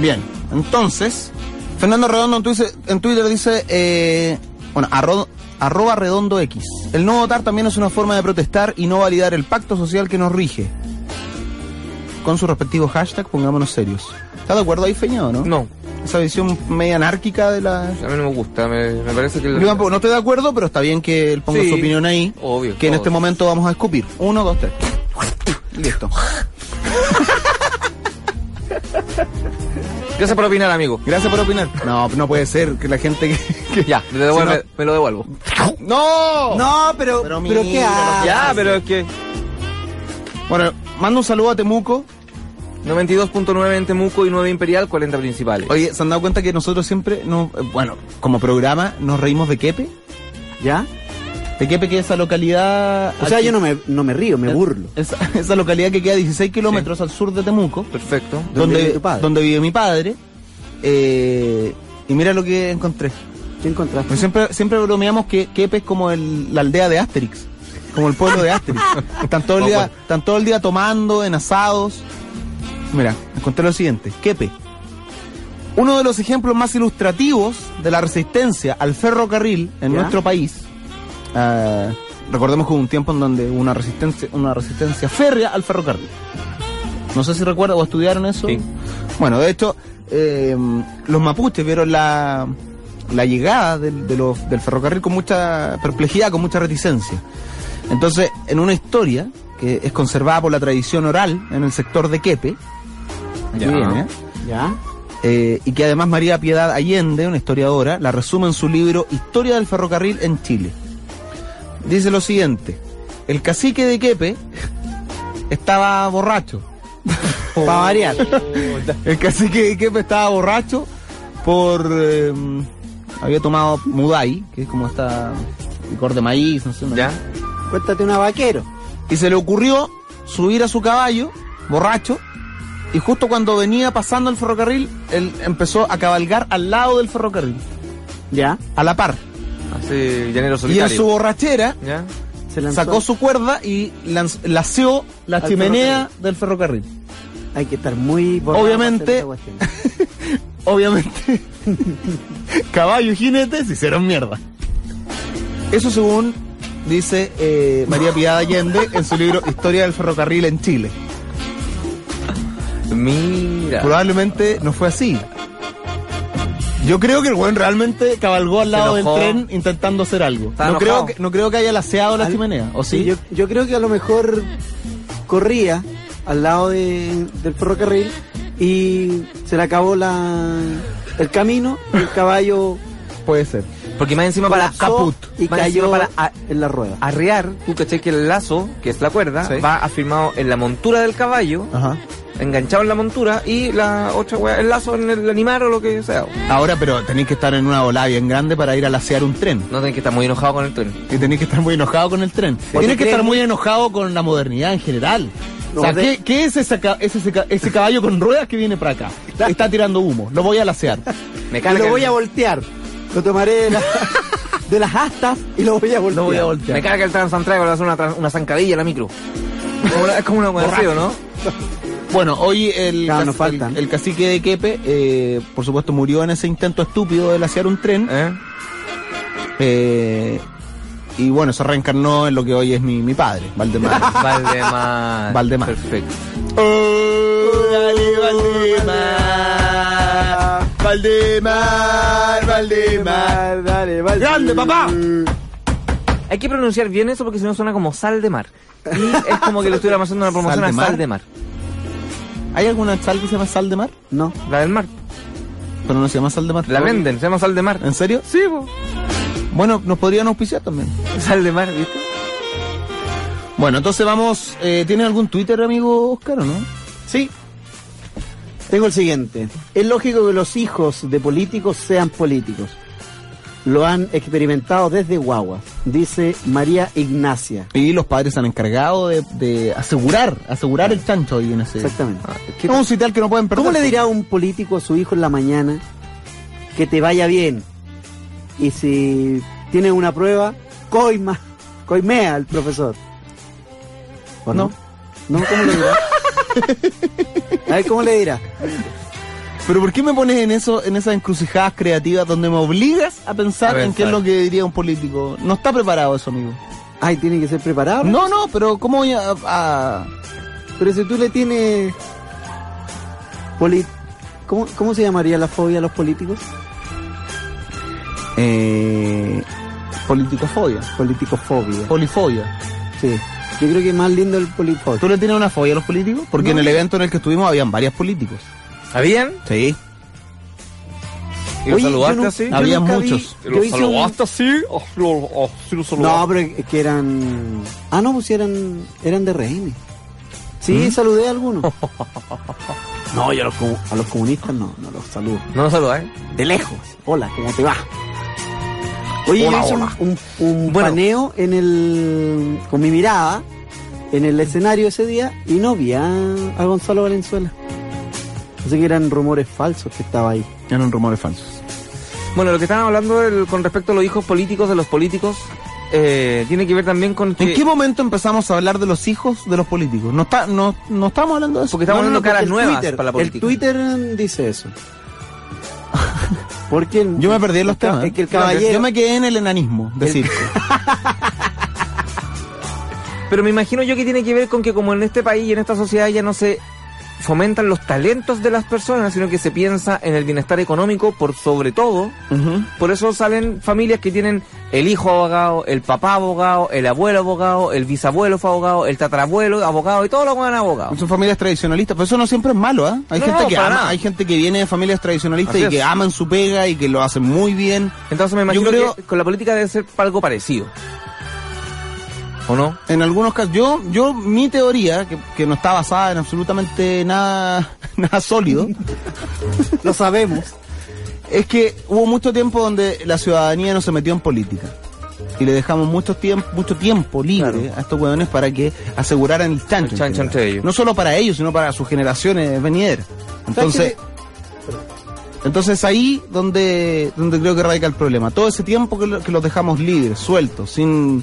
Bien, entonces, Fernando Redondo en Twitter, en Twitter dice, eh, bueno, arro- arroba redondo X. El no votar también es una forma de protestar y no validar el pacto social que nos rige. Con su respectivo hashtag, pongámonos serios. ¿Estás de acuerdo ahí, Feña, o no? No, Esa visión media anárquica de la... a mí no me gusta, me, me parece que Yo tampoco, no estoy de acuerdo, pero está bien que él ponga Sí, su opinión ahí. obvio, Que en todos. este momento vamos a escupir. Uno, dos, tres. Listo. Gracias por opinar, amigo. Gracias por opinar. No, no puede ser que la gente que- que... Ya, me, lo devuelve- Si me lo devuelvo. ¡No! No, pero, Pero mira, pero, ¿qué Ah, haces? Ya, pero es que Bueno, mando un saludo a Temuco. 92.9 en Temuco y 9 Imperial, 40 principales. Oye, ¿se han dado cuenta que nosotros siempre, no, eh, bueno, como programa, nos reímos de Quepe? ¿Ya? De Quepe, que es esa localidad... O sea, aquí- yo no me, no me río, me burlo. Esa, esa localidad que queda 16 kilómetros al sur de Temuco, Perfecto. donde, vive tu padre? donde vive mi padre. eh, y mira lo que encontré. ¿Qué encontraste? Pues siempre, siempre bromeamos que Quepe es como el- la aldea de Asterix, como el pueblo de Asterix. están, todo el día, están todo el día tomando, en asados. Mira, encontré lo siguiente. Quepe. Uno de los ejemplos más ilustrativos de la resistencia al ferrocarril en ¿Ya? nuestro país. Ah, recordemos que hubo un tiempo en donde hubo una resistencia, una resistencia férrea al ferrocarril. No sé si recuerdan o estudiaron eso. Sí. Bueno, de hecho, eh, los mapuches vieron la, la llegada del, de los- del ferrocarril con mucha perplejidad, con mucha reticencia. Entonces, en una historia que es conservada por la tradición oral en el sector de Quepe, aquí Ya. viene, ¿eh? ¿Ya? Eh, y que además María Piedad Allende, una historiadora, la resume en su libro Historia del ferrocarril en Chile. Dice lo siguiente, el cacique de Quepe estaba borracho Para variar. El cacique que estaba borracho por. eh, había tomado mudai, que es como esta licor de maíz, no sé. una- ¿Ya? Cuéntate una vaquero. Y se le ocurrió subir a su caballo, borracho, y justo cuando venía pasando el ferrocarril, él empezó a cabalgar al lado del ferrocarril, Ya. a la par. Así, llanero Y en su solitario. borrachera ¿Ya? Se lanzó. sacó su cuerda y lanz- lació la Al chimenea del ferrocarril. Hay que estar muy borrado Obviamente. para hacer esa cuestión. Obviamente, caballo y jinete se hicieron mierda. Eso según dice eh, María Piedad Allende en su libro Historia del Ferrocarril en Chile. Mira. Probablemente no fue así. Yo creo que el weón realmente cabalgó al lado del enojó. tren intentando hacer algo. Estaba No creo, enojado. que, no creo que haya laseado la Al- chimenea, ¿o sí? Yo, yo creo que a lo mejor corría al lado de- del ferrocarril y se le acabó la, el camino y el caballo Puede ser. Porque más encima para colapsó y más cayó encima para ah, a- en la rueda. arrear, tú caché que el lazo, que es la cuerda, Sí. va afirmado en la montura del caballo, Ajá. enganchado en la montura, y la otra weá, el lazo en el animal o lo que sea. Ahora, pero tenéis que estar en una volada bien grande para ir a lasear un tren. No tenés que estar muy enojado con el tren. Y tenés que estar muy enojado con el tren. Tienes que tren- estar muy enojado con la modernidad en general. No, o sea, de- ¿qué, qué es ese, ca- es ese ca- ese caballo con ruedas que viene para acá? Está tirando humo. Lo voy a lasear. Me Y carga. lo el- voy a voltear. Lo tomaré de, la- de las astas y lo voy a voltear. Lo voy a voltear. me carga el Transantiago, le hace una, tran- una zancadilla a la micro. Como una- es como una weá, ¿sí o ¿no? Bueno, hoy el, Claro, cac- nos faltan. el, el cacique de Quepe, eh, por supuesto, murió en ese intento estúpido de lasear un tren. ¿Eh? Eh, y bueno, se reencarnó en lo que hoy es mi, mi padre, Valdemar. Valdemar. Valdemar. Perfecto. Órale, Valdemar. Valdemar, Valdemar. Dale, vale. ¡Grande, papá! Hay que pronunciar bien eso porque si no suena como sal de mar. Y es como que le estuviéramos haciendo una promoción ¿Sal de a mar? sal de mar. ¿Hay alguna sal que se llama sal de mar? No. La del mar. Pero no se llama sal de mar. La venden, se llama sal de mar. ¿En serio? Sí, po. Bueno, nos podrían auspiciar también. Sal de mar, ¿viste? Bueno, entonces vamos. Eh, ¿Tienen algún Twitter, amigo Oscar, o no? Sí. Tengo el siguiente. Es lógico que los hijos de políticos sean políticos. Lo han experimentado desde guagua, dice María Ignacia. Y los padres se han encargado de, de asegurar, asegurar el chancho hoy en ese. Exactamente. Es un sitial que no pueden perder. ¿Cómo le dirá un político a su hijo en la mañana que te vaya bien? Y si tiene una prueba, coima, coimea al profesor. ¿O no? ¿No? ¿Cómo le dirá? A ver, ¿cómo le dirá? Pero ¿por qué me pones en eso, en esas encrucijadas creativas donde me obligas a pensar A en qué es pensar. lo que diría un político? No está preparado eso, amigo. Ay, tiene que ser preparado. No, no, pero ¿cómo voy a, a- Pero si tú le tienes... poli- ¿Cómo, cómo se llamaría la fobia a los políticos? eh, politicofobia? Politicofobia. Polifobia. Sí. Yo creo que es más lindo el polifobia. ¿Tú le tienes una fobia a los políticos? Porque en el evento en el que estuvimos habían varios políticos. ¿Sabían? Sí. ¿Y lo Oye, yo saludaste nun- así? yo Había nunca vi- muchos. yo hice un- así? ¿O lo, No, pero es que eran. Ah, no, pues eran, eran de rehenes. Sí, ¿Mm? saludé a algunos. no, yo a los, comu- a los comunistas no, no los saludo. No ¿eh? lo saludáis. De lejos. Hola, ¿cómo te va? Oye, Hola, yo hice un- hola. un, un Bueno. paneo en el, con mi mirada en el escenario ese día y no vi a, a Gonzalo Valenzuela. Así que eran rumores falsos que estaba ahí. Eran rumores falsos. Bueno, lo que estaban hablando del- con respecto a los hijos políticos de los políticos eh, tiene que ver también con que... ¿En qué momento empezamos a hablar de los hijos de los políticos? No, está, no, no estamos hablando de eso. Porque estamos No, no, hablando no, porque caras el nuevas Twitter- para la política. El Twitter dice eso. Porque el- Yo me perdí en los el ca- temas. ¿eh? Es que el caballero. Yo me quedé en el enanismo de El- circo. Pero me imagino yo que tiene que ver con que como en este país y en esta sociedad ya no se fomentan los talentos de las personas, sino que se piensa en el bienestar económico por sobre todo. Ujú. Por eso salen familias que tienen el hijo abogado, el papá abogado, el abuelo abogado, el bisabuelo fue abogado, el tatarabuelo abogado y todos los buenos abogados. Son familias tradicionalistas, pero eso no siempre es malo, ¿ah? Hay No, gente que para ama, nada. hay gente que viene de familias tradicionalistas Así y que es. aman su pega y que lo hacen muy bien. Entonces me imagino creo- que con la política debe ser algo parecido. ¿O no? En algunos casos, yo, yo, mi teoría, que, que no está basada en absolutamente nada, nada sólido, Lo sabemos. es que hubo mucho tiempo donde la ciudadanía no se metió en política. Y le dejamos mucho tiempo, mucho tiempo libre a estos hueones para que aseguraran el chancho. El chancho entre ellos. No solo para ellos, sino para sus generaciones venideras. Entonces, entonces ahí donde, donde creo que radica el problema. Todo ese tiempo que, lo- que los dejamos libres, sueltos, sin,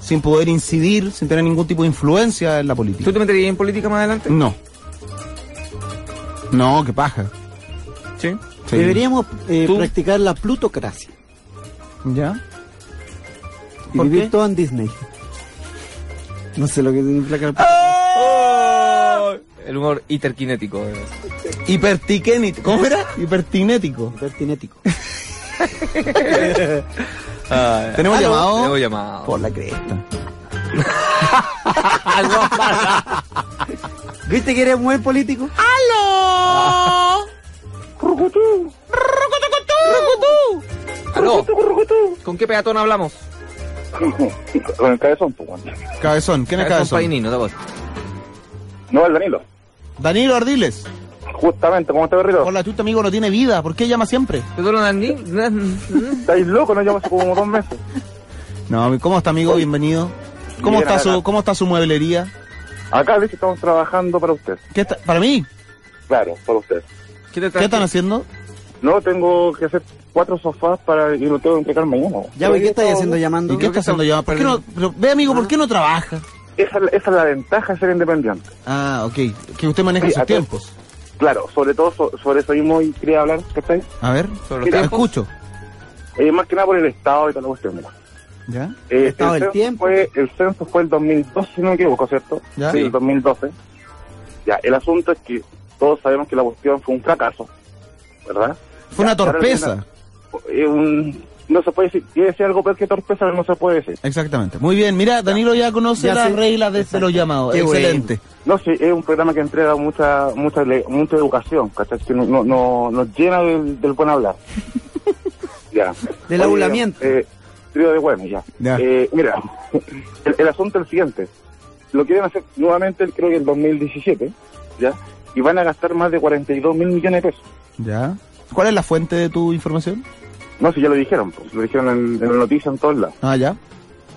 sin poder incidir, sin tener ningún tipo de influencia en la política. ¿Tú te meterías en política más adelante? No. No, qué paja. Sí. Sí. Deberíamos eh, Tú- practicar la plutocracia. ¿Ya? Y ¿Por vivir qué? todo en Disney. No sé lo que significa la El humor hiperkinético. eh. Hipertiquénico. ¿Cómo era? Hipertinético. plutocracia. Tenemos Aló. llamado. Tenemos llamado. Por la cresta. ¿Viste que eres muy político? Aló. ¿Con qué peatón hablamos? Con el cabezón, pues, bueno. Cabezón, ¿quién es Cabezón Cabezón? Painino, da voz. No, el Danilo. Danilo Ardiles. Justamente, ¿cómo te perrito? Hola, tu amigo no tiene vida. ¿Por qué llama siempre? ¿Te duele Dani? ¿Estáis loco? No llevamos como dos meses. No, ¿cómo está, amigo? Bienvenido. ¿Cómo Bien, está acá. su, cómo está su mueblería? Acá, dice, estamos trabajando para usted. ¿Qué está- para mí? Claro, para usted. ¿Qué te ¿Qué están traje? haciendo? No, tengo que hacer cuatro sofás para y lo tengo que entregar mañana. Ya, Pero ¿qué ahí estáis todo- haciendo llamando? ¿Y qué está haciendo yo? ¿Por qué no, pero, ve, amigo, ¿por qué no trabaja? Esa, es la- esa es la ventaja de ser independiente. Ah, ok. Que usted maneja Sí, sus acá- tiempos. Claro, sobre todo so- sobre eso mismo y quería hablar, ¿cachai? A ver, Sobre los te tiempos. escucho. Eh, más que nada por el Estado y toda la cuestión. mira. ¿Ya? Eh, Estado del censo tiempo. Fue, el censo fue el 2012, si no me equivoco, ¿cierto? Ya. Sí, el 2012. Ya, el asunto es que todos sabemos que la cuestión fue un fracaso, ¿verdad? Fue una torpeza. Eh, un- no se puede decir, quiere decir algo peor que torpeza, pero no se puede decir. Exactamente. Muy bien, mira, Danilo ya conoce Ya las sé. reglas de- de los llamados. Qué bueno. Excelente. No, sí, es un programa que entrega mucha mucha le- mucha educación, ¿cachai? Que no, no, no- nos llena del, del buen hablar. ya. Del Oye, aulamiento. Eh, trío de bueno, ya. Ya. Eh, mira, el, el asunto es el siguiente. Lo quieren hacer nuevamente, creo que el 2017, ¿ya? Y van a gastar más de 42 mil millones de pesos. ¿Ya? ¿Cuál es la fuente de tu información? No, si ya lo dijeron, pues, lo dijeron en, en la noticia en todos lados. Ah, ya.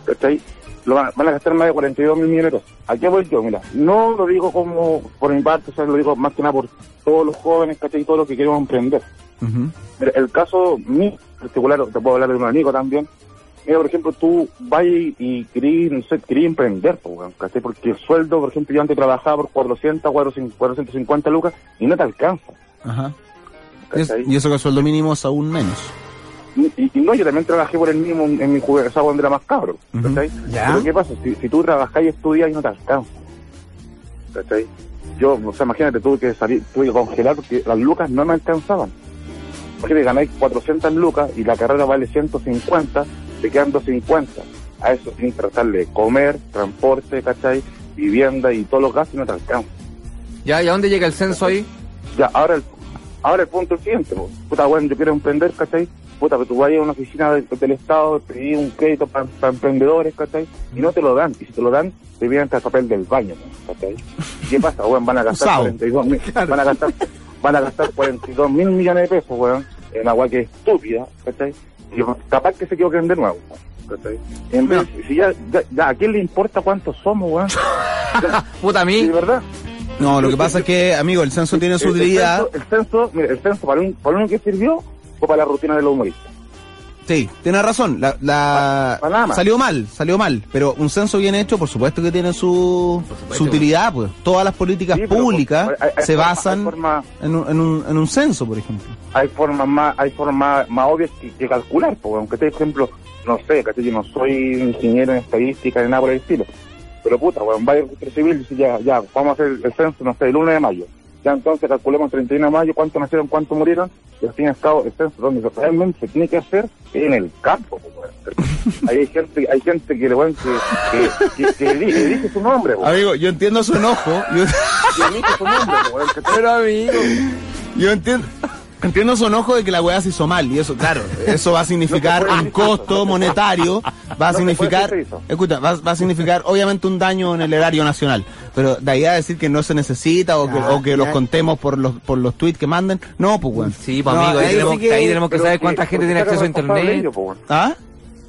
¿cachai? Lo van, van a gastar más de 42 mil millones de pesos. ¿A qué voy yo? Mira, no lo digo como por mi parte, o sea, lo digo más que nada por todos los jóvenes, ¿cachai? Y todos los que queremos emprender. Ujú. Mira, el caso mío en particular, te puedo hablar de un amigo también. Mira, por ejemplo, tú vas y querís, no sé, querís emprender, po, weón, ¿cachai? Porque el sueldo, por ejemplo, yo antes trabajaba por 400, 400, 450 lucas y no te alcanza. Ajá. Y es- ¿cachai? Y eso que el sueldo mínimo es aún menos. Y, y no, yo también trabajé por el mismo en mi juventud, o sea, cuando era más cabro. Ujú. ¿cachai? Ya. Pero ¿qué pasa? Si, si tú trabajas y estudias y no te alcanza. ¿Cachai? Yo, o sea, imagínate, tuve que salir, tuve que congelar porque las lucas no me alcanzaban. Imagínate, ganáis 400 lucas y la carrera vale 150, te quedan 250. A eso tienes que tratarle de comer, transporte, ¿cachai? Vivienda y todos los gastos y no te alcanza. ¿Ya? ¿Y a dónde llega el censo ahí? Ya, ahora el, ahora el punto es el siguiente. po. Puta, bueno, yo quiero emprender, ¿cachai? Puta, pero tú vas a una oficina del, del Estado, pedí un crédito para emprendedores, ¿cachai? Y no te lo dan. Y si te lo dan, te vienen hasta el papel del baño, ¿no? ¿cachai? ¿Qué pasa, weón? Van a gastar Usado. 42 mil, van a gastar, van a gastar 42 mil millones de pesos, weón, en agua que es estúpida, ¿cachai? Y capaz que se equivoquen de nuevo, ¿cachai? En vez, si ya, ya, ya, ¿a quién le importa cuántos somos, weón? Puta, a Sí, mí. de verdad. No, lo que pasa es que, amigo, el censo tiene su Eh, El- el utilidad. censo- El censo, mira, el censo para, un, para uno que sirvió o para la rutina de los humoristas. Sí, tiene razón. La, la- Pa- Panamá. salió mal, salió mal. Pero un censo bien hecho, por supuesto que tiene su, su utilidad. Pues. Todas las políticas Sí, pero, pues, públicas hay- hay se forma- basan hay forma- en, un, en, un, en un censo, por ejemplo. Hay formas más, hay formas más obvias que, que calcular, porque aunque te por ejemplo, no sé, ¿cachai? yo no soy ingeniero en estadística ni nada por el estilo. Pero puta, weón, va a ir registro civil y dice, ya, ya, vamos a hacer el censo, no sé, el 1 de mayo. Ya entonces calculemos el 31 de mayo cuántos nacieron, cuántos murieron, y al fin y al cabo el censo donde realmente se tiene que hacer es en el campo. po, weón. Ahí hay gente, hay gente que, weón, que, que, que, que elige, elige su nombre, weón. Amigo, yo entiendo su enojo. Yo, Que elige su nombre, po, weón, que- Pero amigo. yo entiendo. Entiendo su enojo de que la weá se hizo mal, y eso, claro, eso va a significar un costo monetario, va a No se puede significar, decir eso. escucha, va, va a significar obviamente un daño en el erario nacional, pero de ahí a decir que no se necesita o que, o que los contemos por los, por los tweets que manden, no, pues weón. Sí, pues No, amigo, ahí, ahí tenemos, sí que- ahí tenemos que Pero saber que- cuánta gente porque tiene se haga acceso a responsable internet. ellos, po, weón. ¿Ah?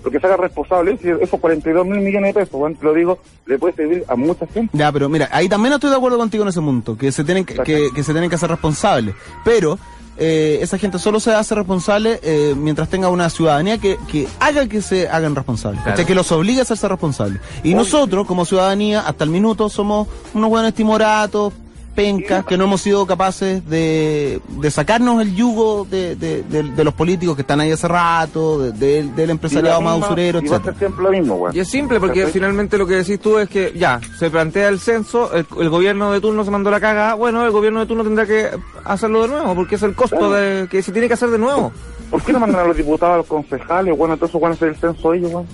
Porque se haga responsable, ellos, si esos 42 mil millones de pesos, weón, te lo digo, le puede servir a mucha gente. Ya, pero mira, ahí también estoy de acuerdo contigo en ese punto, que se tienen que, que- que se tienen que hacer responsables. Pero eh, esa gente solo se hace responsable eh, mientras tenga una ciudadanía que, que haga que se hagan responsables, Claro. ¿cachai? que los obligue a hacerse responsables. Y nosotros, como ciudadanía, hasta el minuto somos unos buenos timoratos, pencas, que no hemos sido capaces de, de sacarnos el yugo de, de- de- de los políticos que están ahí hace rato, de- de- del empresariado más madurero, Y va a ser etc. siempre lo mismo, weón. Y es simple porque ¿Cachai? finalmente lo que decís tú es que ya, se plantea el censo, el, el gobierno de turno se mandó la caga, bueno, el gobierno de turno tendrá que hacerlo de nuevo porque es el costo Claro. de, que se tiene que hacer de nuevo. ¿Por qué no mandan a los diputados, a los concejales, weón? Entonces, ¿cuándo hacer el censo ellos, weón?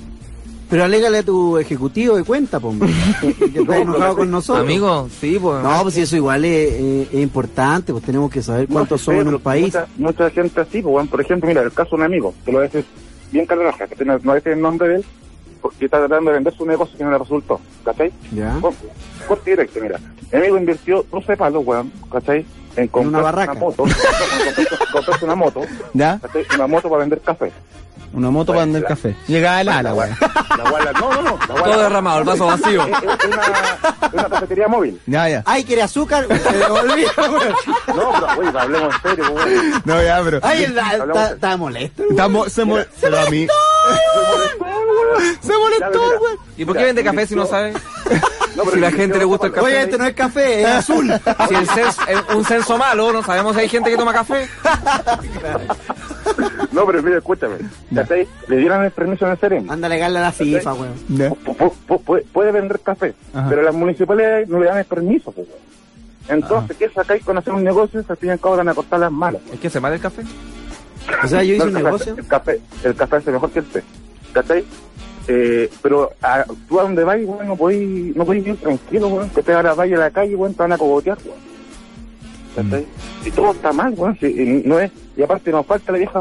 Pero alégale a tu ejecutivo de cuenta, po. hombre, Que está enojado con nosotros. Amigo, sí, pues. No, pues eso igual es, eh, es importante, pues tenemos que saber cuántos sé, son en pero un país. Mucha, mucha gente así, pues, weón. por ejemplo, mira, el caso de un amigo, te lo voy a decir bien cargado, que no no voy a decir el nombre de él, porque está tratando de vender su negocio que no le resultó, ¿cachai? Ya. Bueno, corte directo, mira. Mi amigo invirtió 12 palos, weón, ¿cachai? En comprar una barraca. moto, comprarse- comprarse una moto, ¿Ya? ¿cachai? Una moto para vender café. Una moto para vender café. Llegaba el ala, weón. La guarda, no, no, no. La guarda- Todo derramado, el vaso vacío. Es, es una, es una cafetería móvil. Ya, ya. Ay, quiere azúcar. Eh, olvida, weón. No, pero, oiga, hablemos en serio, weón. No, ya, pero. Ay, la- Hablamos está de- está molesto. Está mo- se, mol- pero a mí- se molestó, Ya, mira. güey. ¿Y por qué Mira, vende café si no sabe? No, pero Si la yo- gente yo- le gusta el café. Oye, este no es café, es azul. Si el censo, el- un censo malo, no sabemos si hay gente que toma café. No, pero mira, escúchame. ¿Cachai? Le dieron el permiso en el Serem. Ah. Anda a alegarle a la FIFA, weón. Ya. Pu- pu- pu- puede, puede vender café, Ajá. pero las municipalidades no le dan el permiso. pues, weón. Entonces, ¿qué sacáis con hacer un negocio? Se piden cobran a cortar las malas. Es que se mal el café. O sea, yo hice No, un el café- negocio. El café, el café es mejor que el té. ¿Cachai? Eh, pero a- tú a donde vais, weón, no podéis no podéis ir tranquilo, weón. Que te ahora vais a la calle, weón, te van a cogotear, weón. ¿Cachai? Mm. Y todo está mal, weón. si- y, no es, y aparte nos falta la vieja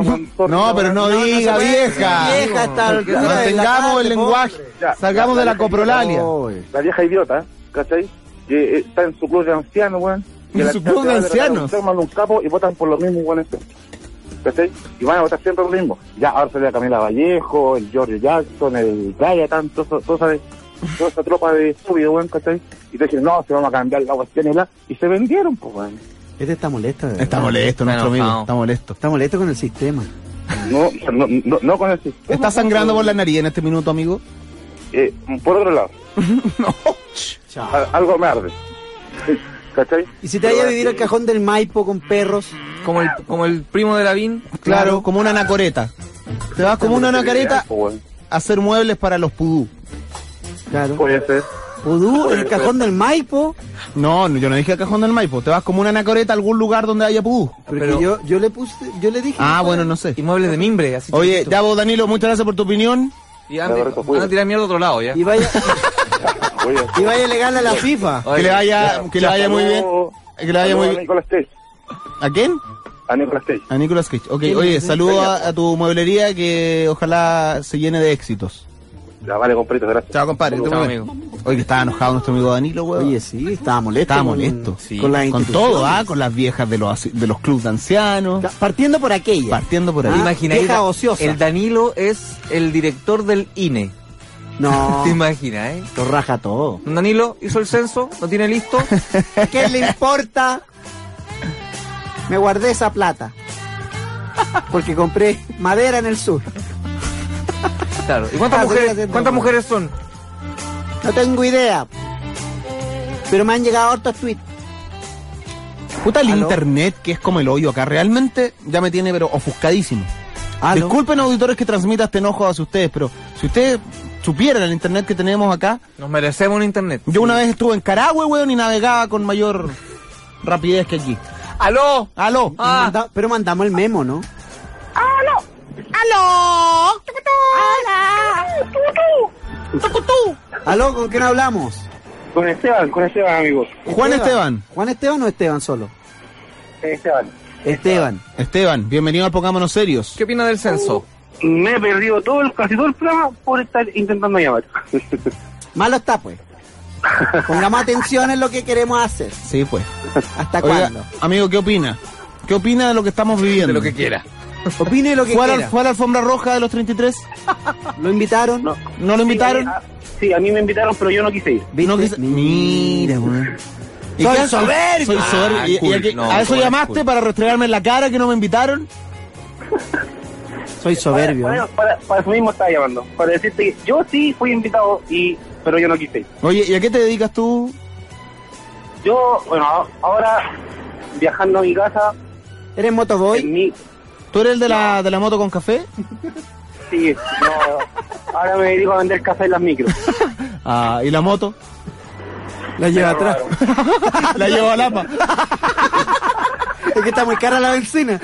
weón. sorry, No, pero weón. no diga, vieja. Vieja hasta la altura de la Mantengamos el tarde, lenguaje. Ya, Salgamos ya, de la ya, coprolalia. Oy. la vieja idiota, ¿cachai? Que eh, está en su club de ancianos, weón. que En la su chica club se va de a tratar ancianos. un termo de un capo y votan por los mismos weones. este. ¿Cachai? Y van a votar siempre por lo mismo. Ya, ahora sale la Camila Vallejo, el George Jackson, el Gaya, tanto, toda esa, toda esa tropa de estúpido, weón, ¿cachai? Y te dicen, no, se vamos a cambiar la cuestión y la... Y se vendieron, pues, weón. Este está molesto, weón. Está molesto, Está nuestro amigo. enojado. Está molesto. Está molesto con el sistema. No, no, no, no con el sistema. ¿Está sangrando por la nariz en este minuto, amigo? Eh, por otro lado, a- algo me arde. ¿Cachai? Y si te vayas a vivir al cajón del Maipo con perros, Como el, como el primo de Lavín. Claro, como una anacoreta. Te vas como una anacoreta Pues, weón. a hacer muebles para los pudú. claro. Puede ser. Pudú en el cajón del Maipo. No, no, yo no dije el cajón del Maipo. Te vas como una anacoreta a algún lugar donde haya pudú. Porque Pero- yo, yo le puse, yo le dije. Ah, bueno, no sé. Y muebles de mimbre, así. Oye, chiquitito. ya vos, Danilo, muchas gracias por tu opinión. Y ande- Roberto, cuida. van a tirar mierda a otro lado ya. Y vaya, Oye, y vaya a alegarle a la FIFA. Oye, que le vaya, que le vaya muy bien. Saludo- Que le vaya saludo muy A bien. Nicolas Cage. ¿A quién? A Nicolas Cage. A Nicolas Cage. Ok, oye, saludo a, a tu mueblería que ojalá se llene de éxitos. Ya vale, compritos, gracias. Chao, compadre. Chao, Oye, amigo. que estaba enojado nuestro amigo Danilo, weón. Oye, sí, estaba molesto. estaba con- molesto. sí. Con, las Con instituciones. todo, ¿ah? Con las viejas de los, asi- de los clubs de ancianos. Ca- Partiendo por aquella. Partiendo por ahí. Ah, Imagináis, vieja ociosa. El Danilo es el director del INE. no, ¿Te imaginas, eh? lo raja todo. Danilo hizo el censo, lo tiene listo. ¿Qué le importa? Me guardé esa plata. Porque compré madera en el sur. Claro. ¿Y cuántas Ah, mujeres, fíjate, cuántas no. mujeres son? No tengo idea. Pero me han llegado hartos tweets. Puta, el ¿Aló? internet, que es como el hoyo acá, realmente ya me tiene, pero ofuscadísimo. ¿Aló? Disculpen, auditores, que transmita este enojo hacia ustedes, pero si ustedes supieran el internet que tenemos acá, Nos merecemos un internet. yo una vez estuve en Carahue, weón, y navegaba con mayor rapidez que aquí. ¡Aló! ¡Aló! Ah. Manda- pero mandamos el memo, ¿no? ¡Aló! Aló, ¿con quién hablamos? Con Esteban, con Esteban, amigos. Juan Esteban. ¿Juan Esteban o Esteban solo? Esteban. Esteban. Esteban, bienvenido a Pongámonos Serios. ¿Qué opina del censo? Me he perdido todo, el- casi todo el programa por estar intentando llamar. Malo está, pues. Pongamos atención en lo que queremos hacer. Sí, pues. ¿Hasta Oiga, cuándo? amigo, ¿qué opina? ¿Qué opina de lo que estamos viviendo? De lo que quiera. Opine lo que ¿Fue, a la, quiera. fue a la alfombra roja de los 33? ¿Lo invitaron? No. ¿No lo invitaron? Sí, a mí me invitaron, pero yo no quise ir. ¿Viste? No quise- Mira, weón. ¿Y Soy qué- soberbio. Soy soberbio. Ah, ¿Y- y cool. a qué- No, ¿A eso cool, llamaste cool. para restregarme en la cara que no me invitaron? Soy soberbio. Para, para- para eso mismo estaba llamando. Para decirte que yo sí fui invitado, y pero yo no quise ir. Oye, ¿y a qué te dedicas tú? Yo, bueno, a- ahora viajando a mi casa, ¿Eres motoboy? en mi. ¿Tú eres el de la, de la moto con café? Sí, no. ahora me dedico a vender café en las micros. Ah, ¿y la moto? La lleva Me atrás. robaron. La llevo a Lapa. Es que está muy cara la benzina.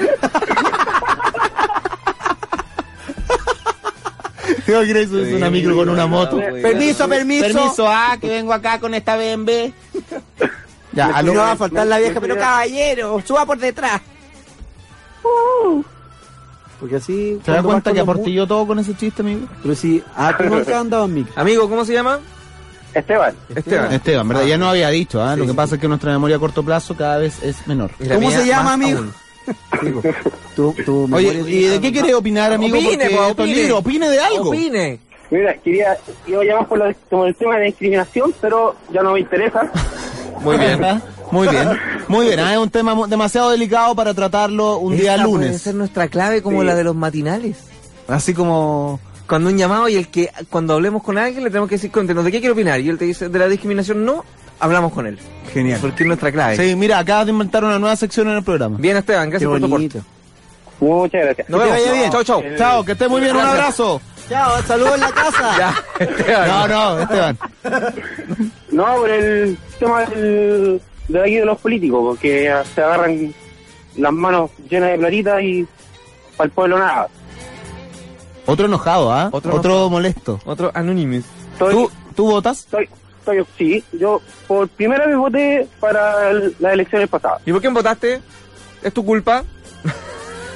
Tengo que ir es una micro con una moto. Permiso, permiso. Permiso, ah, que vengo acá con esta BMW. Ya, Y a lo- no va a faltar la vieja, me- pero caballero, suba por detrás. Uh. Porque así. ¿Te das cuando vas cuenta con que los mu- aportilló todo con ese chiste, amigo? Pero si. Ah, tú nunca has andado en micro. Amigo, ¿cómo se llama? Esteban, Esteban. Esteban, ¿verdad? Ya no había dicho, ¿ah? Lo que pasa es que nuestra memoria a corto plazo cada vez es menor. Y la ¿Cómo mía se llama, más amigo? aún. Tú, tú me Oye, pones- ¿y de qué querés opinar, amigo? Opine, Porque pues, esto es opine. libre, opine de algo. Opine. mira, quería. Iba a llamar por, la, como el tema de la discriminación, pero ya no me interesa. Muy bien. Muy bien, muy bien. Ah, es un tema mu- demasiado delicado para tratarlo un día Esa lunes. Puede ser nuestra clave como Sí. la de los matinales. Así como... Cuando un llamado y el que cuando hablemos con alguien le tenemos que decir, cuéntenos, ¿de qué quiere opinar? Y él te dice, de la discriminación no, hablamos con él. Genial. Porque es nuestra clave. Sí, mira, acabas de inventar una nueva sección en el programa. Bien, Esteban, gracias Qué por tu aporte. bonito. Muchas gracias. Nos vemos. vaya bien. Chau, chau. Chao, que estés muy bien, un Gracias. abrazo. Chao, saludos en la casa. Ya, Esteban. No, no, Esteban. No, por el tema del, de aquí de los políticos, porque ah, se agarran las manos llenas de platita y para el pueblo nada. Otro enojado, ¿ah? Otro Otro, enojado. molesto. Otro Anonymous. Estoy, ¿Tú, ¿Tú votas? estoy, estoy- sí, yo por primera vez voté para el- las elecciones pasadas. ¿Y por qué votaste? ¿Es tu culpa?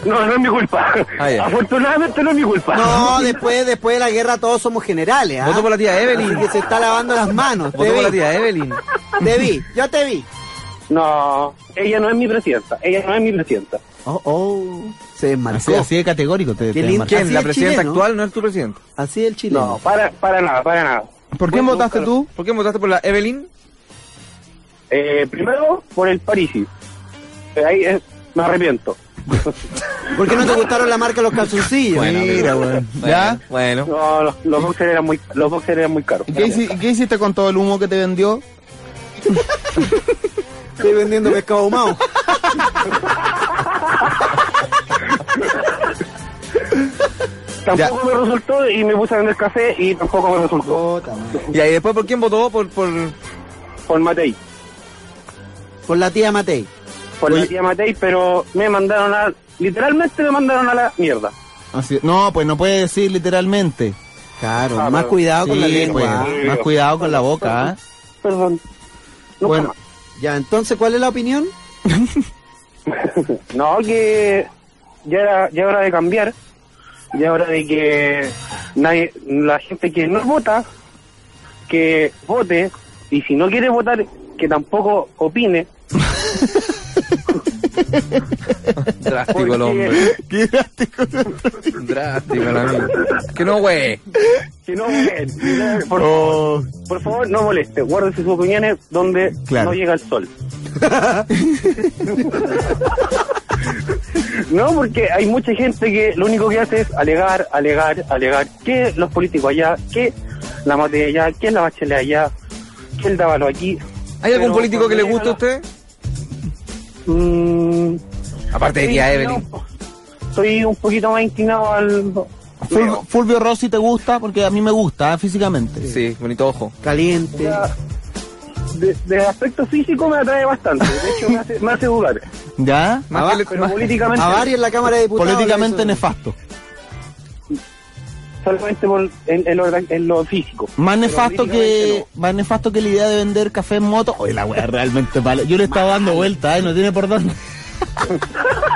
No, no es mi culpa. Ah, ya. Afortunadamente no es mi culpa. No, después, después de la guerra todos somos generales, ¿ah? Voto por la tía Así Evelyn. que se está lavando las manos. Voto por Te la vi, tía Evelyn. te vi, yo te vi. No, ella no es mi presidenta, ella no es mi presidenta. Oh, oh. Se desmarcó. Así, así de categórico te, Qué te lindo. marca. ¿Quién? Así ¿La es presidenta chileno. actual no es tu presidente? Así el chileno. No, para, para nada, para nada. ¿Por quién votaste tú? ¿Por qué votaste por la Evelyn? Eh, primero por el Parisi. Eh, ahí eh, me arrepiento. ¿Por qué no te gustaron la marca de los calzoncillos? Mira, weón. ¿Ya? Bueno. No, los, los boxers eran muy, los boxers eran muy caros. ¿Y qué, hici- y qué hiciste con todo el humo que te vendió? Estoy vendiendo pescado ahumado. Tampoco me resultó y me puse a vender café y tampoco me resultó. Y ahí después, ¿por quién votó? Por, por... Por Matei. Por la tía Matei. Por la tía Matei, pero me mandaron a... Literalmente me mandaron a la mierda. Así- no, pues no puedes decir literalmente. Claro, Ah, más pero- cuidado con Sí, la pues, lengua. ¿ah? más cuidado con la boca, ¿ah? Perdón. Nunca Bueno, más. Ya, entonces, ¿cuál es la opinión? No, que ya era, ya era hora de cambiar. Ya era hora de que nadie, la gente que no vota, que vote. Y si no quiere votar, que tampoco opine. Drástico el hombre. Qué drástico. Drástico el amigo. Que no, güey. Que no vote. Por, Oh. por favor, no moleste. Guárdese sus opiniones donde Claro. no llega el sol. No, porque hay mucha gente que lo único que hace es alegar, alegar, alegar que los políticos allá, que la mate allá, que la bachelet allá, que el dábalo aquí. ¿Hay algún Pero político que le guste a cuando usted? Mm, Aparte de soy tía inclinado- Evelyn. Soy un poquito más inclinado al... Fulvio, Fulvio Rossi te gusta porque a mí me gusta ¿ah? físicamente. Sí, bonito ojo. O Caliente. sea, de, de aspecto físico me atrae bastante, de hecho me hace, me hace dudar, ¿Ya? Más que le- pero más- políticamente... A varios en la Cámara de Diputados. Políticamente le hizo- nefasto. solamente por en, en lo, en lo físico. Más Pero nefasto que políticamente más nefasto que la idea de vender café en moto. Oye, la weá realmente vale. Yo le estaba dando vuelta, ¿eh? no tiene por dónde.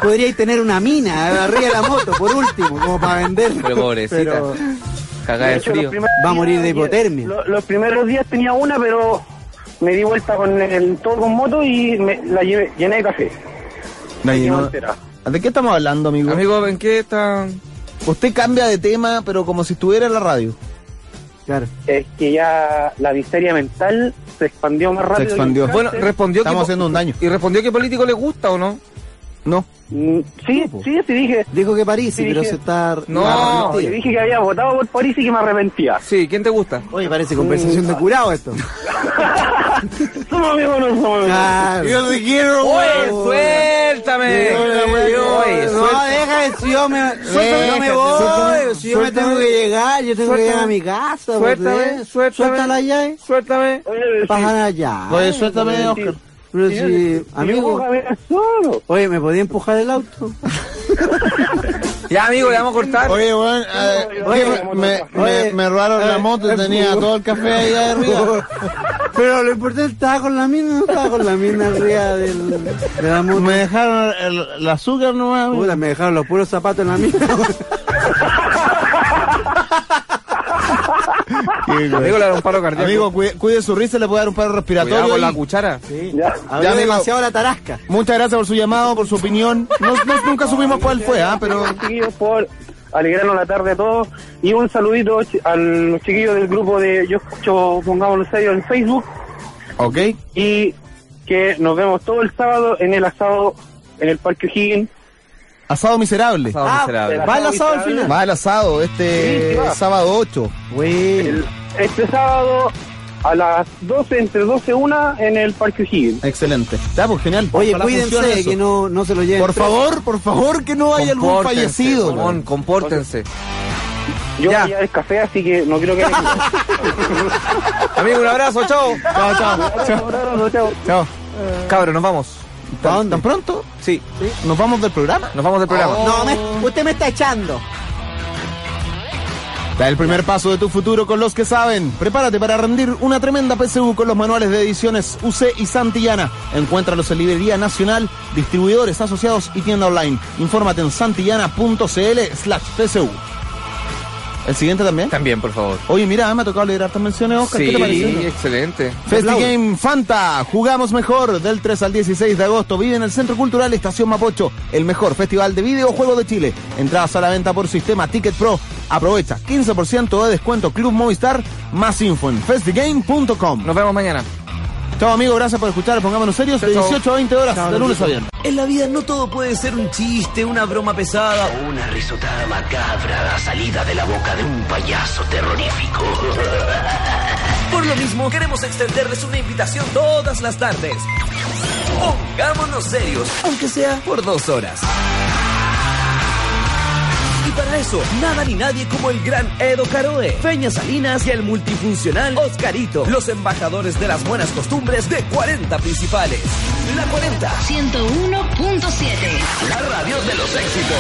podríais tener una mina eh, arriba de la moto, por último, como para vender. Pero pobrecita. Pero Cagada de hecho, los frío. primeros va a morir días- de hipotermia. lo- los primeros días tenía una, pero me di vuelta con el todo con moto y me la llevé, llené de café. No, Aquí no- Montera. ¿De qué estamos hablando, amigo? Amigo, ¿en qué están? Usted cambia de tema, pero como si estuviera en la radio. Claro. Es que ya la miseria mental se expandió más rápido. expandió. que el Bueno, cáncer. respondió Estamos que... haciendo un daño. ¿Y respondió que político le gusta o no? No. Mm, sí, sí, sí dije. Dijo que París, Sí, pero dije- se está. Ah, No, está No, yo arrepentido. dije que había votado por París y que me arrepentía. Sí, ¿quién te gusta? Oye, parece conversación de curado esto. Somos amigos, no somos amigos. Claro. te quiero, ¡Oye, suéltame! Oye, No, deja eso, yo me, yo me voy, si yo me tengo que llegar, yo tengo que llegar a mi casa. pues, ¿eh? Suéltame, suéltame. Suéltala ya, eh. suéltame. Oye, Pájala ya. Oye, suéltame, Oscar. Pero sí, si, amigo, dibújame solo. oye, ¿me podía empujar el auto? Ya, amigo, le vamos a cortar. Oye, weón, eh, Oye, ¿qué? oye, me, oye, me- me robaron la moto y tenía todo el café ahí arriba. Pero lo importante estaba con la mina, no estaba con la mina arriba del, de la moto. Me dejaron el, el azúcar nomás. amigo. Puta, me dejaron los puros zapatos en la mina. Amigo, le da un paro cardíaco. Amigo, cuide, cuide su risa, le puede dar un paro respiratorio. cuidado con la ahí. cuchara. Ya. Había amigo. demasiado la tarasca. Muchas gracias por su llamado, por su opinión. No- no- nunca supimos cuál fue, ah, pero Gracias, chiquillos, por alegrarnos la tarde a todos. Y un saludito chi- a los chiquillos del grupo de Yo Escucho, pongámoslo serio, en Facebook. ok. Y que nos vemos todo el sábado en el asado en el Parque O'Higgins. Asado miserable. Sábado miserable. pero- ¿Va el asado al final? Va el asado este Sí, sí va. sábado 8. El- este sábado a las 12, entre 12 y 1 en el Parque O'Higgins. Excelente. Ya, pues genial. Oye, Ojalá funcione cuídense eso. que no, no se lo lleven. Por favor, por favor, que no haya algún Compórtense, fallecido. Ramón, compórtense. Yo Ya. voy a el café, así que no quiero que... Amigo, un abrazo, chao. Chao, chao. Chao. Chao. chao. Cabros, nos vamos. ¿Tan, tan pronto? Sí, ¿Nos vamos del programa? nos vamos del programa. No, me- usted me está echando. Da el primer paso de tu futuro con los que saben. Prepárate para rendir una tremenda PSU con los manuales de ediciones UC y Santillana. Encuéntralos en Librería Nacional, distribuidores asociados y tienda online. Infórmate en santillana.cl slash PSU. ¿El siguiente también? También, por favor. Oye, mira, me ha tocado leer hartas menciones, Oscar. Oh. ¿Qué te parece? Sí, excelente. Festigame Fanta, jugamos mejor del 3 al 16 de agosto. Vive en el Centro Cultural Estación Mapocho, el mejor festival de videojuegos de Chile. Entradas a la venta por sistema Ticket Pro. Aprovecha 15% de descuento Club Movistar, más info en festigame.com. Nos vemos mañana. Chao amigos, gracias por escuchar. Pongámonos serios de Chao, chao. 18 a 20 horas, de lunes a viernes. En la vida no todo puede ser un chiste, una broma pesada o una risotada macabra salida de la boca de un payaso terrorífico. Por lo mismo, queremos extenderles una invitación todas las tardes. Pongámonos serios, aunque sea por dos horas. Y para eso, nada ni nadie como el gran Edo Caroe, Peña Salinas y el multifuncional Oscarito, los embajadores de las buenas costumbres de 40 principales. La 40. 101.7. La radio de los éxitos.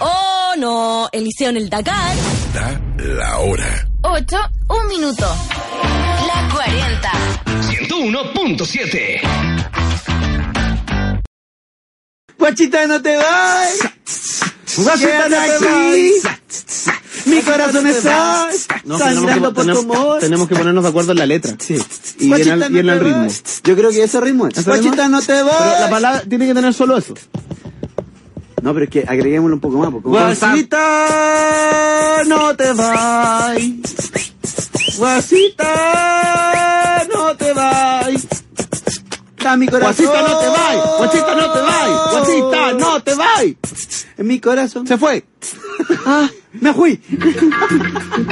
Oh no, Eliseo en el Dakar. Da la hora. 8, un minuto. La 40. 101.7. Guachita, no te vayas. Guachita, no te vayas. Mi corazón está sangrando por tu amor. tenemos que ponernos de acuerdo en la letra. Sí. Y en Guachita, el, y en no el te ritmo. vayas. Yo creo que ese ritmo es. ¿Ese ritmo? Guachita, no te Pero la vayas. palabra tiene que tener solo eso. No, pero es que agreguémoslo un poco más. Porque Guasita, no te vayas. Guasita, no te vayas. está mi corazón. Guasita, no te vayas. Guasita, no te vayas. Guasita, no te vayas. En mi corazón. Se fue. Me fui.